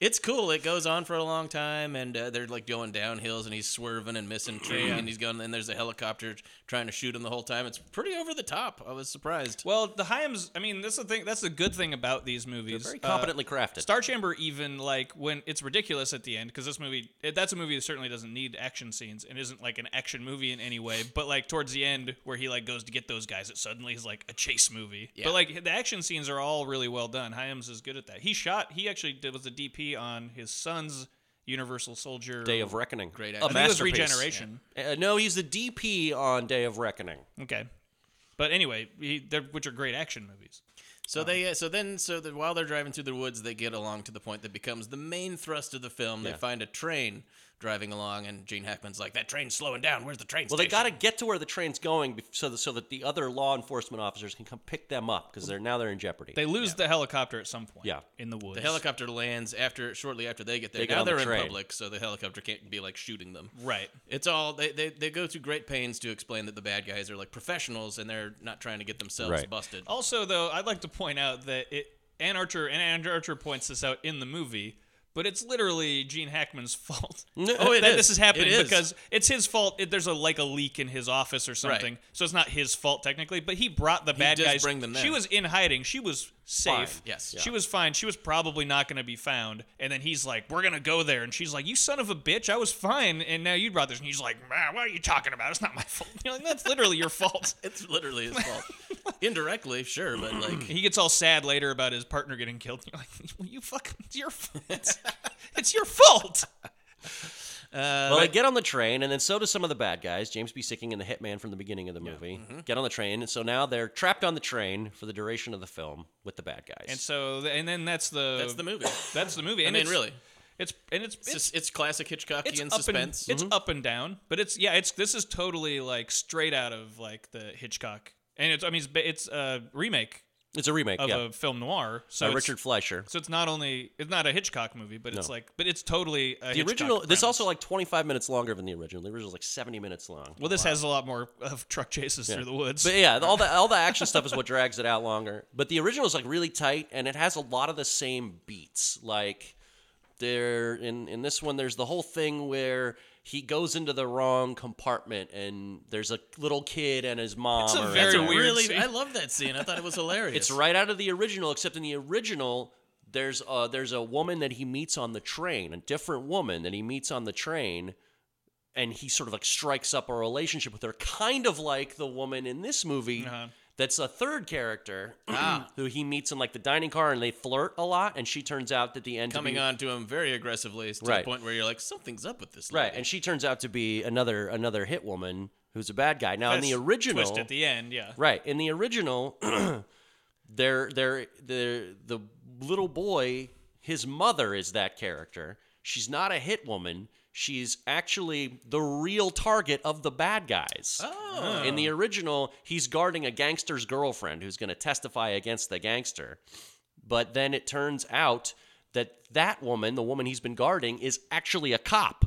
Speaker 3: It's cool. It goes on for a long time, and uh, they're like going down hills, and he's swerving and missing trees, and he's going. And there's a helicopter trying to shoot him the whole time. It's pretty over the top. I was surprised.
Speaker 1: Well, the Hyams. I mean, that's the thing. That's the good thing about these movies.
Speaker 2: Very
Speaker 1: Uh,
Speaker 2: competently crafted.
Speaker 1: Star Chamber even like when it's ridiculous at the end because this movie it, that's a movie that certainly doesn't need action scenes and isn't like an action movie in any way. But like towards the end where he like goes to get those guys, it suddenly is like a chase movie. But like the action scenes are all really well done. Hyams is good at that. He shot. He actually did was the DP on his son's Universal Soldier
Speaker 2: Day of Reckoning. Great. A
Speaker 1: I think it was
Speaker 2: masterpiece.
Speaker 1: Regeneration.
Speaker 2: Uh, no, he's the DP on Day of Reckoning.
Speaker 1: Okay, but anyway, he, they're, which are great action movies.
Speaker 3: So they, uh, so then, so that while they're driving through the woods, they get along to the point that becomes the main thrust of the film. They find a train driving along, and Gene Hackman's like, "That train's slowing down. Where's the train?"
Speaker 2: Well, they got to get to where the train's going bef- so that, so that the other law enforcement officers can come pick them up because they're now they're in jeopardy.
Speaker 1: They lose the helicopter at some point.
Speaker 2: Yeah.
Speaker 1: in the woods.
Speaker 3: The helicopter lands after shortly after they get there.
Speaker 2: They get
Speaker 3: now
Speaker 2: on the
Speaker 3: they're
Speaker 2: train.
Speaker 3: in public, so the helicopter can't be like shooting them.
Speaker 1: Right.
Speaker 3: It's all they, they they go to great pains to explain that the bad guys are like professionals and they're not trying to get themselves
Speaker 2: Right.
Speaker 3: busted.
Speaker 1: Also, though, I'd like to point out that it Ann Archer and Ann Archer points this out in the movie, but it's literally Gene Hackman's fault.
Speaker 3: Oh, it
Speaker 1: that
Speaker 3: is.
Speaker 1: this is happening
Speaker 3: It is.
Speaker 1: because it's his fault. It, there's a like a leak in his office or something, so it's not his fault technically. But he brought the bad
Speaker 3: does
Speaker 1: guys.
Speaker 3: bring them
Speaker 1: She
Speaker 3: there.
Speaker 1: was in hiding. She was safe.
Speaker 2: Fine.
Speaker 3: Yes.
Speaker 1: she was fine. She was probably not going to be found. And then he's like, "We're gonna go there," and she's like, "You son of a bitch! I was fine, and now you brought this." And he's like, "Man, "What are you talking about? It's not my fault." You're like, "That's literally your fault."
Speaker 3: It's literally his fault. Indirectly, sure, but like
Speaker 1: He gets all sad later about his partner getting killed. You're like, well, you fucking, it's your, fault. it's, it's your fault.
Speaker 2: well, they get on the train, and then so do some of the bad guys, James B. Sicking and the Hitman from the beginning of the movie,
Speaker 1: Mm-hmm.
Speaker 2: get on the train, and so now they're trapped on the train for the duration of the film with the bad guys.
Speaker 1: And so, th- and then that's the
Speaker 3: that's the movie.
Speaker 1: That's the movie.
Speaker 3: I
Speaker 1: And
Speaker 3: mean,
Speaker 1: it's,
Speaker 3: really,
Speaker 1: it's and it's it's
Speaker 3: it's just, it's classic Hitchcockian
Speaker 1: it's up
Speaker 3: suspense.
Speaker 1: and it's
Speaker 2: Mm-hmm.
Speaker 1: up and down. But it's yeah, it's this is totally like straight out of like the Hitchcock, and it's I mean it's ba- it's a remake
Speaker 2: it's a remake,
Speaker 1: of
Speaker 2: yeah,
Speaker 1: a film noir. So
Speaker 2: by
Speaker 1: it's-
Speaker 2: Richard Fleischer.
Speaker 1: So it's not only it's not a Hitchcock movie, but it's like but it's totally a
Speaker 2: The
Speaker 1: Hitchcock
Speaker 2: original, this
Speaker 1: premise.
Speaker 2: also like 25 minutes longer than the original. The original is like 70 minutes long.
Speaker 1: well, this has a lot more of truck chases through the woods.
Speaker 2: But yeah, all the all the action stuff is what drags it out longer. But the original is like really tight, and it has a lot of the same beats, like There in in this one, there's the whole thing where he goes into the wrong compartment, and there's a little kid and his mom.
Speaker 1: It's a
Speaker 2: or-
Speaker 1: very
Speaker 3: It's a
Speaker 1: weird
Speaker 3: really,
Speaker 1: scene.
Speaker 3: I love that scene. I thought it was hilarious.
Speaker 2: It's right out of the original, except in the original, there's a, there's a woman that he meets on the train, a different woman that he meets on the train, and he sort of like strikes up a relationship with her, kind of like the woman in this movie. That's a third character who he meets in like the dining car, and they flirt a lot. And she turns out at the end
Speaker 3: coming
Speaker 2: to be,
Speaker 3: on to him very aggressively to
Speaker 2: Right.
Speaker 3: the point where you're like, something's up with this.
Speaker 2: right,
Speaker 3: lady."
Speaker 2: and she turns out to be another another hit woman who's a bad guy. Now in the
Speaker 1: That's
Speaker 2: original,
Speaker 1: twist at the end, yeah.
Speaker 2: Right. In the original, there, there, there, the little boy, his mother is that character. She's not a hit woman. She's actually the real target of the bad guys. Oh. In the original, he's guarding a gangster's girlfriend who's going to testify against the gangster. But then it turns out that that woman, the woman he's been guarding, is actually a cop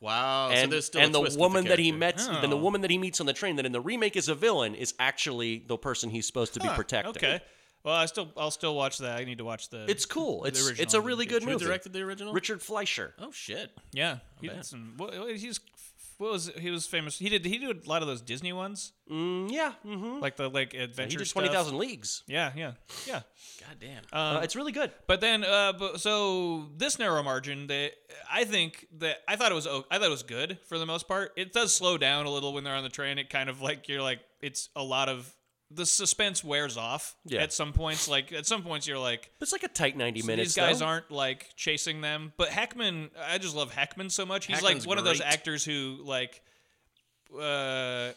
Speaker 3: Wow. so
Speaker 2: and,
Speaker 3: there's still a
Speaker 2: and the
Speaker 3: twist with
Speaker 2: woman that he
Speaker 3: character.
Speaker 2: met, then
Speaker 1: Oh.
Speaker 2: the woman that he meets on the train, that in the remake is a villain, is actually the person he's supposed to be protecting.
Speaker 1: Okay. Well, I still I'll still watch that. I need to watch the.
Speaker 2: it's cool.
Speaker 1: the
Speaker 2: It's
Speaker 1: original
Speaker 2: it's a
Speaker 1: in the
Speaker 2: really
Speaker 1: future.
Speaker 2: good movie.
Speaker 3: Who directed the original?
Speaker 2: Richard Fleischer.
Speaker 3: Oh shit.
Speaker 1: Yeah, he did some. What, what- he's what was he was famous? He did he did a lot of those Disney ones,
Speaker 2: Mm, yeah, hmm
Speaker 1: like the like
Speaker 2: he
Speaker 1: adventure
Speaker 2: did
Speaker 1: stuff.
Speaker 2: Twenty Thousand Leagues.
Speaker 1: Yeah, yeah, yeah.
Speaker 3: God damn.
Speaker 2: Uh,
Speaker 1: Um,
Speaker 2: it's really good.
Speaker 1: But then, uh, but, so this narrow margin, that I think that I thought it was o- I thought it was good for the most part. It does slow down a little when they're on the train. It kind of like you're like it's a lot of the suspense wears off
Speaker 2: Yeah.
Speaker 1: at some points. Like at some points, you're like
Speaker 2: It's like a tight ninety minutes.
Speaker 1: these guys
Speaker 2: though.
Speaker 1: aren't like chasing them. But Heckman, I just love Heckman so much. He's
Speaker 3: Heckman's
Speaker 1: like one of those
Speaker 3: great.
Speaker 1: actors who like, uh,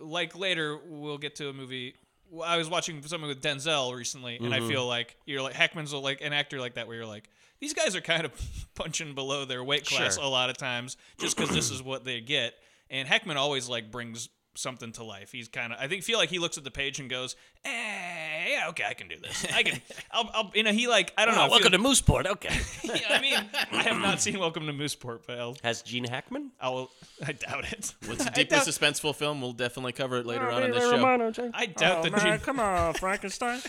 Speaker 1: like later we'll get to a movie. well, I was watching something with Denzel recently, and
Speaker 2: Mm-hmm.
Speaker 1: I feel like you're like Heckman's a- like an actor like that where you're like these guys are kind of punching below their weight class
Speaker 2: Sure.
Speaker 1: a lot of times just because this is what they get. And Heckman always like brings something to life. He's kind of I think feel like he looks at the page and goes, eh, yeah, okay, I can do this. I can. I'll, I'll you know he like I don't know. I
Speaker 2: Oh,
Speaker 1: feel-
Speaker 2: welcome to Mooseport. Okay,
Speaker 1: yeah, I mean, I have not seen Welcome to Mooseport, but I'll,
Speaker 2: has Gene Hackman?
Speaker 1: I'll I doubt it.
Speaker 3: It's
Speaker 1: What's
Speaker 3: a deeply suspenseful film. We'll definitely cover it later on in this show.
Speaker 1: I doubt that Gene. Oh, Come on, Frankenstein.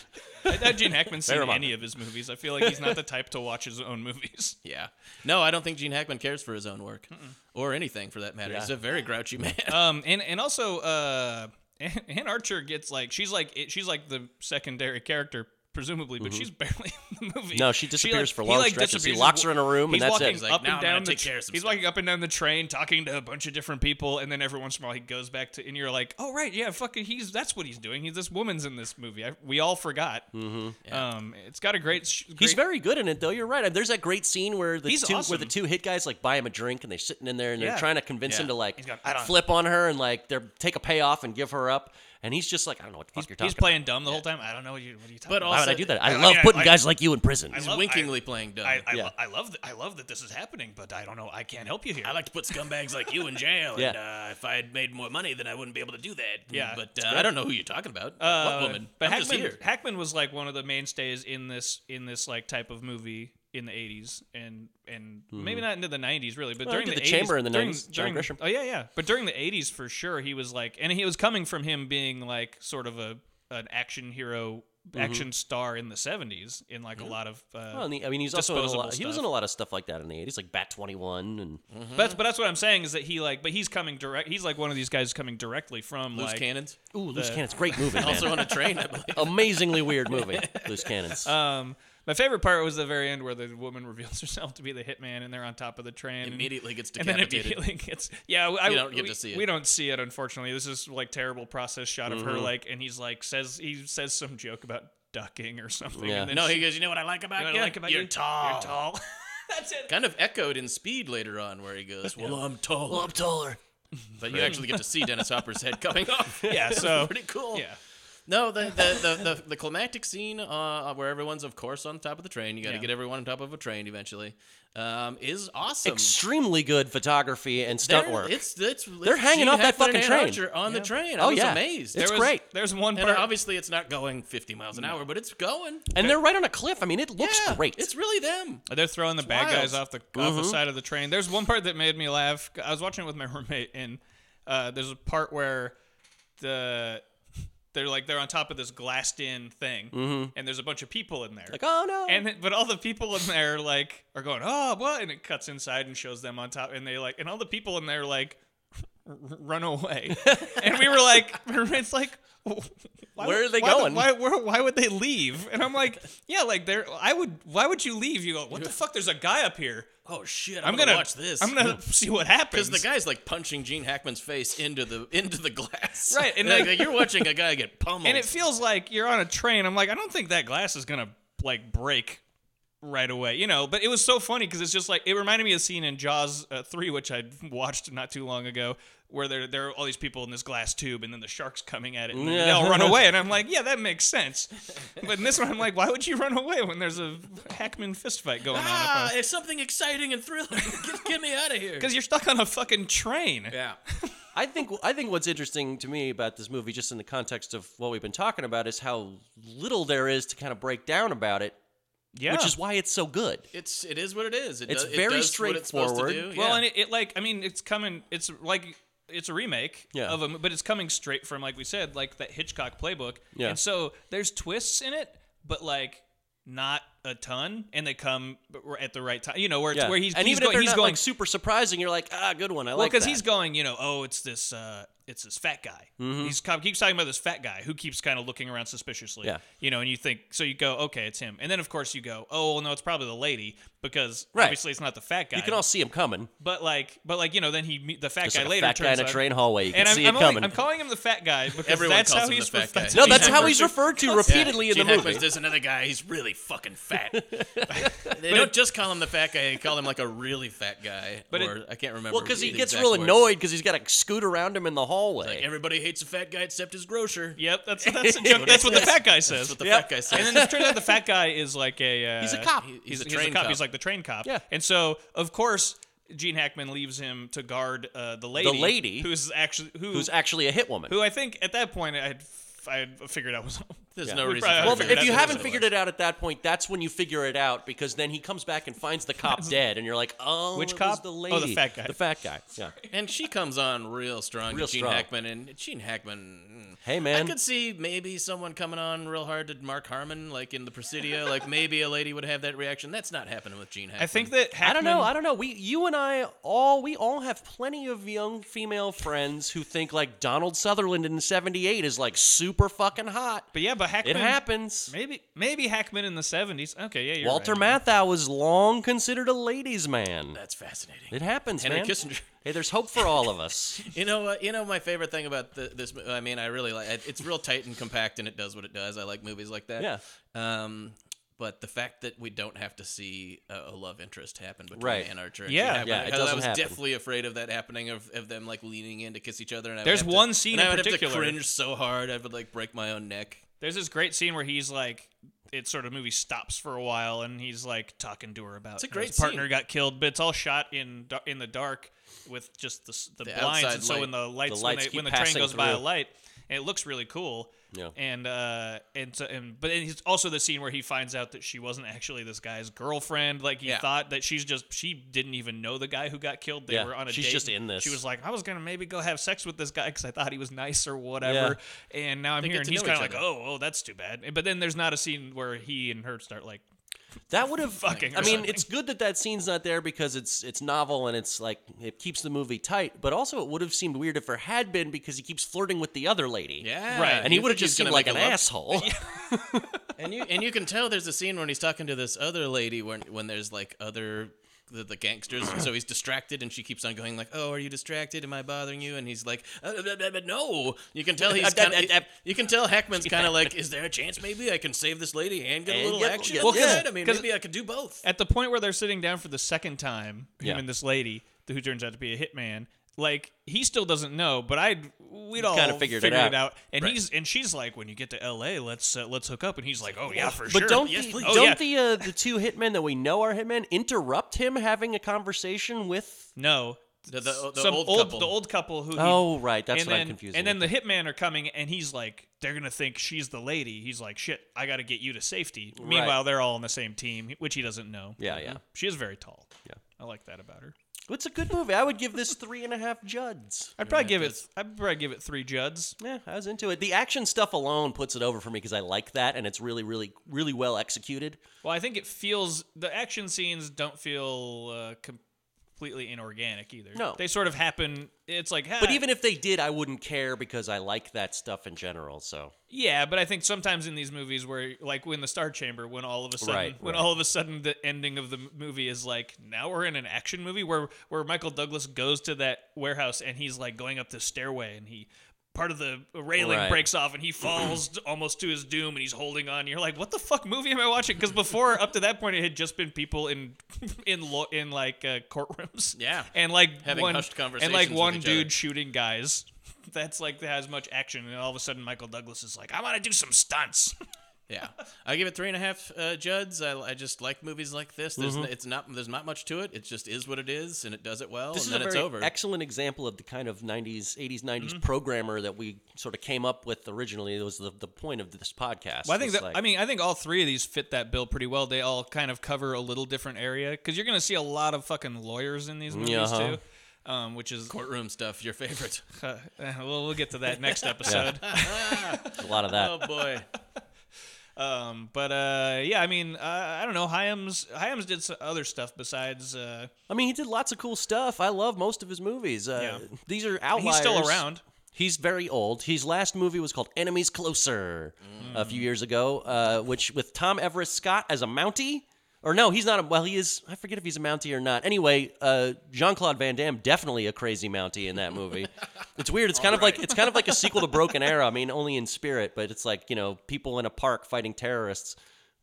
Speaker 1: I doubt Gene Hackman's seen
Speaker 2: Fairmont.
Speaker 1: any of his movies. I feel like he's not the type to watch his own movies.
Speaker 3: Yeah. No, I don't think Gene Hackman cares for his own work or anything for that matter. He's a very grouchy man.
Speaker 1: Um, and and also, uh, Ann Archer gets like she's like it, she's like the secondary character. Presumably, but she's barely in the movie.
Speaker 2: Mm-hmm. No, she disappears for long stretches. He
Speaker 1: disappears.
Speaker 2: locks her in a room, and
Speaker 1: He's
Speaker 2: that's it.
Speaker 1: walking
Speaker 2: He's
Speaker 3: like,
Speaker 1: up
Speaker 3: "Now I'm
Speaker 1: and
Speaker 3: gonna
Speaker 1: down the
Speaker 3: take care of some
Speaker 1: He's
Speaker 3: stuff."
Speaker 1: walking up and down the train, talking to a bunch of different people, and then every once in a while he goes back to, and you're like, "Oh right, yeah, fucking, he's that's what he's doing. He's this woman's in this movie. I, we all forgot. Mm-hmm. Um, it's got a great. sh- great
Speaker 2: He's very good in it, though. You're right. There's that great scene where the
Speaker 1: He's
Speaker 2: two where the
Speaker 1: awesome.
Speaker 2: two hit guys like buy him a drink, and they're sitting in there and
Speaker 1: Yeah.
Speaker 2: they're trying to convince him
Speaker 3: Yeah.
Speaker 2: to like
Speaker 1: He's got, "I don't-"
Speaker 2: flip on her and like they take a payoff and give her up. And he's just like, I don't know what the fuck you're talking.
Speaker 1: He's playing dumb the whole time. I don't know what you what are you talking
Speaker 3: But
Speaker 1: about.
Speaker 2: Why would I
Speaker 3: Also,
Speaker 2: do that? I,
Speaker 1: I- I
Speaker 2: love
Speaker 1: mean, I
Speaker 2: putting
Speaker 1: like-
Speaker 2: guys like you in prison.
Speaker 1: I
Speaker 3: He's
Speaker 1: love-
Speaker 3: winkingly playing dumb.
Speaker 1: I, I,
Speaker 2: Yeah.
Speaker 1: lo- I love th- I love that this is happening, but I don't know. I can't help you here.
Speaker 10: I like to put scumbags like you in jail.
Speaker 2: Yeah.
Speaker 10: And uh, if I had made more money, then I wouldn't be able to do that.
Speaker 1: Yeah.
Speaker 3: but uh, I don't know who you're talking about.
Speaker 1: Uh,
Speaker 3: what woman?
Speaker 1: But
Speaker 3: I'm
Speaker 1: Hackman,
Speaker 3: just here.
Speaker 1: Hackman was like one of the mainstays in this in this like type of movie in the 80s and and maybe not into the 90s really, but
Speaker 2: Well, he
Speaker 1: during
Speaker 2: did
Speaker 1: the,
Speaker 2: The Chamber
Speaker 1: 80s,
Speaker 2: in the
Speaker 1: during,
Speaker 2: 90s, John
Speaker 1: during-
Speaker 2: Grisham.
Speaker 1: Oh yeah, yeah. But during the 80s for sure, he was like, and he was coming from him being like sort of a an action hero. Action star in the '70s in like a lot of, uh,
Speaker 2: Well, and he- I mean, he's also in a lot,
Speaker 1: disposable
Speaker 2: he was
Speaker 1: stuff.
Speaker 2: in a lot of stuff like that in the '80s, like Bat Twenty One and
Speaker 1: but that's, but that's what I'm saying is that he like, but he's coming direct. He's like one of these guys coming directly from
Speaker 3: Loose
Speaker 1: like
Speaker 3: cannons.
Speaker 2: Ooh, Loose Cannons, great movie, man.
Speaker 3: Also on a train, I believe.
Speaker 2: Amazingly weird movie, Loose Cannons.
Speaker 1: Um, my favorite part was the very end where the woman reveals herself to be the hitman, and they're on top of the train.
Speaker 3: Immediately gets
Speaker 1: and, and then
Speaker 3: decapitated.
Speaker 1: immediately gets yeah. I,
Speaker 3: We don't get
Speaker 1: we-
Speaker 3: to see it.
Speaker 1: We don't see it, unfortunately. This is like terrible process shot of
Speaker 3: Mm-hmm.
Speaker 1: her, like, and he's like says he says some joke about ducking or something.
Speaker 2: Yeah.
Speaker 1: And then
Speaker 3: no,
Speaker 1: she-
Speaker 3: he
Speaker 1: you
Speaker 3: goes. You know what I like about
Speaker 1: know
Speaker 3: you?
Speaker 1: what I like about
Speaker 3: You're
Speaker 1: you?
Speaker 3: tall.
Speaker 1: You're tall. That's it.
Speaker 3: Kind of echoed in Speed later on, where he goes, "Well, I'm tall."
Speaker 2: well, I'm taller.
Speaker 3: But you actually get to see Dennis Hopper's head coming off.
Speaker 1: Yeah. So
Speaker 3: pretty cool.
Speaker 1: yeah.
Speaker 3: No, the the, the, the, the climactic scene uh, where everyone's of course on top of the train. You got to
Speaker 1: Yeah.
Speaker 3: get everyone on top of a train eventually. Um, is awesome.
Speaker 2: Extremely good photography and stunt
Speaker 3: They're-
Speaker 2: work.
Speaker 3: It's, it's,
Speaker 2: They're hanging off that fucking train.
Speaker 3: on the train. I
Speaker 2: Oh,
Speaker 3: was
Speaker 2: yeah.
Speaker 3: amazed.
Speaker 2: It's
Speaker 3: There was-
Speaker 2: great.
Speaker 1: There's one
Speaker 3: And
Speaker 1: part.
Speaker 3: obviously, it's not going 50 miles an hour, but it's going.
Speaker 2: and they're right on a cliff. I mean, it looks
Speaker 3: yeah,
Speaker 2: great.
Speaker 3: It's really them.
Speaker 1: They're throwing the bad
Speaker 3: wild.
Speaker 1: guys off the off the side of the train. There's one part that made me laugh. I was watching it with my roommate, and uh, there's a part where the They're like they're on top of this glassed-in thing, and there's a bunch of people in there.
Speaker 2: Like, oh no.
Speaker 1: and then- but all the people in there like are going, oh what? And it cuts inside and shows them on top, and they like, and all the people in there like r- run away, and we were like, it's like. why
Speaker 2: Where
Speaker 1: would-
Speaker 2: are they
Speaker 1: why would-
Speaker 2: going?
Speaker 1: Why, where, why would they leave? And I'm like, yeah, like there. I would. Why would you leave? You go. What the fuck? There's a guy up here.
Speaker 3: Oh shit!
Speaker 1: I'm, gonna,
Speaker 3: watch this.
Speaker 1: I'm gonna see what happens.
Speaker 3: because the guy's like punching Gene Hackman's face into the into the glass.
Speaker 1: Right, and
Speaker 3: and like,
Speaker 1: like-
Speaker 3: you're watching a guy get pummeled.
Speaker 1: and it feels like you're on a train. I'm like, I don't think that glass is gonna like break right away, you know. But it was so funny because it's just like it reminded me of a scene in Jaws uh, three, which I watched not too long ago, where there there are all these people in this glass tube, and then the sharks coming at it, and they all run away. And I'm like, yeah, that makes sense. But in this one, I'm like, why would you run away when there's a Hackman fistfight going on? up
Speaker 3: ah,
Speaker 1: on?
Speaker 3: it's something exciting and thrilling. get, get me out of here.
Speaker 1: Because you're stuck on a fucking train.
Speaker 3: Yeah.
Speaker 2: I think I think what's interesting to me about this movie, just in the context of what we've been talking about, is how little there is to kind of break down about it,
Speaker 1: Yeah.
Speaker 2: which is why it's so good.
Speaker 3: It's it is what it is. It
Speaker 2: It's
Speaker 3: does,
Speaker 2: very
Speaker 3: it does what it's supposed to
Speaker 2: straightforward.
Speaker 3: do.
Speaker 1: Well,
Speaker 3: Yeah.
Speaker 1: and it, it like I mean, it's coming. It's like it's a remake
Speaker 2: Yeah.
Speaker 1: of a, m- but it's coming straight from like we said, like that Hitchcock playbook.
Speaker 2: Yeah.
Speaker 1: And so there's twists in it, but like not a ton, and they come at the right time. You know where it's,
Speaker 2: Yeah.
Speaker 1: where he's
Speaker 2: and
Speaker 1: he's
Speaker 2: even
Speaker 1: going,
Speaker 2: if they're
Speaker 1: he's
Speaker 2: not
Speaker 1: going
Speaker 2: like super surprising, you're like, ah, good one. I
Speaker 1: well,
Speaker 2: like that.
Speaker 1: because he's going, you know, oh, it's this, uh, it's this fat guy.
Speaker 2: Mm-hmm.
Speaker 1: He's co- keeps talking about this fat guy who keeps kind of looking around suspiciously.
Speaker 2: Yeah.
Speaker 1: You know, and you think so. You go, okay, it's him. And then of course you go, oh, well, no, it's probably the lady because
Speaker 2: Right.
Speaker 1: obviously it's not the fat guy.
Speaker 2: you can all see him coming.
Speaker 1: But like, but like you know, then he meet the fat
Speaker 2: Just
Speaker 1: guy
Speaker 2: like a
Speaker 1: later.
Speaker 2: fat guy
Speaker 1: turns
Speaker 2: in a
Speaker 1: out-
Speaker 2: train hallway. You can
Speaker 1: and I'm,
Speaker 2: see it
Speaker 1: I'm only-
Speaker 2: coming.
Speaker 1: I'm calling him the fat guy because
Speaker 3: Everyone
Speaker 1: that's
Speaker 3: calls
Speaker 1: how
Speaker 3: him
Speaker 1: he's
Speaker 3: the fat
Speaker 1: ref-
Speaker 3: guy.
Speaker 2: no, that's
Speaker 3: Gene
Speaker 2: how he's
Speaker 3: Hackman's-
Speaker 2: referred to repeately in
Speaker 3: Gene
Speaker 2: the
Speaker 3: Hackman's
Speaker 2: movie.
Speaker 3: just another guy. He's really fucking fat. they don't just call him the fat guy. They call him like a really fat guy.
Speaker 1: But it-
Speaker 3: or I can't remember.
Speaker 2: Well, because he
Speaker 3: the
Speaker 2: gets
Speaker 3: exact
Speaker 2: real
Speaker 3: words.
Speaker 2: annoyed because he's got to scoot around him in the
Speaker 3: Like
Speaker 2: hallway.
Speaker 3: everybody hates a fat guy except his grocer.
Speaker 1: Yep, that's that's a joke. that's what the fat guy says.
Speaker 3: That's what the
Speaker 2: Yep.
Speaker 3: fat guy says.
Speaker 1: and then it turns out the fat guy is like a uh,
Speaker 2: He's a cop.
Speaker 1: He's,
Speaker 3: He's
Speaker 1: a,
Speaker 3: a
Speaker 1: he's a
Speaker 3: train
Speaker 1: cop.
Speaker 3: cop.
Speaker 1: He's like the train cop.
Speaker 2: Yeah.
Speaker 1: And so of course Gene Hackman leaves him to guard uh, the lady.
Speaker 2: lady.
Speaker 1: who's actually who,
Speaker 2: Who's actually a hit woman?
Speaker 1: who I think at that point I had f- I had figured out was
Speaker 3: There's
Speaker 2: Yeah.
Speaker 3: no
Speaker 2: We
Speaker 3: reason.
Speaker 1: probably
Speaker 3: for
Speaker 2: Well,
Speaker 1: figured
Speaker 3: it.
Speaker 2: if you
Speaker 1: out
Speaker 2: haven't
Speaker 1: that it
Speaker 2: figured it out at that point, that's when you figure it out because then he comes back and finds the cop dead, and you're like, oh,
Speaker 1: Which
Speaker 2: it was
Speaker 1: cop?
Speaker 2: The
Speaker 1: Oh, the
Speaker 2: lady,
Speaker 1: fat guy.
Speaker 2: the fat guy. Yeah.
Speaker 3: And she comes on real strong,
Speaker 2: Real
Speaker 3: to Gene
Speaker 2: strong.
Speaker 3: Hackman, and Gene Hackman. mm.
Speaker 2: Hey, man.
Speaker 3: I could see maybe someone coming on real hard to Mark Harmon, like in the Presidio. like maybe a lady would have that reaction. That's not happening with Gene Hackman.
Speaker 1: I think that
Speaker 2: I
Speaker 1: Hackman,
Speaker 2: don't know. I don't know. We, you and I, all we all have plenty of young female friends who think like Donald Sutherland in '78 is like super fucking hot.
Speaker 1: But yeah, but Hackman
Speaker 2: It happens.
Speaker 1: Maybe maybe Hackman in the '70s. Okay, yeah, you're
Speaker 2: Walter
Speaker 1: right.
Speaker 2: Matthau was long considered a ladies' man.
Speaker 3: that's fascinating.
Speaker 2: It happens,
Speaker 3: Henry
Speaker 2: man.
Speaker 3: Kissinger.
Speaker 2: Hey, there's hope for all of us.
Speaker 3: You know, uh, you know, my favorite thing about the, this, mo- I mean, I really like it. It's real tight and compact, and it does what it does. I like movies like that.
Speaker 2: Yeah.
Speaker 3: Um, but the fact that we don't have to see a, a love interest happen between
Speaker 2: Right.
Speaker 3: Ann Archer and
Speaker 1: Yeah.
Speaker 3: Gene Hackman,
Speaker 2: Yeah, it
Speaker 3: because I
Speaker 2: doesn't
Speaker 3: was
Speaker 2: happen.
Speaker 3: definitely afraid of that happening, of, of them like leaning in to kiss each other. And I would
Speaker 1: There's
Speaker 3: have to-
Speaker 1: one scene
Speaker 3: and
Speaker 1: in
Speaker 3: I would
Speaker 1: particular.
Speaker 3: Have to cringe so hard, I would like break my own neck.
Speaker 1: There's this great scene where he's like, it sort of movie stops for a while, and he's like talking to her about
Speaker 3: It's a
Speaker 1: how
Speaker 3: great
Speaker 1: his partner
Speaker 3: scene.
Speaker 1: got killed, but it's all shot in da- in the dark with just the s- the,
Speaker 3: The
Speaker 1: blinds,
Speaker 3: outside
Speaker 1: and so
Speaker 3: light.
Speaker 1: when the lights,
Speaker 2: lights
Speaker 1: when, they,
Speaker 2: keep
Speaker 1: when the train
Speaker 2: passing
Speaker 1: goes by a
Speaker 2: through.
Speaker 1: light, and it looks really cool.
Speaker 2: Yeah.
Speaker 1: And uh and so and but it's also the scene where he finds out that she wasn't actually this guy's girlfriend. Like he
Speaker 3: Yeah.
Speaker 1: thought that she's just she didn't even know the guy who got killed. They
Speaker 2: Yeah,
Speaker 1: were on a
Speaker 2: she's
Speaker 1: date.
Speaker 2: just
Speaker 1: and
Speaker 2: in this.
Speaker 1: She was like, I was gonna maybe go have sex with this guy because I thought he was nice or whatever. And now I'm
Speaker 3: They
Speaker 1: here,
Speaker 3: get
Speaker 1: and
Speaker 3: to
Speaker 1: he's
Speaker 3: know
Speaker 1: kind
Speaker 3: each
Speaker 1: of like,
Speaker 3: other.
Speaker 1: oh, oh, that's too bad. And- But then there's not a scene where he and her start like,
Speaker 2: That would have
Speaker 1: Fucking
Speaker 2: I mean,
Speaker 1: something.
Speaker 2: it's good that that scene's not there because it's it's novel and it's like it keeps the movie tight. But also, it would have seemed weird if there had been because he keeps flirting with the other lady.
Speaker 3: Yeah.
Speaker 1: Right.
Speaker 2: and he
Speaker 3: You
Speaker 2: would have
Speaker 3: think he's
Speaker 2: just seemed
Speaker 3: gonna
Speaker 2: like
Speaker 3: make
Speaker 2: an
Speaker 3: a love-
Speaker 2: asshole.
Speaker 3: and you and you can tell there's a scene when he's talking to this other lady when when there's like other the, the gangsters so he's distracted and she keeps on going like oh are you distracted am i bothering you and he's like uh, uh, uh, uh, no you can tell he's kind of you can tell heckman's kind of like is there a chance maybe i can save this lady and get
Speaker 2: And
Speaker 3: a little
Speaker 2: get-
Speaker 3: action
Speaker 2: get-
Speaker 3: out of
Speaker 2: yeah.
Speaker 3: it? i mean
Speaker 1: 'Cause-
Speaker 3: maybe i could do both
Speaker 1: at the point where they're sitting down for the second time, him
Speaker 2: Yeah.
Speaker 1: and this lady who turns out to be a hitman, like he still doesn't know, but I would we'd all
Speaker 2: kinda figured it out.
Speaker 1: And he's and she's like, when you get to L.A., let's uh, let's hook up. And he's like, oh yeah, for
Speaker 2: but
Speaker 1: sure.
Speaker 2: don't
Speaker 1: yes,
Speaker 2: the,
Speaker 1: please."
Speaker 2: don't
Speaker 1: Oh, yeah.
Speaker 2: the uh, the two hitmen that we know are hitmen interrupt him having a conversation with?
Speaker 1: no.
Speaker 3: the, the, the
Speaker 1: Some
Speaker 3: old, couple
Speaker 1: the old couple who he-
Speaker 2: Oh, right, that's
Speaker 1: and
Speaker 2: what
Speaker 1: then,
Speaker 2: I'm confusing.
Speaker 1: And then
Speaker 2: with.
Speaker 1: the hitman are coming, and he's like, "They're gonna think she's the lady." He's like, "Shit, I gotta get you to safety." Meanwhile, they're all on the same team, which he doesn't know. Mm-hmm.
Speaker 2: Yeah, yeah.
Speaker 1: She is very tall.
Speaker 2: Yeah.
Speaker 1: I like that about her.
Speaker 2: It's a good movie. I would give this three and a half Juds.
Speaker 1: I'd probably give it. I'd probably give it three Juds.
Speaker 2: Yeah, I was into it. The action stuff alone puts it over for me because I like that, and it's really, really, really well executed.
Speaker 1: Well, I think it feels the action scenes don't feel uh, completely inorganic either.
Speaker 2: No.
Speaker 1: they sort of happen. It's like,
Speaker 2: But
Speaker 1: "Ah."
Speaker 2: even if they did, I wouldn't care because I like that stuff in general. So
Speaker 1: yeah, but I think sometimes in these movies where, like, when the Star Chamber, when all of a sudden,
Speaker 2: Right,
Speaker 1: when
Speaker 2: right.
Speaker 1: all of a sudden the ending of the m- movie is like, now we're in an action movie where where Michael Douglas goes to that warehouse and he's like going up the stairway and he. Part of the railing
Speaker 2: Right.
Speaker 1: breaks off and he falls t- almost to his doom and he's holding on. You're like, what the fuck movie am I watching? Because before, up to that point, it had just been people in in lo- in like uh, courtrooms.
Speaker 3: Yeah.
Speaker 1: and like
Speaker 3: Having
Speaker 1: one,
Speaker 3: hushed
Speaker 1: and
Speaker 3: conversations
Speaker 1: like
Speaker 3: with
Speaker 1: one
Speaker 3: each
Speaker 1: dude
Speaker 3: other.
Speaker 1: shooting guys. That's like that has much action, and all of a sudden Michael Douglas is like, "I want to do some stunts."
Speaker 3: Yeah, I give it three and a half uh, Juds. I, I just like movies like this. There's
Speaker 2: Mm-hmm.
Speaker 3: n- it's not there's not much to it. It just is what it is, and it does it well,
Speaker 2: this
Speaker 3: and
Speaker 2: is a
Speaker 3: then
Speaker 2: very
Speaker 3: it's over.
Speaker 2: excellent example of the kind of '90s, '80s, '90s
Speaker 1: Mm-hmm.
Speaker 2: programmer that we sort of came up with originally. It was the, the point of this podcast.
Speaker 1: Well, I think
Speaker 2: It's
Speaker 1: that
Speaker 2: like-
Speaker 1: I mean I think all three of these fit that bill pretty well. They all kind of cover a little different area because you're gonna see a lot of fucking lawyers in these movies
Speaker 2: uh-huh.
Speaker 1: too, um, which is
Speaker 3: courtroom stuff. Your favorite?
Speaker 1: uh, well we'll get to that next episode.
Speaker 2: a lot of that.
Speaker 3: Oh boy,
Speaker 1: Um, but uh, yeah, I mean uh, I don't know. Hyams Hyams did some other stuff besides. Uh,
Speaker 2: I mean, he did lots of cool stuff. I love most of his movies. Uh,
Speaker 1: Yeah.
Speaker 2: These are outliers.
Speaker 1: he's still around.
Speaker 2: He's very old. His last movie was called Enemies Closer a few years ago, uh, which with Tom Everest Scott as a Mountie. Or no, he's not. A, well, he is. I forget if he's a Mountie or not. Anyway, uh, Jean Claude Van Damme definitely a crazy Mountie in that movie. it's weird. It's kind of like it's kind of like a sequel to Broken Arrow. I mean, only in spirit, but it's like you know people in a park fighting terrorists.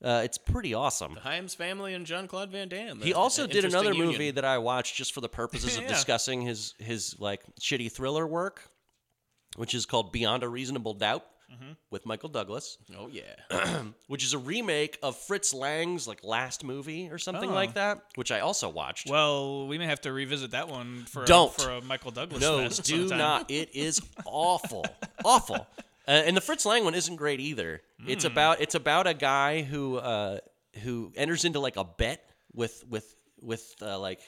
Speaker 2: Uh, it's pretty awesome.
Speaker 3: Hyams family and Jean Claude Van Damme.
Speaker 2: He
Speaker 3: An
Speaker 2: also did
Speaker 3: interesting
Speaker 2: another
Speaker 3: union.
Speaker 2: movie that I watched just for the purposes of
Speaker 1: Yeah.
Speaker 2: discussing his his like shitty thriller work, which is called Beyond a Reasonable Doubt with Michael Douglas,
Speaker 3: Mm-hmm. Oh yeah,
Speaker 2: which is a remake of Fritz Lang's like last movie or something
Speaker 3: Oh.
Speaker 2: like that, which I also watched.
Speaker 1: Well, we may have to revisit that one for
Speaker 2: Don't.
Speaker 1: a, for a Michael Douglas.
Speaker 2: no,
Speaker 1: fest
Speaker 2: do
Speaker 1: sometime.
Speaker 2: not. It is awful, awful. Uh, and the Fritz Lang one isn't great either. It's about it's about a guy who uh, who enters into like a bet with with with uh, like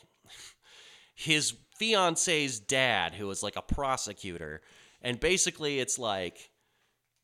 Speaker 2: his fiance's dad, who is like a prosecutor, and basically it's like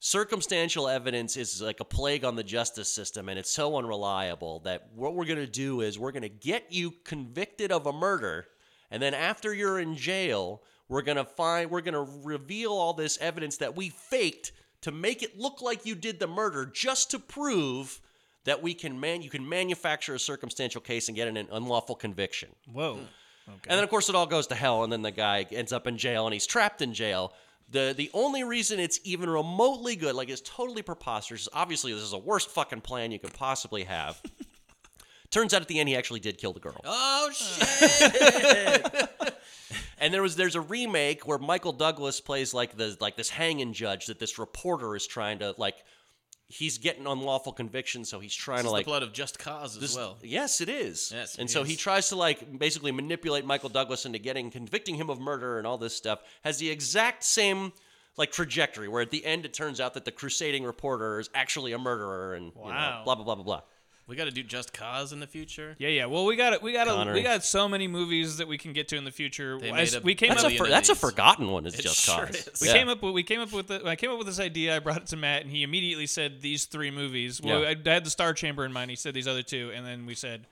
Speaker 2: circumstantial evidence is like a plague on the justice system and it's so unreliable that what we're going to do is we're going to get you convicted of a murder and then after you're in jail we're going to find we're going to reveal all this evidence that we faked to make it look like you did the murder just to prove that we can man you can manufacture a circumstantial case and get an unlawful conviction
Speaker 1: Whoa.
Speaker 2: and then of course it all goes to hell, and then the guy ends up in jail, and he's trapped in jail. The the only reason it's even remotely good, like it's totally preposterous. is Obviously, this is the worst fucking plan you could possibly have. Turns out at the end he actually did kill the girl.
Speaker 3: oh shit.
Speaker 2: And there was there's a remake where Michael Douglas plays like the like this hanging judge that this reporter is trying to like he's getting unlawful convictions, so he's trying to
Speaker 3: the
Speaker 2: like
Speaker 3: blood of Just Cause as well.
Speaker 2: Yes, it is.
Speaker 3: Yes,
Speaker 2: and
Speaker 3: it
Speaker 2: so he
Speaker 3: is.
Speaker 2: tries to like basically manipulate Michael Douglas into getting convicting him of murder and all this stuff. Has the exact same like trajectory where at the end it turns out that the crusading reporter is actually a murderer and you know,
Speaker 1: Wow.
Speaker 2: blah blah blah blah blah.
Speaker 3: We got to do Just Cause in the future.
Speaker 1: Yeah, yeah. Well, we got we got a,
Speaker 2: Connery.
Speaker 1: we got so many movies that we can get to in the future.
Speaker 3: They
Speaker 1: As-
Speaker 3: made a
Speaker 1: we came
Speaker 2: That's
Speaker 1: up
Speaker 2: a
Speaker 3: million
Speaker 2: for,
Speaker 3: of
Speaker 2: that's a
Speaker 3: these.
Speaker 2: forgotten one. Is just
Speaker 3: sure
Speaker 2: cause.
Speaker 3: is.
Speaker 1: we
Speaker 2: Yeah.
Speaker 1: came up with we came up with the, I came up with this idea. I brought it to Matt, and he immediately said these three movies. Well,
Speaker 2: Yeah.
Speaker 1: I, I had the Star Chamber in mind. He said these other two, and then we said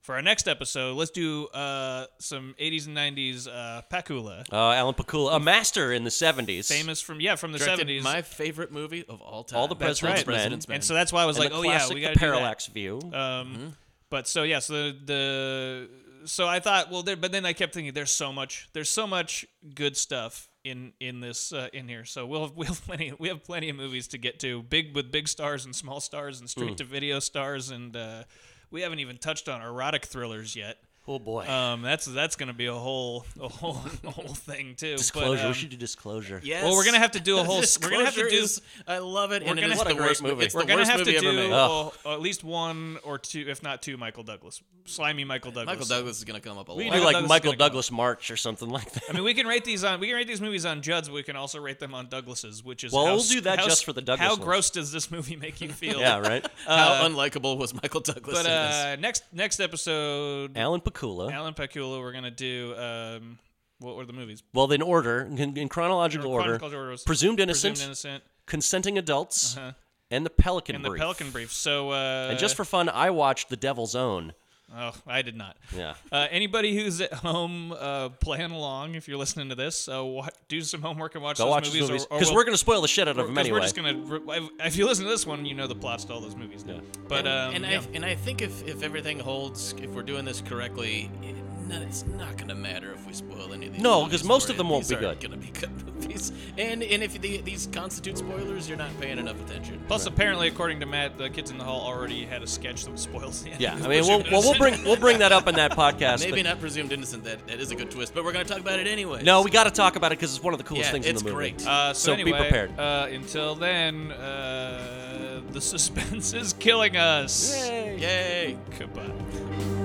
Speaker 1: for our next episode, let's do uh, some 80s and 90s uh, Pakula,
Speaker 2: Uh, Alan Pakula, a master in the seventies.
Speaker 1: famous from yeah from the
Speaker 3: Directed
Speaker 1: 70s.
Speaker 3: my favorite movie of all time.
Speaker 2: All the
Speaker 1: That's right.
Speaker 2: President's Men.
Speaker 3: President's Men.
Speaker 1: and so that's why I was
Speaker 2: And
Speaker 1: like,
Speaker 2: the
Speaker 1: oh
Speaker 2: classic,
Speaker 1: yeah, we got
Speaker 2: the
Speaker 1: to do that.
Speaker 2: parallax view.
Speaker 1: Um, But so yeah, so the, the so I thought well, there, but then I kept thinking there's so much there's so much good stuff in in this uh, in here. So we'll we'll have plenty we have plenty of movies to get to big with big stars and small stars and straight to video stars and uh, we haven't even touched on erotic thrillers yet.
Speaker 2: oh boy.
Speaker 1: Um, that's that's gonna be a whole a whole a whole thing too. But,
Speaker 2: disclosure.
Speaker 1: um,
Speaker 2: we should do disclosure.
Speaker 3: Yes.
Speaker 1: well, we're gonna have to do a whole. s- we're gonna have to
Speaker 3: Disclosure
Speaker 1: do.
Speaker 3: is- I love it. and
Speaker 1: gonna-
Speaker 3: it is
Speaker 1: What a
Speaker 3: the
Speaker 2: great
Speaker 3: worst mo-
Speaker 2: movie.
Speaker 3: It's
Speaker 1: We're
Speaker 3: the
Speaker 1: gonna
Speaker 3: worst
Speaker 1: have
Speaker 3: movie
Speaker 1: to
Speaker 3: ever
Speaker 1: do
Speaker 2: Oh.
Speaker 3: made.
Speaker 1: a- at least one or two, if not two, Michael Douglas, slimy Michael Douglas.
Speaker 3: Michael Douglas is gonna come up a
Speaker 2: We
Speaker 3: lot.
Speaker 2: do like
Speaker 1: Douglas is
Speaker 2: Michael
Speaker 1: gonna come up.
Speaker 2: Douglas March or something like that.
Speaker 1: I mean, we can rate these on we can rate these movies on Judd's, but we can also rate them on Douglas's, which is
Speaker 2: Well,
Speaker 1: how,
Speaker 2: we'll
Speaker 1: s-
Speaker 2: do that
Speaker 1: how
Speaker 2: just
Speaker 1: s-
Speaker 2: for the Douglas
Speaker 1: How
Speaker 2: ones.
Speaker 1: gross does this movie make you feel? Um,
Speaker 2: yeah, right.
Speaker 3: How unlikable was Michael Douglas?
Speaker 1: But
Speaker 3: in this?
Speaker 1: uh, next next episode,
Speaker 2: Alan Pakula.
Speaker 1: Alan Pakula, we're gonna do. Um, what were the movies?
Speaker 2: Well, in order, in, in chronological order,
Speaker 1: Chronicles order was
Speaker 2: presumed innocent,
Speaker 1: Presumed innocent.
Speaker 2: consenting adults,
Speaker 1: Uh-huh.
Speaker 2: and the Pelican
Speaker 1: And
Speaker 2: Brief.
Speaker 1: the Pelican Brief. So. Uh,
Speaker 2: And just for fun, I watched The Devil's Own.
Speaker 1: Oh, I did not.
Speaker 2: Yeah.
Speaker 1: Uh, anybody who's at home uh, playing along, if you're listening to this, uh, wa- do some homework and watch
Speaker 2: Go
Speaker 1: those
Speaker 2: watch
Speaker 1: movies.
Speaker 2: these movies
Speaker 1: or- or
Speaker 2: because
Speaker 1: we'll-
Speaker 2: we're going to spoil the shit out of them
Speaker 1: 'cause
Speaker 2: anyway.
Speaker 1: We're just gonna. Re- if you listen to this one, you know the plots to all those movies. now. But um,
Speaker 3: and
Speaker 1: yeah.
Speaker 3: I and I think if, if everything holds, if we're doing this correctly, it, none, it's not gonna matter if we spoil any of these.
Speaker 2: No,
Speaker 3: movies
Speaker 2: 'cause most
Speaker 3: for
Speaker 2: of them
Speaker 3: you.
Speaker 2: won't
Speaker 3: These
Speaker 2: be
Speaker 3: aren't
Speaker 2: good.
Speaker 3: Gonna be good movies. And and if the, these constitute spoilers, you're not paying enough attention.
Speaker 1: plus, apparently, according to Matt, the kids in the hall already had a sketch that spoils the end.
Speaker 2: yeah,
Speaker 1: of
Speaker 2: I mean, we'll,
Speaker 1: Presumed
Speaker 2: well, we'll
Speaker 1: Innocent.
Speaker 2: bring we'll bring that up in that podcast.
Speaker 3: maybe
Speaker 2: but-
Speaker 3: not presumed innocent. That that is a good twist, but we're gonna talk about it anyway.
Speaker 2: No, we got to talk about it because it's one of the coolest
Speaker 3: Yeah,
Speaker 2: things
Speaker 3: it's
Speaker 2: in the movie.
Speaker 3: great.
Speaker 1: Uh, so
Speaker 2: So be
Speaker 1: anyway,
Speaker 2: prepared.
Speaker 1: Uh, until then, uh, the suspense is killing us.
Speaker 3: Yay.
Speaker 1: Goodbye.